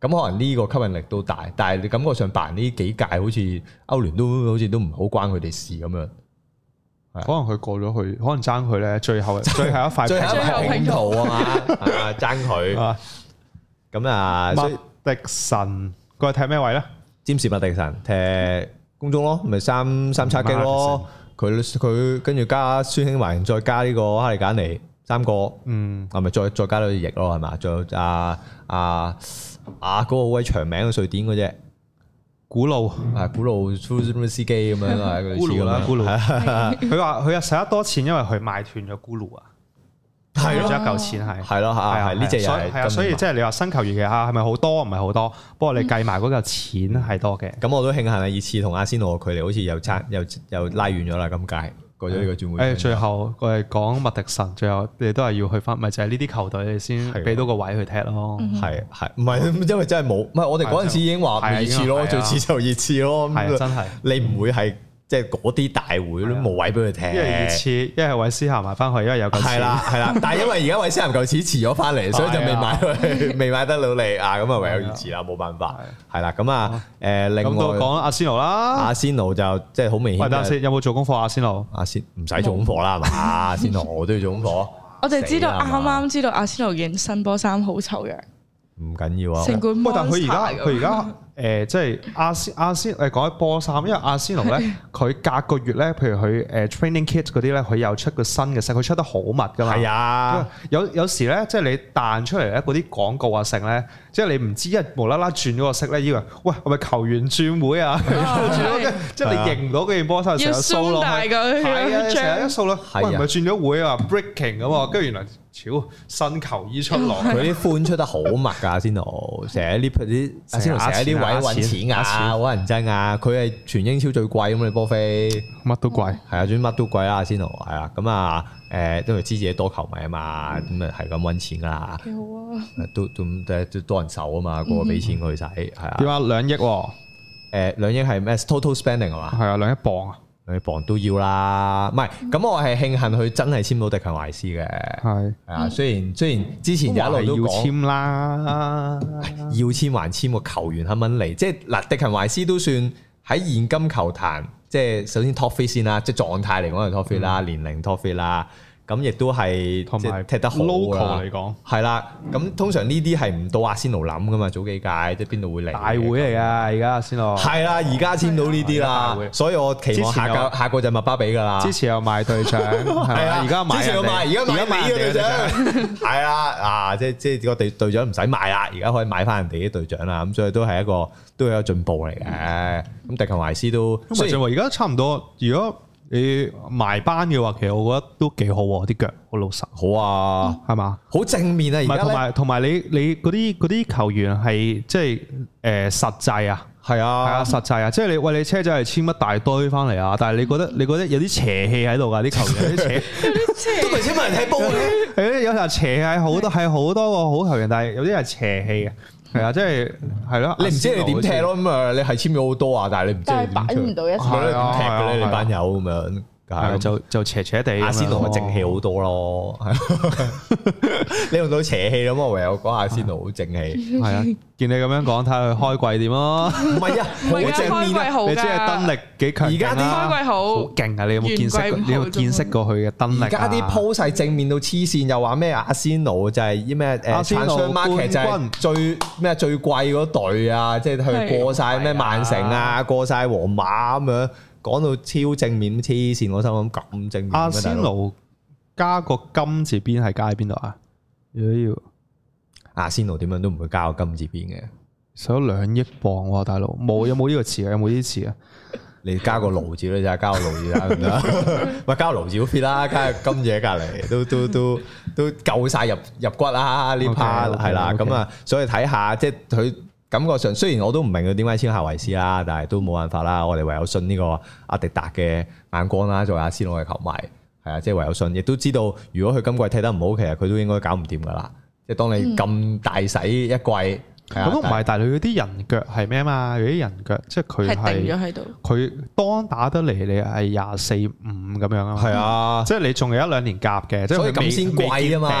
Speaker 1: 咁可能呢個吸引力都大，但係你感覺上辦呢幾屆好似歐聯都好似都唔好關佢哋事咁樣，
Speaker 3: 可能佢過咗去，可能爭佢咧，最後最後一 塊
Speaker 1: 最後一
Speaker 3: 拼
Speaker 1: 塊拼圖啊嘛，係啊爭
Speaker 3: 圖
Speaker 1: 佢
Speaker 3: 啊，
Speaker 1: 咁啊，所以
Speaker 3: 麥迪神佢係踢咩位咧？
Speaker 1: 詹士麥迪神踢公中咯，咪三三叉戟咯，佢佢跟住加孫興慜，再加呢個哈利簡尼三個。
Speaker 3: 嗯，
Speaker 1: 啊係咪再再加到隻翼咯？係嘛？仲有啊啊啊嗰個好鬼長名嘅瑞典嗰只
Speaker 3: 古路。
Speaker 1: 啊古魯夫斯司機咁 樣啊，類
Speaker 3: 咕
Speaker 1: 似咁
Speaker 3: 嚕啦，
Speaker 1: 樣
Speaker 3: 咕嚕，佢話佢又使得多錢，因為佢賣斷咗咕嚕啊，
Speaker 1: 係咯
Speaker 3: 咗一嚿錢係。
Speaker 1: 係咯嚇
Speaker 3: 係啊
Speaker 1: 係呢隻又
Speaker 3: 所以係啊，
Speaker 1: 係
Speaker 3: 所以即係你話新球員其實係咪好多？唔係好多，不過你計埋嗰嚿錢係多嘅。
Speaker 1: 咁我都慶幸啊！熱刺同阿仙奴嘅距離好似又差又又拉遠咗啦，今屆過咗呢個轉會
Speaker 3: 誒，
Speaker 1: 窗。
Speaker 3: 啊最後我哋講麥迪神，最後你都係要去翻，咪就係呢啲球隊你先
Speaker 1: 係啊嗯
Speaker 3: 俾到個位去踢咯。
Speaker 2: 嗯
Speaker 1: 係係唔係因為真係冇唔係我哋嗰陣時已經話
Speaker 3: 係啊
Speaker 1: 熱刺
Speaker 3: 係
Speaker 1: 咯，
Speaker 3: 啊
Speaker 1: 最似就熱刺咯。
Speaker 3: 係啊，
Speaker 1: 咁
Speaker 3: 真係，
Speaker 1: 你唔會係即係嗰啲大會都
Speaker 3: 係啊
Speaker 1: 冇位俾佢踢。
Speaker 3: 因為熱刺，一係韋斯咸埋翻去，因為有嚿
Speaker 1: 係
Speaker 3: 錢。
Speaker 1: 啦，係啦， 但係因為而家韋斯咸舊錢遲咗翻嚟，所以
Speaker 3: 哦啊
Speaker 1: 就未買佢，未買得到 你啊，咁啊唯有延遲啦，冇辦法，係啦，咁啊，誒，另
Speaker 3: 哦咁到
Speaker 1: 外
Speaker 3: 講阿仙奴啦
Speaker 1: 阿，仙奴就即係好明
Speaker 3: 喂，
Speaker 1: 顯
Speaker 3: 等下
Speaker 1: 嘅，
Speaker 3: 先，有冇做功課啊阿仙奴？
Speaker 1: 阿仙唔使做功課 啦，係嘛，阿仙奴我都要做功課，
Speaker 2: 我哋知道
Speaker 1: 死啦
Speaker 2: 啱啱知道阿仙奴件新波衫好醜樣，
Speaker 1: 唔緊要啊，
Speaker 2: 成冠
Speaker 3: 喂，但佢而
Speaker 2: monster
Speaker 3: 家
Speaker 2: 咁
Speaker 3: 佢而家誒，即係阿仙阿仙誒講起波衫，因為阿仙奴 咧，佢隔個月咧，譬如佢誒 training kit 嗰啲咧，佢又出個新嘅 set，佢出得好密㗎嘛。
Speaker 1: 係
Speaker 3: 因為
Speaker 1: 啊，
Speaker 3: 有有時咧，即係你彈出嚟咧嗰啲廣告啊成咧，即係你唔知一無啦啦轉咗個色咧，以為喂係咪球員轉會 啊？轉咗
Speaker 2: 係
Speaker 3: 跟即係你認唔到嗰件波衫，成
Speaker 2: 要
Speaker 3: 日掃
Speaker 2: zoom
Speaker 3: 落
Speaker 2: 大
Speaker 3: 去，
Speaker 2: 佢，
Speaker 3: 係啊，成日一
Speaker 2: 張
Speaker 3: 掃落去，
Speaker 1: 係啊
Speaker 3: 喂唔係轉咗會啊，breaking 咁啊，跟住原來超新球衣出 落去。
Speaker 1: 佢啲寬出得好密㗎，阿仙奴成日呢啲阿仙奴成日呢位揾錢
Speaker 3: 呃
Speaker 1: 啊，好人憎啊，佢係全英超最貴咁你波飛。
Speaker 3: 乜都貴，
Speaker 1: 係啊，總之乜都貴啦，阿仙奴係啦，咁啊誒，因為知自己多球迷啊嘛，咁啊係咁揾錢噶啦，
Speaker 2: 幾好 啊！
Speaker 1: 都都都都多人手啊嘛，個個俾錢佢使係啊
Speaker 3: 點，啊兩億喎，
Speaker 1: 誒兩億係咩？total spending 係嘛？
Speaker 3: 係啊兩億磅啊，
Speaker 1: 兩億磅都要啦，唔係咁我係慶幸佢真係簽到迪勤懷斯嘅，
Speaker 3: 係。
Speaker 1: 係啊，雖然雖然之前有一路都
Speaker 3: 要
Speaker 1: 講
Speaker 3: 簽啦，
Speaker 1: 要簽還簽個球員肯唔肯嚟，即係嗱迪勤懷斯都算喺現今球壇，即係首先 top fit 先啦，即係狀態嚟講係 top fit 啦，年齡 top fit 啦，咁亦都係
Speaker 3: 嗯同
Speaker 1: 即係
Speaker 3: 埋
Speaker 1: 踢得好
Speaker 3: local
Speaker 1: 啦
Speaker 3: 嚟。講，
Speaker 1: 係啦，咁通常呢啲係唔到阿仙奴諗噶嘛，早幾屆即係邊度會嚟？
Speaker 3: 大會啊嚟㗎，而家先咯。
Speaker 1: 係啦，而家簽到呢啲
Speaker 3: 啊大
Speaker 1: 啦
Speaker 3: 會，
Speaker 1: 所以我期望下
Speaker 3: 之前有啊
Speaker 1: 個下個就麥巴比噶啦。
Speaker 3: 之前又賣 隊長，係
Speaker 1: 係
Speaker 3: 啊，
Speaker 1: 啊，
Speaker 3: 而家買
Speaker 1: 之前
Speaker 3: 人
Speaker 1: 有賣，而家
Speaker 3: 哋，
Speaker 1: 買
Speaker 3: 而家買
Speaker 1: 你嘅
Speaker 3: 人
Speaker 1: 隊
Speaker 3: 哋嘅
Speaker 1: 長，係啦，啊，即係即係個隊隊長唔使賣啦，而家可以買翻人哋啲隊長啦，咁所以都係一個都有進步嚟嘅。咁迪勤懷斯都雖
Speaker 3: 咁
Speaker 1: 然
Speaker 3: 咪就話而家差唔多。如果你埋班嘅話，其實我覺得都幾好喎，啲腳好老實，
Speaker 1: 好啊，
Speaker 3: 係嘛？
Speaker 1: 好正面啊，
Speaker 3: 唔
Speaker 1: 而家
Speaker 3: 係同
Speaker 1: 呢
Speaker 3: 埋同埋你你嗰啲嗰啲球員係即係誒實際啊。
Speaker 1: 係
Speaker 3: 係啊，
Speaker 1: 啊，
Speaker 3: 實際啊，即係你喂你車仔係簽一大堆翻嚟啊，但係你覺得你覺得有啲邪氣喺度㗎，啲球員有啲邪。
Speaker 1: 都咪先問人踢波嘅，
Speaker 3: 係咧，有時候邪氣係好多，係好多個好球員，但係有啲係邪氣嘅，係啊，即係係咯。
Speaker 1: 你唔知你點踢咯，咁啊，你係簽咗好多啊，但係你唔哦知
Speaker 2: 但
Speaker 1: 你
Speaker 2: 係
Speaker 1: 點
Speaker 2: 擺
Speaker 1: 踢，
Speaker 2: 唔到一齊，
Speaker 1: 係咯點踢
Speaker 3: 係
Speaker 1: 嘅
Speaker 3: 啊係
Speaker 1: 咧？
Speaker 3: 啊
Speaker 1: 你班友咁樣，
Speaker 3: 係啊，
Speaker 1: 係
Speaker 3: 就就邪邪地咁樣咯。
Speaker 1: 阿仙奴嘅正氣好多咯，你用到邪氣咁，我唯有講阿仙奴好正氣，
Speaker 3: 係啊，見你咁樣講，睇下佢開季點咯。
Speaker 1: 唔係啊，
Speaker 2: 唔
Speaker 1: 好
Speaker 2: 係啊
Speaker 1: 正面
Speaker 2: 開
Speaker 1: 啊
Speaker 2: 季。 好
Speaker 3: 你知係
Speaker 2: 㗎
Speaker 3: 登力幾強勁啦，
Speaker 1: 而家
Speaker 3: 啊
Speaker 1: 啲
Speaker 2: 開季好
Speaker 3: 好勁啊！你有冇見
Speaker 2: 原
Speaker 3: 識
Speaker 2: 季唔
Speaker 3: 過？
Speaker 2: 好
Speaker 3: 你有冇見識過佢嘅登力啊？
Speaker 1: 而家啲 post 係正面到黐線，又話咩啊阿仙奴就係啲咩
Speaker 3: 阿
Speaker 1: 誒
Speaker 3: 仙奴
Speaker 1: transfer market 就
Speaker 3: 冠
Speaker 1: 係最咩最貴嗰隊啊，即係佢
Speaker 2: 係
Speaker 1: 過晒咩
Speaker 3: 係啊
Speaker 1: 曼城啊，過晒皇馬咁樣，講到超正面黐線，我心諗咁正面咩
Speaker 3: 阿仙
Speaker 1: 大佬
Speaker 3: 奴加個金字邊係加喺邊度啊？如果要
Speaker 1: 阿仙奴點樣都唔會加個金字邊嘅，
Speaker 3: 使咗兩億磅喎，大佬冇有冇呢個詞啊？有冇呢啲詞啊？
Speaker 1: 你加個勞字咧就係加個勞字啦，得唔 得？咪加個勞字好 fit 啦，加個金字喺隔離，都都都都夠晒入入骨啦呢 part
Speaker 3: OK，OK，
Speaker 1: 係啦，
Speaker 3: OK
Speaker 1: 咁啊，所以睇下即係佢感覺上，雖然我都唔明佢點解簽夏維斯啦，但係都冇辦法啦，我哋唯有信呢個阿迪達嘅眼光啦，作為阿仙奴嘅球迷係啊，即係唯有信，亦都知道如果佢今季踢得唔好，其實佢都應該搞唔掂噶啦。即係當你咁大洗一季，係啊
Speaker 3: 咁都唔係，但係佢嗰啲人腳係咩啊嘛？佢啲人腳即係佢
Speaker 2: 係定
Speaker 3: 係
Speaker 2: 咗喺度。
Speaker 3: 佢當打得嚟，你係廿四五咁樣啊嘛。
Speaker 1: 係啊，
Speaker 3: 即係你仲有一兩年夾嘅，即係佢
Speaker 1: 所以咁
Speaker 3: 未
Speaker 1: 先貴啊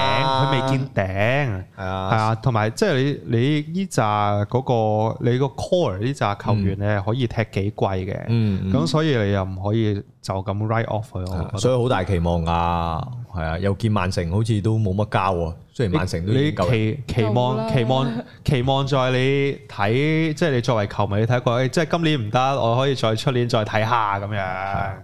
Speaker 1: 嘛
Speaker 3: 未見頂佢未見頂。
Speaker 1: 係
Speaker 3: 係
Speaker 1: 啊，
Speaker 3: 啊，同埋即係你你呢扎嗰個你個 core 呢扎球員咧，可以踢幾貴嘅，
Speaker 1: 嗯，
Speaker 3: 咁所以你又唔可以就咁 write off 佢，我覺得
Speaker 1: 所以好大期望啊，係啊，又見曼城好似都冇乜交啊，雖然曼城都已
Speaker 3: 你
Speaker 1: 經夠人
Speaker 3: 期期
Speaker 2: 夠
Speaker 3: 望
Speaker 2: 啦
Speaker 3: 期望期望在你睇，即係你作為球迷，你睇過，誒哎即係今年唔得，我可以再出年再睇下咁樣。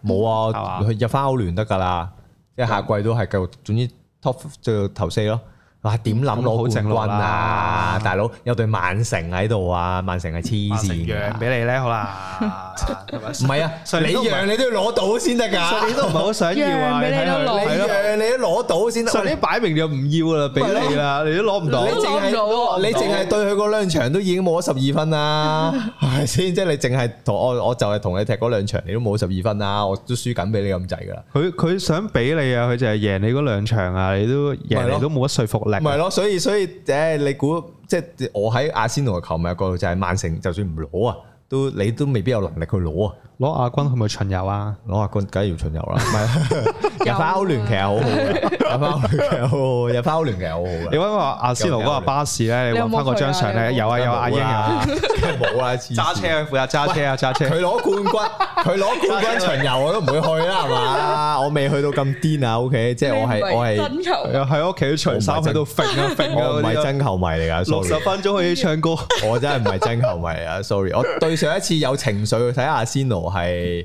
Speaker 1: 冇
Speaker 3: 係
Speaker 1: 啊，
Speaker 3: 嘛
Speaker 1: 佢入翻歐聯得㗎啦，即係下季都係繼續，總之 top 就頭四咯。哇！點諗攞冠軍啊，
Speaker 3: 咁好正路啦
Speaker 1: 大佬有對曼城喺度啊，曼城係 黐
Speaker 3: 曼城
Speaker 1: 線㗎
Speaker 3: 讓俾你咧，好啦，係咪
Speaker 1: 唔係啊，
Speaker 3: 上年都唔
Speaker 1: 你
Speaker 3: 係
Speaker 1: 讓你都要攞到先得
Speaker 3: 上
Speaker 1: 㗎
Speaker 3: 年。都唔係好想要啊，
Speaker 2: 讓俾你
Speaker 3: 睇佢
Speaker 2: 都攞
Speaker 3: 係
Speaker 1: 你
Speaker 3: 咯
Speaker 1: 讓你都攞到先得。
Speaker 3: 上年擺明就唔要啦，俾你 啦，你都攞唔到。啊
Speaker 1: 你淨係
Speaker 2: 都攞唔到
Speaker 1: 你淨係對佢嗰兩場都已經冇咗十二分啦， 係咪先？即係你淨係同我，我就係同你踢嗰兩場，你都冇十二分啦，我都輸緊俾你咁滯噶啦。
Speaker 3: 佢佢想俾你啊，佢就係贏你嗰兩場啊，你都
Speaker 1: 咪
Speaker 3: 贏
Speaker 1: 咯
Speaker 3: 你都冇乜說服力。啊
Speaker 1: 咪咯，所以所以誒，你估即係我喺阿仙奴嘅球迷嘅角度就係曼城，就算唔攞啊，都你都未必有能力去攞啊。
Speaker 3: 攞亞軍去咪巡遊啊？
Speaker 1: 攞下冠梗係要巡遊 啦，唔係入翻歐聯其實好好嘅，入翻歐聯其實好好，入翻歐聯其實好好
Speaker 3: 你
Speaker 1: 嘅。
Speaker 3: 揾個阿仙奴嗰個巴士咧，你
Speaker 2: 你有
Speaker 3: 揾
Speaker 2: 冇
Speaker 3: 翻嗰張相咧，
Speaker 2: 去啊
Speaker 3: 有啊有啊，阿英啊，
Speaker 1: 梗係冇啦，黐線
Speaker 3: 揸車啊，負責揸車啊，揸車。
Speaker 1: 佢攞冠軍，佢攞冠軍巡遊我都唔會去啦，係嘛？ 我未去到咁癲啊，OK，即係我係我係
Speaker 2: 真球，
Speaker 3: 又啊喺屋企除衫喺度揈啊揈
Speaker 1: 我唔
Speaker 3: 啊嗰
Speaker 1: 係
Speaker 3: 啲啊，
Speaker 1: 真球迷嚟噶
Speaker 3: 六十
Speaker 1: ，sorry，
Speaker 3: 分鐘可以唱歌。
Speaker 1: 我真係唔係真球迷 啊，sorry。我對上一次有情緒去睇阿仙奴係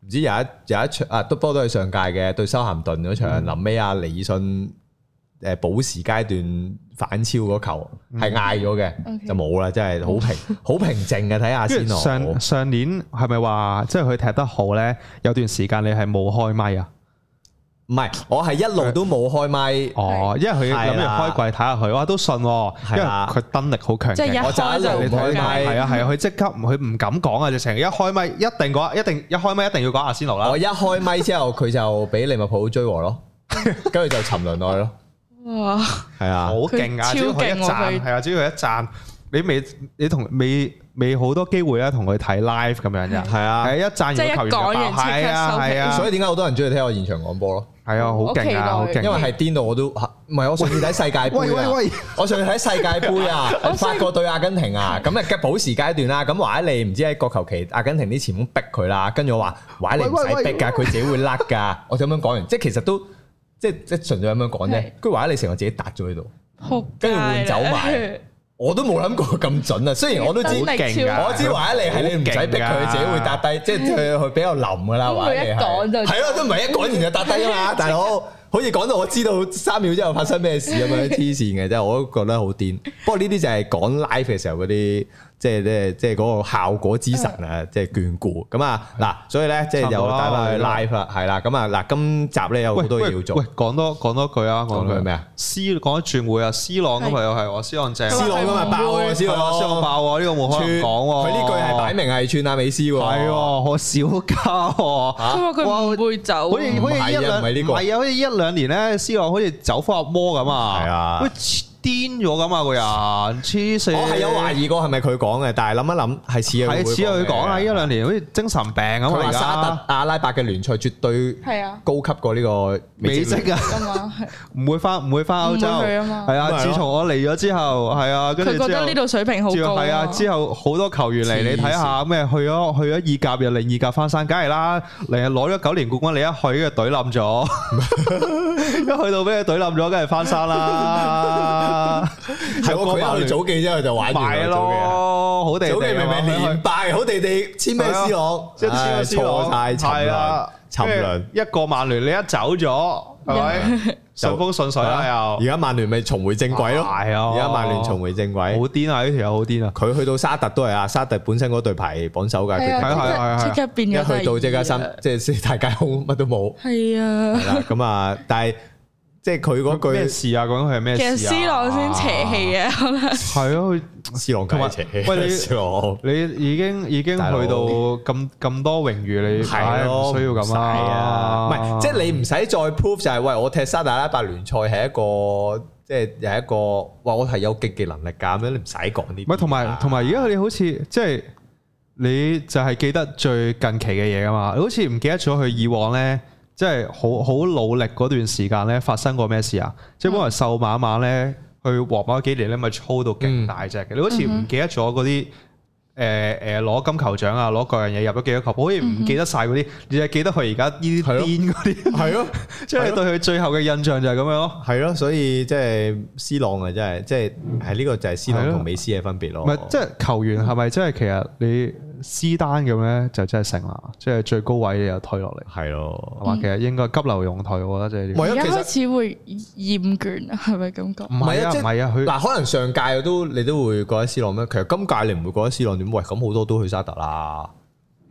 Speaker 1: 唔知有一有一場啊，都波都係上屆嘅對修咸頓嗰場，臨尾阿李信誒補時階段反超嗰球係嗌咗嘅，
Speaker 2: OK
Speaker 1: 就冇啦，真係 好平好平靜嘅睇阿仙
Speaker 3: 跟
Speaker 1: 奴
Speaker 3: 住。上上年係咪話即係佢踢得好咧？有段時間你係冇開咪啊？
Speaker 1: 唔係，我係一路都冇開咪。
Speaker 3: 哦，因為佢諗住
Speaker 1: 係啦
Speaker 3: 開季睇下佢，哇都信喎，因為
Speaker 1: 係啦
Speaker 3: 佢燈力好強
Speaker 2: 即係
Speaker 3: 勁
Speaker 2: 一。
Speaker 1: 我就一
Speaker 2: 開
Speaker 1: 路
Speaker 2: 就
Speaker 1: 唔開咪
Speaker 3: 係啊係啊，佢即刻唔佢唔敢講啊！直情一開咪一定講，一定一開咪一定要講阿仙奴啦
Speaker 1: 我。一開咪之後，佢就俾利物浦追和咯，跟住就沉淪落去咯。
Speaker 2: 哇！
Speaker 1: 係啊
Speaker 3: 好，勁啊！
Speaker 2: 佢
Speaker 3: 只要佢
Speaker 2: 超勁
Speaker 3: 一
Speaker 2: 喎
Speaker 3: 站
Speaker 2: 佢
Speaker 3: 係啊，只要佢一站，你未你同未未好多機會咧，同佢睇 live 咁樣咋。
Speaker 1: 係啊，
Speaker 3: 係一站完
Speaker 2: 即係
Speaker 3: 個
Speaker 2: 一
Speaker 3: 球員
Speaker 2: 講
Speaker 3: 就爆
Speaker 2: 完即刻
Speaker 3: 係啊
Speaker 2: 收皮
Speaker 3: 係啊，
Speaker 1: 所
Speaker 3: 以
Speaker 1: 以點解好多人中意聽我現場講波咯？
Speaker 3: 係啊，好勁啊，好
Speaker 2: 我期
Speaker 3: 勁
Speaker 2: 待
Speaker 3: 啊！
Speaker 1: 因為係癲到我都唔係，我上次睇世界盃
Speaker 3: 喂喂
Speaker 1: 啊
Speaker 3: 喂，
Speaker 1: 我上次睇世界盃啊，法國對阿根廷啊，咁啊嘅保時階段啦，咁華利唔知喺角球期阿根廷啲前鋒逼佢啦，跟住我話華利唔使逼㗎，佢自己會甩㗎，我就咁樣講完，即係其實都即係即係純粹咁樣講啫，
Speaker 2: 係
Speaker 1: 跟住華利成個自己搭咗喺度，
Speaker 2: 仆街
Speaker 1: 跟住換走埋
Speaker 2: 啦
Speaker 1: 我都冇諗過咁準啊，雖然我都知
Speaker 2: 真。係
Speaker 3: 勁㗎
Speaker 1: 我知華一利係你唔使逼
Speaker 3: 啊好勁
Speaker 1: 佢，
Speaker 3: 啊㗎
Speaker 1: 自己會搭低，即係佢佢比較冧噶啦。
Speaker 2: 咁佢
Speaker 1: 華一利
Speaker 2: 一講就
Speaker 1: 係咯，都唔係一講完就搭低啊 嘛，大佬。好似講到我知道三秒之後發生咩事咁 樣，黐線嘅真係，我都覺得好癲。不過呢啲就係講 live 嘅時候嗰啲，即係即係即係嗰個效果之神啊，
Speaker 2: 嗯
Speaker 1: 即係眷顧咁啊嗱。所以咧，即係又帶翻去 live 啦，係啦。咁啊嗱，今集咧有好
Speaker 3: 喂
Speaker 1: 多嘢要
Speaker 3: 喂喂
Speaker 1: 做，，
Speaker 3: 講多講多句啊，
Speaker 1: 講
Speaker 3: 多
Speaker 1: 佢
Speaker 3: 句
Speaker 1: 咩？啊
Speaker 3: 斯講一轉會啊，斯朗咁
Speaker 2: 係
Speaker 3: 啊又係我斯朗正，
Speaker 1: ？C 朗今日爆啊，C
Speaker 3: 係啊
Speaker 1: 朗
Speaker 3: 斯朗爆喎，呢個冇可能講
Speaker 1: 佢
Speaker 3: 喎。
Speaker 1: 呢句係擺明係串阿美斯喎，
Speaker 3: 係喎，我小家喎。
Speaker 2: 佢話佢唔會走
Speaker 3: 好似
Speaker 2: 啊，
Speaker 3: 好似
Speaker 1: 唔係啊
Speaker 3: 一兩
Speaker 1: 唔係呢個
Speaker 3: 唔係啊，好似一兩年咧，C 朗好似走火入魔咁啊，
Speaker 1: 係啊
Speaker 3: 喂癲咗咁啊個人，黐線，
Speaker 1: 我係有懷疑過係咪佢講嘅，但係諗一諗係似
Speaker 3: 係
Speaker 1: 係
Speaker 3: 似佢講啊，一
Speaker 1: 為
Speaker 3: 兩年好似精神病咁
Speaker 1: 佢
Speaker 3: 啊，而
Speaker 1: 話沙
Speaker 3: 家
Speaker 1: 特阿拉伯嘅聯賽絕對
Speaker 2: 係啊，
Speaker 1: 高級過呢個
Speaker 3: 美
Speaker 1: 職聯
Speaker 3: 職啊，
Speaker 2: 咁啊，係
Speaker 3: 唔會翻唔會翻歐洲，
Speaker 2: 唔會去啊
Speaker 1: 咁
Speaker 3: 係
Speaker 2: 嘛
Speaker 1: 咪
Speaker 3: 啊，
Speaker 1: 係咯
Speaker 3: 自從我嚟咗之後，係啊，跟
Speaker 2: 佢
Speaker 3: 住
Speaker 2: 覺
Speaker 3: 之後
Speaker 2: 得呢。度水平好
Speaker 3: 之
Speaker 2: 高
Speaker 3: 後係啊，之後好多球員嚟，你睇下咩去咗去咗意甲又令意甲翻山，梗係啦，你攞咗九年冠軍，你一去嘅隊 冧咗，一去到俾佢隊冧咗，梗係翻山啦。
Speaker 1: 係喎佢一去早記之後就玩完
Speaker 3: 買
Speaker 1: 啦早記啊
Speaker 3: 啊咯，好地
Speaker 1: 早記
Speaker 3: 地
Speaker 1: 明明連
Speaker 3: 啊
Speaker 1: 敗，好地地簽咩
Speaker 3: 係啊
Speaker 1: C 朗，
Speaker 3: 即係超
Speaker 1: 唉
Speaker 3: 咗 C 朗
Speaker 1: 錯晒沉
Speaker 3: 係
Speaker 1: 淪
Speaker 3: 啊，
Speaker 1: 沉淪。
Speaker 3: 跟住一個曼聯你一走咗，係咪 順風順水啦
Speaker 1: 而
Speaker 3: 又？
Speaker 1: 家曼聯咪重回正軌咯，
Speaker 3: 哦係啊
Speaker 1: 而家曼聯重回正
Speaker 3: 好
Speaker 1: 軌，
Speaker 3: 癲啊！呢條友好癲啊！
Speaker 1: 佢去到沙特都係啊，沙特本身嗰隊排榜首㗎，
Speaker 2: 係
Speaker 1: 佢
Speaker 3: 係啊係啊
Speaker 2: 啊，
Speaker 3: 係啊
Speaker 2: 即刻即刻變
Speaker 1: 一
Speaker 2: 咗
Speaker 1: 去到即刻
Speaker 2: 第二
Speaker 1: 心
Speaker 2: 啊
Speaker 1: 即係四大皆空，乜都 冇。
Speaker 2: 係啊
Speaker 1: 係。啦，咁啊，但係即係佢嗰
Speaker 3: 咩
Speaker 1: 句
Speaker 3: 事啊？究竟佢係咩
Speaker 2: 其
Speaker 3: 事啊？
Speaker 2: 實 C 朗先邪氣
Speaker 3: 啊！
Speaker 2: 嘅，可能
Speaker 3: 係啊，佢
Speaker 1: C 朗梗係邪氣，
Speaker 3: 同 埋喂你
Speaker 1: C 朗
Speaker 3: 你已經已經去
Speaker 1: 大佬
Speaker 3: 到咁咁多榮譽，你
Speaker 1: 係啊咯，啊
Speaker 3: 啊唉唔需要咁啊啦。
Speaker 1: 唔係即係你唔使再 prove 就係喂，我踢沙特阿拉伯聯賽係一個即係有一個哇，我係有競技能力㗎咁樣，你唔使講呢啲啊
Speaker 3: 唔
Speaker 1: 㗎。
Speaker 3: 係同埋同埋，而家佢哋好似即係你就係記得最近期嘅嘢噶嘛？你好似唔記得咗佢以往咧，即係好好努力嗰段時間咧發生過咩事啊？即係本來瘦馬馬咧，去皇馬嗰幾年咧，咪操到
Speaker 1: 嗯
Speaker 3: 勁大隻嘅。你好似唔記得咗嗰啲。誒誒攞金球獎啊，攞各樣嘢入咗幾多球，好似唔記得晒嗰啲，你就係記得佢而家呢啲
Speaker 1: 係咯
Speaker 3: 癲嗰啲，
Speaker 1: 係咯，
Speaker 3: 即係
Speaker 1: 係
Speaker 3: 你
Speaker 1: 咯
Speaker 3: 對佢最後嘅印象就係咁樣咯。
Speaker 1: 係咯，所以即係 C 朗啊，真係即係係呢個就係 C
Speaker 3: 係
Speaker 1: 朗
Speaker 3: 咯
Speaker 1: 同美斯嘅分別咯。
Speaker 3: 唔係，即係球員係咪即係其實你斯丹咁咧就真係成啦，即係最高位你又退落嚟，
Speaker 1: 係咯，
Speaker 3: 係嘛？其實應該急流勇退，我覺得即係
Speaker 1: 唔係啊
Speaker 3: 呢
Speaker 2: 而家
Speaker 1: 其實
Speaker 2: 開始會厭倦啊，係咪咁講
Speaker 3: 個。？唔係啊，
Speaker 1: 即係
Speaker 3: 唔係啊，佢
Speaker 1: 嗱，可能上屆都你都會覺得 C 朗咩？其實今屆你唔會覺得 C 朗點？喂，咁好多都去沙特啦，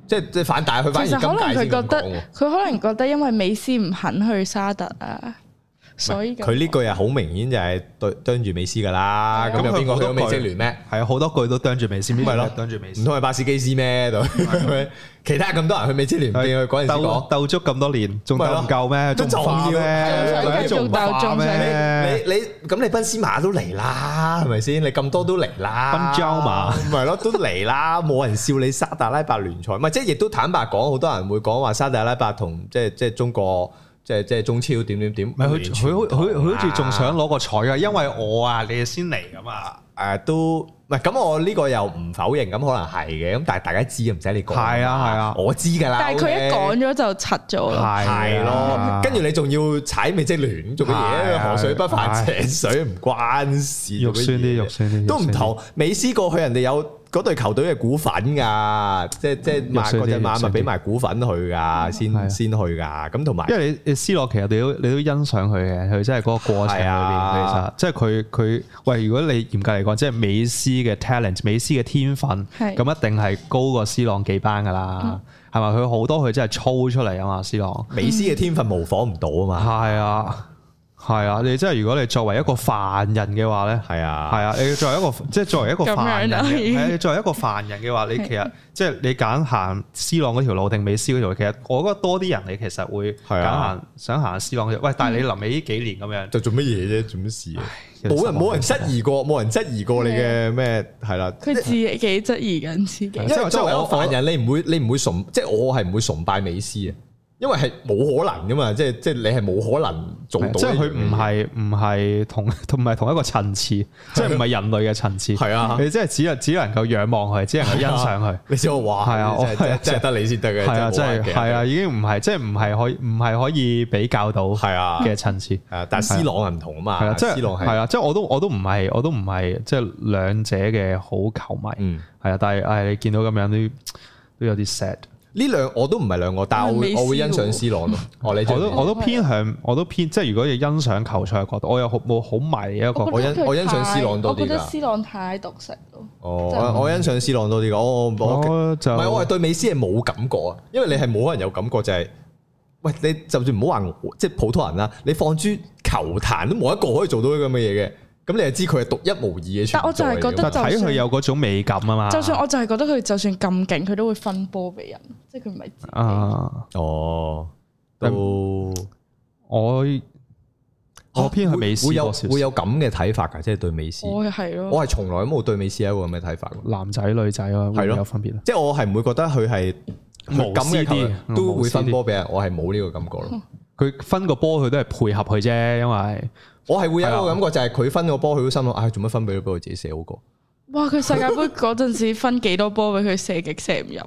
Speaker 1: 即係即係反大佢反而
Speaker 2: 其實
Speaker 1: 今
Speaker 2: 可能
Speaker 1: 屆
Speaker 2: 佢
Speaker 1: 先咁
Speaker 2: 覺
Speaker 1: 講
Speaker 2: 得
Speaker 1: 喎。
Speaker 2: 佢可能覺得，因為美斯唔肯去沙特啊，所以咁
Speaker 1: 佢呢句係好明顯就係對對住美斯噶啦，
Speaker 2: 係啊
Speaker 1: 咁有邊個
Speaker 3: 咁佢
Speaker 1: 去
Speaker 3: 好
Speaker 1: 到
Speaker 3: 多
Speaker 1: 美職聯咩？
Speaker 3: 係啊好多句都啄住美斯，咪
Speaker 1: 咪咯
Speaker 3: 啄住美斯
Speaker 1: 唔，通係巴斯基斯咩？ 對其他咁多人去美職聯，邊去嗰陣時
Speaker 3: 鬥
Speaker 1: 講？
Speaker 3: 鬥足咁多年，仲鬥唔夠咩？
Speaker 1: 都
Speaker 3: 仲唔化咩
Speaker 1: 仲要
Speaker 2: 仲？要
Speaker 3: 仲唔化
Speaker 2: 仲想
Speaker 3: 咩？
Speaker 1: 你你咁你賓斯馬都嚟啦，係咪先？你咁多都嚟啦，
Speaker 3: 賓州馬
Speaker 1: 咪咯都嚟啦，冇人笑你沙特阿拉伯聯賽，咪即係亦都坦白講，好多人會講話沙特阿拉伯同即係即係中國即係即係中超點點點，
Speaker 3: 唔係佢佢佢佢佢好似仲
Speaker 1: 想。
Speaker 3: 想攞個彩啊，因為我啊，你哋先嚟噶嘛。
Speaker 1: 誒、都唔係咁，我呢個又唔否認，咁可能係嘅，咁但係大家知嘅，唔使你講。
Speaker 3: 係啊係啊
Speaker 1: 我知㗎啦。
Speaker 2: 但係佢
Speaker 1: OK
Speaker 2: 一講咗就柒咗啦。
Speaker 3: 係啊
Speaker 1: 係咯，跟住你仲要踩美職聯做乜
Speaker 3: 係
Speaker 1: 嘢？
Speaker 3: 啊
Speaker 1: 河水不犯井水，唔關事。
Speaker 3: 肉酸啲
Speaker 1: 做乜
Speaker 3: 肉
Speaker 1: 嘢
Speaker 3: 酸啲肉
Speaker 1: 都唔
Speaker 3: 酸啲
Speaker 1: 同。美斯過去人哋有嗰隊球隊嘅股份㗎，即係即係
Speaker 3: 肉
Speaker 1: 買
Speaker 3: 酸
Speaker 1: 嗰
Speaker 3: 啲
Speaker 1: 只
Speaker 3: 肉
Speaker 1: 馬咪
Speaker 3: 酸啲
Speaker 1: 俾埋股份佢㗎，先
Speaker 3: 係啊
Speaker 1: 先去㗎。咁同埋
Speaker 3: 因為你你斯洛其實你都你都欣賞佢嘅，佢真係嗰個過程裏
Speaker 1: 係
Speaker 3: 邊，
Speaker 1: 啊
Speaker 3: 其實即係佢佢喂，如果你嚴格嚟講，即係美斯嘅 talent，美斯嘅天分，咁
Speaker 2: 係
Speaker 3: 一定係高過斯朗幾班噶啦，係咪？佢好多佢真係操出嚟啊嘛，斯朗
Speaker 1: 美斯嘅天分模仿唔到啊嘛。
Speaker 3: 係啊係啊，你真係如果你作為一個凡人嘅話咧。
Speaker 1: 係啊，
Speaker 3: 係啊，你作為一個即係作為一個
Speaker 2: 咁樣
Speaker 3: 凡人
Speaker 2: 啦
Speaker 3: 嘅，
Speaker 2: 已經
Speaker 3: 係啊你作為一個凡人嘅話，你其 實即係你揀行斯朗嗰條路定美斯嗰條路，其實我覺得多啲人你其實會
Speaker 1: 係
Speaker 3: 揀
Speaker 1: 啊
Speaker 3: 行想行斯朗嗰條。喂，
Speaker 2: 嗯
Speaker 3: 但係你臨尾呢幾年咁樣，
Speaker 1: 就做乜嘢啫？做乜事啊？冇人冇人質疑過，冇人質疑過你嘅咩係啦。
Speaker 2: 佢自己質疑緊自己
Speaker 3: 係。
Speaker 1: 因
Speaker 3: 即係
Speaker 1: 為作為一
Speaker 3: 即係
Speaker 1: 個
Speaker 3: 我
Speaker 1: 凡人，你唔會你唔會崇，即係我係唔會崇拜美斯嘅，啊因為係冇可能噶嘛，即係即係你係冇可能做到呢
Speaker 3: 即
Speaker 1: 樣嘢。
Speaker 3: 係佢唔係唔係同唔係同一個層次，即係唔係人類嘅層次。
Speaker 1: 係啊
Speaker 3: 你即係只能只能夠仰望佢，只能夠欣賞佢。
Speaker 1: 你知我話
Speaker 3: 係啊我
Speaker 1: 真係真係
Speaker 3: 係
Speaker 1: 真係得你先得 嘅，
Speaker 3: 係啊，即係
Speaker 1: 係
Speaker 3: 係啊，已經唔係即係唔係可以唔係可以比較到
Speaker 1: 係啊
Speaker 3: 嘅層次。
Speaker 1: 係啊，但係 C 朗係唔同啊
Speaker 3: 係啊，
Speaker 1: 嘛
Speaker 3: 即
Speaker 1: ，C
Speaker 3: 係
Speaker 1: 朗
Speaker 3: 係
Speaker 1: 係
Speaker 3: 啊，即係我都我都唔係我都唔係即係兩者嘅好球迷。
Speaker 1: 嗯
Speaker 3: 係啊，但係唉，你見到咁樣都都有啲 sad。
Speaker 1: 呢兩我都唔係兩個，但係我
Speaker 2: 我係
Speaker 1: 會
Speaker 2: 美斯
Speaker 1: 我會欣賞
Speaker 2: 喎
Speaker 1: C 朗咯。哦，你
Speaker 3: 我都我
Speaker 1: 都
Speaker 3: 都偏
Speaker 1: 啊
Speaker 3: 向我都偏即係如果你欣賞球賽嘅角度，我又好冇好迷一啊個
Speaker 1: 我欣
Speaker 2: 覺得佢
Speaker 1: 我欣賞
Speaker 2: 太
Speaker 1: C 朗多啲㗎
Speaker 2: 我覺得 C 朗太獨食咯。
Speaker 1: 哦，我我欣賞 C 朗多啲嘅，我我
Speaker 3: 我就
Speaker 1: 唔係，我係對美斯係冇感覺啊，因為你係冇可能有感覺就係、喂，你就算唔好話我即係普通人啦，你放諸球壇都冇一個可以做到呢咁嘅嘢嘅，咁你就知佢係獨一無二嘅存在
Speaker 2: 但我就係覺得
Speaker 3: 但睇
Speaker 2: 就
Speaker 3: 佢
Speaker 2: 算
Speaker 3: 有嗰種美感啊嘛。
Speaker 2: 就算我就係覺得佢就算咁勁，佢都會分波俾人，即係佢唔係自己。
Speaker 3: 啊，
Speaker 1: 哦，都
Speaker 3: 我我偏向美斯
Speaker 1: 會有
Speaker 3: 多少少
Speaker 1: 會有咁嘅睇法㗎，即係對美斯，
Speaker 2: 我係咯，
Speaker 1: 我係從來都冇對美斯有一個咁嘅睇法㗎，
Speaker 3: 男仔女仔啊，
Speaker 1: 係
Speaker 3: 會
Speaker 1: 咯
Speaker 3: 有分別啊。
Speaker 1: 即係我係唔會覺得佢係
Speaker 3: 無
Speaker 1: 咁嘅
Speaker 3: 私啲
Speaker 1: 球
Speaker 3: 嗯
Speaker 1: 都
Speaker 3: 無
Speaker 1: 會
Speaker 3: 私
Speaker 1: 分
Speaker 3: 啲
Speaker 1: 波俾人，我係冇呢個感覺 咯。
Speaker 3: 佢分個波，佢都係配合佢啫，因為
Speaker 1: 我係會有一個
Speaker 3: 啊
Speaker 1: 感覺就係佢分個波，佢都心諗，唉，做乜分俾佢俾佢自己射好過？
Speaker 2: 哇！佢世界盃嗰陣時分幾多波俾佢射極射唔入，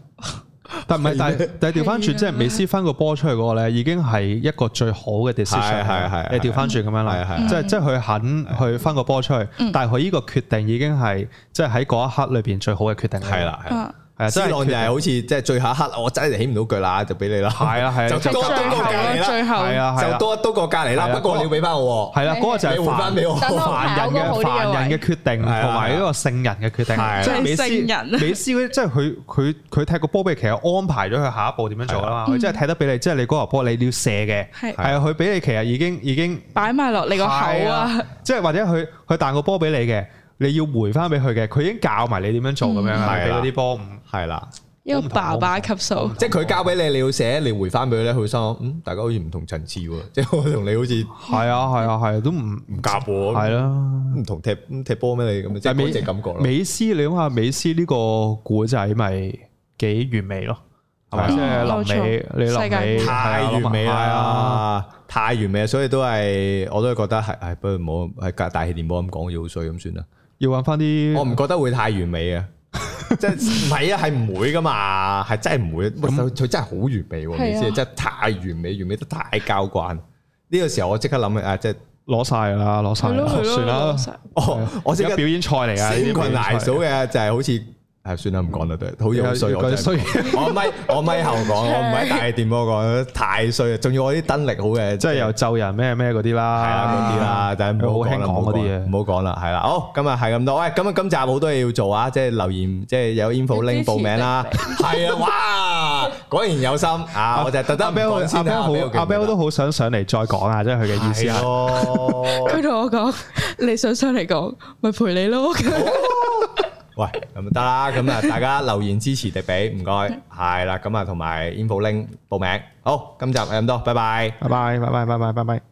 Speaker 3: 但唔係，但係但係調翻轉，
Speaker 2: 係啊
Speaker 3: 即係美斯分個波出去嗰個咧，已經係一個最好嘅 decision
Speaker 1: 係啊係係
Speaker 3: 啦。你調翻轉咁樣
Speaker 1: 係啊
Speaker 3: 啦
Speaker 1: 係，啊
Speaker 3: 即係即係佢肯去分個波出去，但係佢呢個決定已經係即係喺嗰一刻裏邊最好嘅決定。
Speaker 1: 係，啦，係啦。
Speaker 2: 啊，
Speaker 3: 係啊，
Speaker 1: C
Speaker 3: 即係
Speaker 1: 朗就係好似即係最後一刻，我真係起唔到腳啦，就俾你啦。
Speaker 3: 係 啊啦係啦
Speaker 1: 就
Speaker 2: 就
Speaker 1: 多
Speaker 2: 最
Speaker 1: 多個
Speaker 2: 後
Speaker 1: 隔離
Speaker 2: 咯，
Speaker 1: 啦，
Speaker 2: 最後
Speaker 3: 係啊係
Speaker 1: 就
Speaker 3: 啦
Speaker 1: 多多個隔離啦。
Speaker 3: 係啊
Speaker 1: 不過你要俾翻我喎，
Speaker 3: 係啦，嗰個就
Speaker 1: 你
Speaker 3: 係
Speaker 1: 回翻
Speaker 3: 犯
Speaker 1: 俾我。
Speaker 2: 等我
Speaker 3: 凡人嘅凡人嘅決定，同
Speaker 1: 係啊
Speaker 3: 埋一個聖人嘅決定，
Speaker 1: 係啊
Speaker 3: 即係美
Speaker 2: 聖
Speaker 3: 斯，
Speaker 2: 人
Speaker 3: 美斯嗰啲即係佢佢佢踢個波俾你，其實安排咗佢下一步點樣做啦嘛。佢真係踢得俾你，即係你嗰球波你要射嘅，
Speaker 2: 係
Speaker 3: 係啊，佢俾你其實已經已經
Speaker 2: 擺埋落你個口
Speaker 3: 係
Speaker 2: 啊，，
Speaker 3: 即係或者佢佢彈個波俾你嘅，你要回翻俾佢嘅，佢已經教埋你點樣做咁樣
Speaker 1: 嗯
Speaker 3: 啊，
Speaker 1: 係啊
Speaker 3: 俾嗰啲波唔
Speaker 1: 係啦，
Speaker 2: 一個爸爸級數，
Speaker 1: 即係佢交俾你，你要寫，你回翻俾佢咧，佢心諗嗯，大家好似唔同層次喎， 即係我同你好似
Speaker 3: 系啊系啊系，都唔
Speaker 1: 唔夾喎，
Speaker 3: 系啦。
Speaker 1: 唔同踢唔踢波咩你咁，即係
Speaker 3: 但係美
Speaker 1: 嗰只感覺咯。
Speaker 3: 美斯，你諗下美斯呢個古仔咪幾完美咯，係咪？
Speaker 1: 嗯
Speaker 3: 即係臨尾，
Speaker 2: 冇錯
Speaker 3: 你臨
Speaker 2: 世
Speaker 3: 尾
Speaker 2: 界
Speaker 1: 太完美！
Speaker 3: 係啊
Speaker 1: 啦，太完美啦，所以都係我都係覺得係係，不如冇喺隔大氣電波咁講，要好衰咁算啦。
Speaker 3: 要揾翻啲
Speaker 1: 我唔覺得會太完美嘅，即係唔係啊？係唔會噶嘛，係真係唔會。喂佢佢真係好完美
Speaker 2: 係
Speaker 1: 喎，
Speaker 2: 啊
Speaker 1: 意思係真係太完美，完美得太交關。呢個時候我即刻諗起啊，即係
Speaker 3: 攞晒啦，攞晒
Speaker 2: 係咯
Speaker 3: 啦，
Speaker 2: 係
Speaker 3: 算啦
Speaker 2: 咯，。實
Speaker 1: 我我
Speaker 3: 而
Speaker 1: 即
Speaker 3: 家
Speaker 1: 刻
Speaker 3: 表演賽嚟啊，
Speaker 1: 星群
Speaker 3: 大
Speaker 1: 大嫂嘅就係好似係算啦，唔講啦，對，好似好衰我
Speaker 3: 佢
Speaker 1: 真係
Speaker 3: 衰。
Speaker 1: 我咪我咪後講，我唔喺大氣電波講，太衰啊！仲要我啲燈力好嘅，
Speaker 3: 即係
Speaker 1: 有。
Speaker 3: 又咒人咩咩嗰啲
Speaker 1: 系啦，
Speaker 3: 啦，
Speaker 1: 嗰啲啦，但係唔好
Speaker 3: 好
Speaker 1: 講
Speaker 3: 興
Speaker 1: 啦，
Speaker 3: 講
Speaker 1: 唔好
Speaker 3: 嗰啲
Speaker 1: 講
Speaker 3: 嘢
Speaker 1: 啦唔好講啦，係啦，好，今日係咁多，喂，咁啊，今集好多嘢要做啊，即係留言，即係有 info
Speaker 2: 要
Speaker 1: link
Speaker 2: 支持
Speaker 1: 報名啦， 係啊，哇，果然有心啊，我就係特登
Speaker 3: 阿 Bell
Speaker 1: 唔講先
Speaker 3: 阿 Bell
Speaker 1: 啊
Speaker 3: 好，阿 Bell 都好想上嚟再講啊，即係佢嘅意思
Speaker 1: 係
Speaker 3: 係。
Speaker 1: 咯，
Speaker 2: 佢同我講：你想上嚟講，咪陪你咯。
Speaker 1: 喂，咁就得啦，咁啊，大家留言支持迪比，唔該，係啦，咁啊，同埋 info link 報名，好，今集係咁多，拜拜。
Speaker 3: 拜拜拜拜拜拜拜拜。